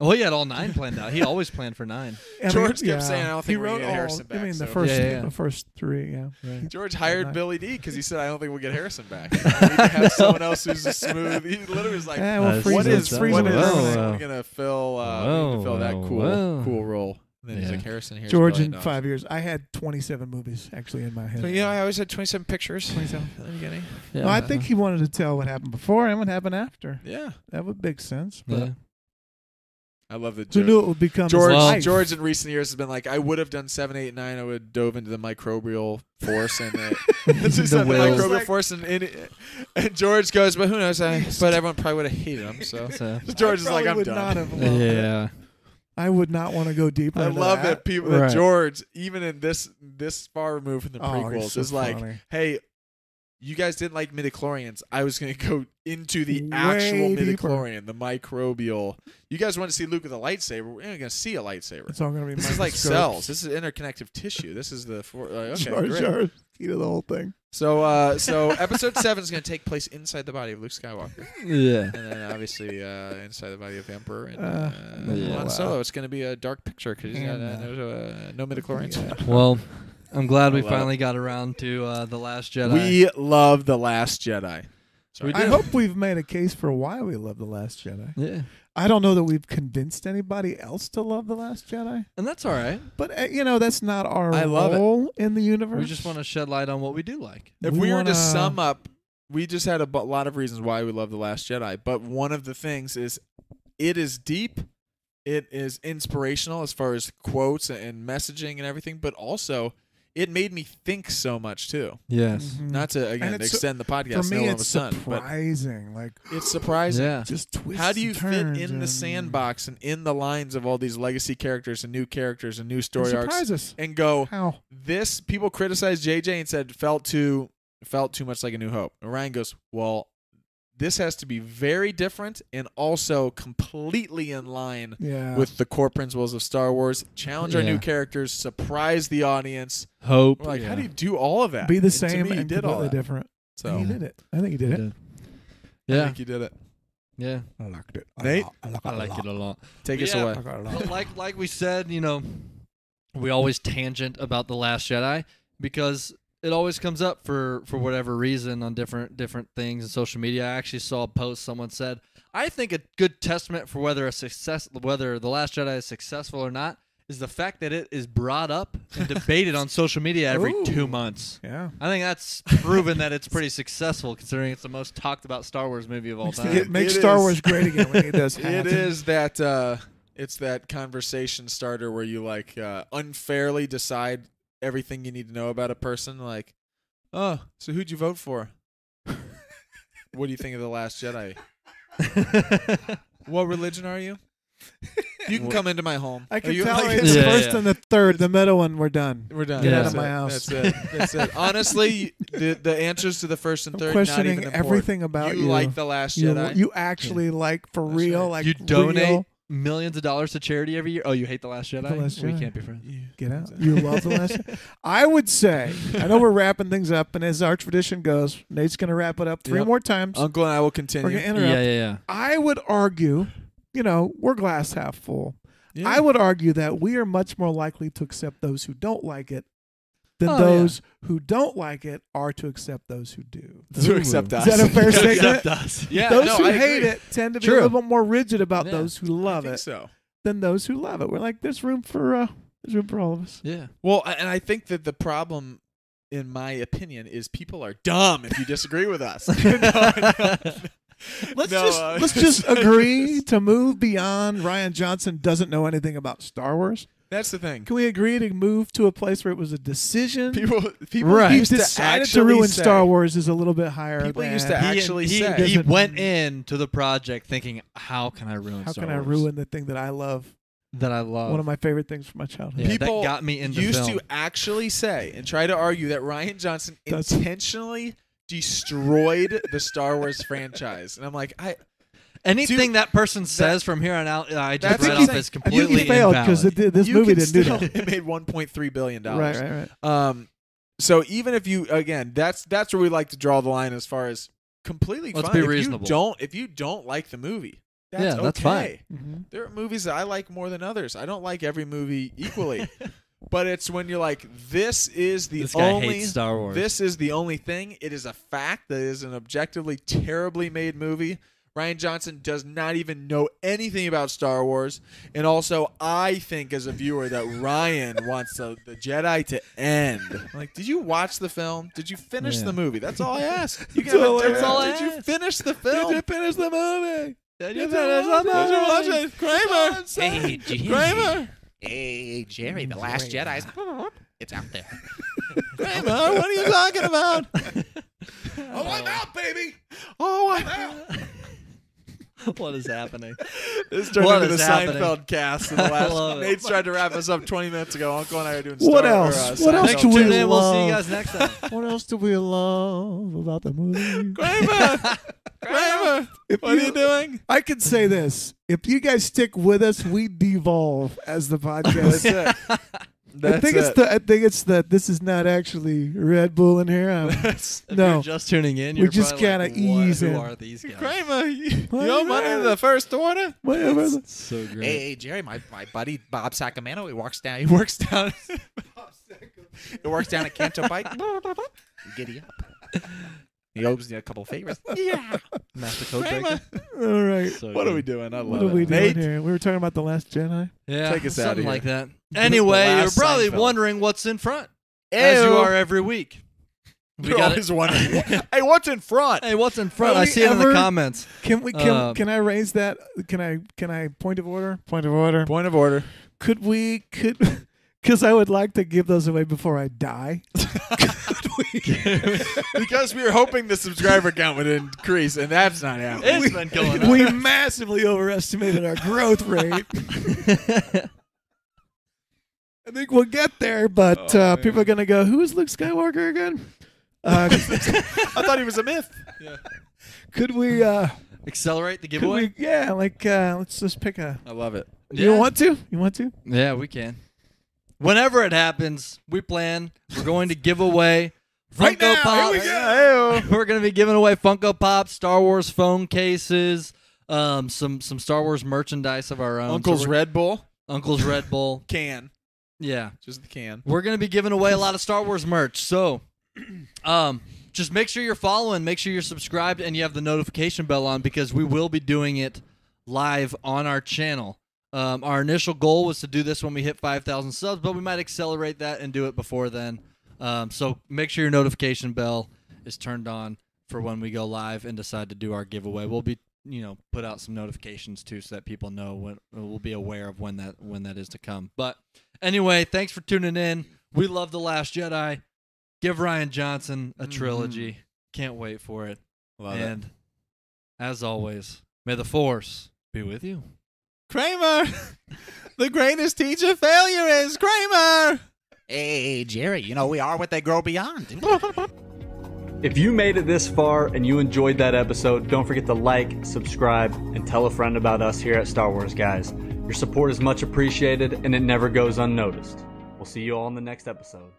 B: Well, he had all nine planned out. He always planned for nine.
C: I mean,
A: George kept
C: yeah.
A: saying, "I don't
C: he
A: think we're
C: wrote
A: gonna get
C: all.
A: Harrison back."
C: I mean, the
A: so-
C: first,
B: Yeah, yeah.
C: the first three. Yeah,
A: George hired
C: Nice.
A: Billy D because he said, "I don't think we'll get Harrison back. We need to have someone else who's as smooth." He literally was like,
C: Eh,
B: Uh,
C: well,
B: Freeze
A: "What
C: Frieza-
A: is
B: up.
C: Frieza
A: what
C: was
A: is
B: Whoa,
C: everything.
B: whoa.
A: someone gonna fill? Uh, we need
B: Whoa,
A: to fill that
B: whoa,
A: cool
B: whoa.
A: cool role." And then he's
B: Yeah.
A: like, "Harrison, here's
C: George
A: Billy
C: in
A: Knox."
C: five years. I had 27 movies actually in my head.
A: So, you know, I always had 27 pictures.
C: 27.
A: At the beginning.
C: No, I think he wanted to tell what happened before and what happened after.
A: Yeah,
C: That would make sense. But
B: Yeah.
A: I love the
C: who
A: George.
C: knew it would become his
A: George,
B: Well-
C: life?
A: George in recent years has been like, I would have done seven, eight, nine. I would have dove into the microbial force and uh, the, This is
B: The
A: on the
B: wills.
A: microbial force, and, and and George goes, but who knows? I, but everyone probably would have hated him. So
B: So,
A: George is
C: I
A: like,
C: probably
A: I'm
C: would not
A: done.
C: have loved it.
B: yeah.
C: I would not want to go deeper.
A: I
C: into
A: love
C: that.
A: that people
B: Right.
A: that George, even in this this far removed from the
C: Oh,
A: prequels,
C: he's so
A: is like,
C: funny.
A: hey. You guys didn't like midichlorians. I was going to go into the
C: Way
A: actual
C: deeper.
A: midichlorian, the microbial. You guys want to see Luke with a lightsaber. We're not going to see a lightsaber.
C: It's all gonna be.
A: This is like
C: microscopes.
A: cells. This is interconnective tissue. This is the four. Uh, okay,
C: Jar
A: great.
C: Jar is key to the whole thing.
A: So, uh, so episode seven is going to take place inside the body of Luke Skywalker,
B: Yeah.
A: and then obviously uh, inside the body of Emperor and
C: Uh,
A: uh,
B: yeah.
A: Han Solo. It's going to be a dark picture because he's got
C: Yeah.
A: uh, there's uh, no midichlorians.
B: Well, I'm glad we
A: I love it.
B: finally got around to uh, the Last Jedi.
A: love the Last Jedi.
B: We
C: I
B: do.
C: hope we've made a case for why we love the Last Jedi.
B: yeah,
C: I don't know that we've convinced anybody else to love the Last Jedi,
B: and that's all right.
C: but uh, you know that's not our
A: I love it.
C: role in the universe.
B: We just want to shed light on what we do like.
A: If
C: We
A: we, were
C: wanna-
A: to sum up, we just had a bu- lot of reasons why we love The Last Jedi, but one of the things is it is deep, it is inspirational as far as quotes and messaging and everything, but also it made me think so much too.
B: Yes.
C: Mhm.
A: Not to again
C: it's-
A: extend the
C: for
A: podcast no
C: me.
A: all of a
C: It's
A: sudden, but
C: surprising. Like
A: it's surprising.
B: Yeah.
C: just twists.
A: How do you
C: and
A: fit
C: turns
A: in the
C: and-
A: sandbox and in the lines of all these legacy characters and new characters and new
C: and
A: story arcs
C: Surprise us.
A: and go,
C: How?
A: this people criticized JJ and said felt too felt too much like a new hope. And Ryan goes, "Well, this has to be very different and also completely in line
C: Yeah.
A: with the core principles of Star Wars. Challenge our
B: Yeah.
A: new characters, surprise the audience.
B: Hope.
A: We're like, how do you do all of that?
C: be the
A: And to
C: same
A: me, he
C: and
A: did all
C: completely
A: that.
C: different.
A: So
C: He did it. I think he did it.
A: I
B: Yeah.
A: think he did it.
B: Yeah.
C: I liked it.
A: Nate?
B: I like it a lot.
A: Take us
B: Yeah.
A: away.
C: got it.
B: Well, like like we said, you know, we always tangent about the Last Jedi because it always comes up for for whatever reason on different different things in social media. I actually saw a post someone said, "I think a good testament for whether a success whether the Last Jedi is successful or not is the fact that it is brought up and debated on social media every
C: Ooh.
B: 2 months."
C: Yeah.
B: I think that's proven that it's pretty successful considering it's the most talked about Star Wars movie of all
C: Makes,
B: time.
C: it, makes
A: It
C: Star
A: is.
C: Wars great again. We need those hats.
A: It is that uh, It's that conversation starter where you like uh, unfairly decide everything you need to know about a person. Like, oh, so who'd you vote for? what do you think of the Last Jedi? What religion are you? You can come into my home.
C: I
A: Are
C: can
A: you,
C: tell
A: like-
C: it's the
B: Yeah,
C: first
B: yeah.
C: and the third. The middle one, we're done.
A: We're done.
C: Get
B: out
A: That's
B: of
A: it.
C: my house.
A: That's it. That's it. Honestly, the, the answers to the first and
C: I'm
A: third not even
C: questioning
A: important.
C: everything about
A: you,
C: you.
A: like the Last
C: you,
A: Jedi.
C: you actually like for
A: That's
C: real.
A: right.
C: Like
B: you donate
C: real-
B: millions of dollars to charity every year. Oh, you hate the Last Jedi?
C: The Last
B: we
C: Jedi.
B: can't be friends.
A: Yeah.
C: Get out. You love the last. I would say. I know we're wrapping things up, and as our tradition goes, Nate's going to wrap it up three
A: Yep.
C: more times.
A: Uncle and I will
C: we're
A: continue.
C: going to interrupt.
B: yeah.
C: I would argue, you know, we're glass half full.
A: Yeah.
C: I would argue that we are much more likely to accept those who don't like it than
B: Oh, yeah.
C: those who don't like it are to accept those who do.
A: to accept us.
C: Is that a fair
B: Except
C: statement?
B: us.
A: Yeah,
C: those
A: no,
C: who
A: I
C: hate
A: agree.
C: it tend to be
B: True.
C: a little bit more rigid about
B: Yeah.
C: those who
A: I
C: love
A: think
C: it
A: so.
C: than those who love it. We're like, there's room for uh, there's room for all of us.
B: Yeah.
A: Well, a- and I think that the problem, in my opinion, is people are dumb if you disagree with us. No, no.
C: Let's
A: No,
C: just
A: uh,
C: let's just agree to move beyond Ryan Johnson doesn't know anything about Star Wars.
A: That's the thing.
C: Can we agree to move to a place where it was a decision?
A: People, people
B: Right.
C: he
A: used to
C: decided to,
A: actually
C: ruin
A: say-
C: Star Wars is a little bit higher.
A: People
C: than,
A: used to
B: He-
A: Actually
B: he,
A: said-
B: he went into the project thinking, how can I ruin
C: How
B: Star
C: can I
B: Wars
C: ruin the thing that I love?
B: that I love?
C: One of my favorite things from my childhood.
B: yeah,
A: People
B: that got me into
A: used
B: film.
A: to actually say and try to argue that Ryan Johnson
C: That's-
A: intentionally destroyed the Star Wars franchise, and I'm like, I
B: Anything
A: Dude,
B: that person says from here on out, I just
A: That's
B: read
A: what I'm
B: off as
A: saying.
C: I think
B: completely
C: he failed
B: invalid.
C: because it did, this
A: you
C: movie
A: can
C: didn't
A: still-
C: do that.
A: It made 1.3 billion
C: Right,
A: dollars.
C: right, right.
A: Um, so even if you again, that's that's where we like to draw the line as far as completely.
B: Let's
A: fine.
B: be
A: if
B: reasonable.
A: You don't if you don't like the movie, that's
B: Yeah,
A: okay.
B: that's fine.
C: Mhm.
A: There are movies that I like more than others. I don't like every movie equally, but it's when you're like, this is the
B: this guy
A: only.
B: hates Star Wars.
A: This is the only thing. It is a fact that it is an objectively terribly made movie. Ryan Johnson does not even know anything about Star Wars. And also, I think as a viewer that Ryan wants the, the Jedi to end. Like, did you watch the film? Did you finish
B: Yeah.
A: the movie? That's all I ask. You
C: That's all I
A: gotta
C: ask.
A: tell me, Did you finish the film? Did you finish the movie?
B: Did
A: Did you watch it? Kramer.
E: Hey, Jimmy.
A: Kramer.
E: Hey, Jerry, the Last Jedi's. It's out there.
A: Kramer, what are you talking about?
E: Oh, I'm out, baby.
A: Oh, I.
B: what is happening?
A: This turned
B: What
A: into
B: is
A: the
B: happening?
A: Seinfeld cast in the
B: love
A: last.
B: it.
A: Nate's tried to wrap us up 20 minutes ago. Uncle and I are doing.
C: What
A: Star-
C: else?
A: Or, uh,
C: What
A: Seinfeld.
C: else
B: Thanks
C: do
B: for
C: we
B: tuning in. We'll see
C: love?
B: you guys next time.
C: What else do we love about the movie?
A: Kramer, Kramer,
C: If
A: what are you doing?
C: I can say this: if you guys stick with us, we devolve as the podcast.
A: it.
C: I think it's
A: it.
C: the. I think it's that this is not actually Red Bull in here. I'm-
B: If
C: No.
B: you're just tuning in,
C: We
B: you're
C: just
B: probably like,
C: gotta
B: "What-
C: ease
B: who
C: in."
B: are these guys?
A: Kramer, you, you
C: What
A: owe
C: is
A: money
C: that?
A: to the first order.
C: whatever. the-
B: So great.
E: Hey, Jerry, my, my buddy Bob Sacamento, he walks down. He works down. he works down at Canto Bike. Giddy up. He owes me a couple favors. Yeah.
B: Master Code
A: Kramer,
B: Breaker.
C: All right.
B: So
A: what are we
B: good.
A: doing? I love
C: What are
A: it.
C: we doing
A: Nate,
C: here? We were talking about the Last Jedi.
B: Yeah,
A: Take us
B: something
A: outta here.
B: like that.
A: The
B: Anyway, you're
A: last
B: probably
A: Seinfeld.
B: wondering what's in front, as you
A: Ew.
B: are every week. We
A: You're
B: got
A: always
B: it.
A: wondering. hey, what's in front?
B: Hey, what's in front?
C: Are
B: I
C: we
B: see it in the
C: ever-
B: comments.
C: Can we? Can,
B: Uh,
C: can I raise that? Can I? Can I? Point of order. Point of order.
A: Point of order.
C: Could we? Could? Because I would like to give those away before I die.
A: because we were hoping the subscriber count would increase, and that's not happening.
B: It's been going on.
C: we massively overestimated our growth rate. I think we'll get there, but uh, people are going to go, "Who is Luke Skywalker again?" Uh,
A: I thought he was a myth.
C: could we? Uh,
B: Accelerate the
C: could
B: giveaway.
C: we? Yeah, like uh, let's just pick a.
A: I love it.
B: yeah.
C: You want to? You want to?
B: Yeah, we can. Whenever it happens, we plan. We're going to give away Funko
C: Right now, here
B: Pops.
C: we
A: go.
B: We're going to be giving away Funko Pops, Star Wars phone cases, um, some some Star Wars merchandise of our own. So
A: Uncle's
B: we're-
A: Red Bull
B: Uncle's Red Bull.
A: can,
B: Yeah,
A: just the can.
B: we're going to be giving away a lot of Star Wars merch. So, um, just make sure you're following, make sure you're subscribed, and you have the notification bell on because we will be doing it live on our channel. Um, our initial goal was to do this when we hit 5,000 subs, but we might accelerate that and do it before then. Um, so make sure your notification bell is turned on for when we go live and decide to do our giveaway. We'll be you know put out some notifications too, so that people know when will be aware of when that when that is to come. But anyway, thanks for tuning in. We love the Last Jedi. Give Ryan Johnson a trilogy. Can't wait for it.
A: Mm-hmm. Love it.
B: and as always, may the Force be with you.
A: Kramer, the greatest teacher failure is Kramer.
E: Hey, Jerry, you know, we are what they grow beyond.
F: If you made it this far and you enjoyed that episode, don't forget to like, subscribe, and tell a friend about us here at Star Wars Guys. Your support is much appreciated and it never goes unnoticed. We'll see you all in the next episode.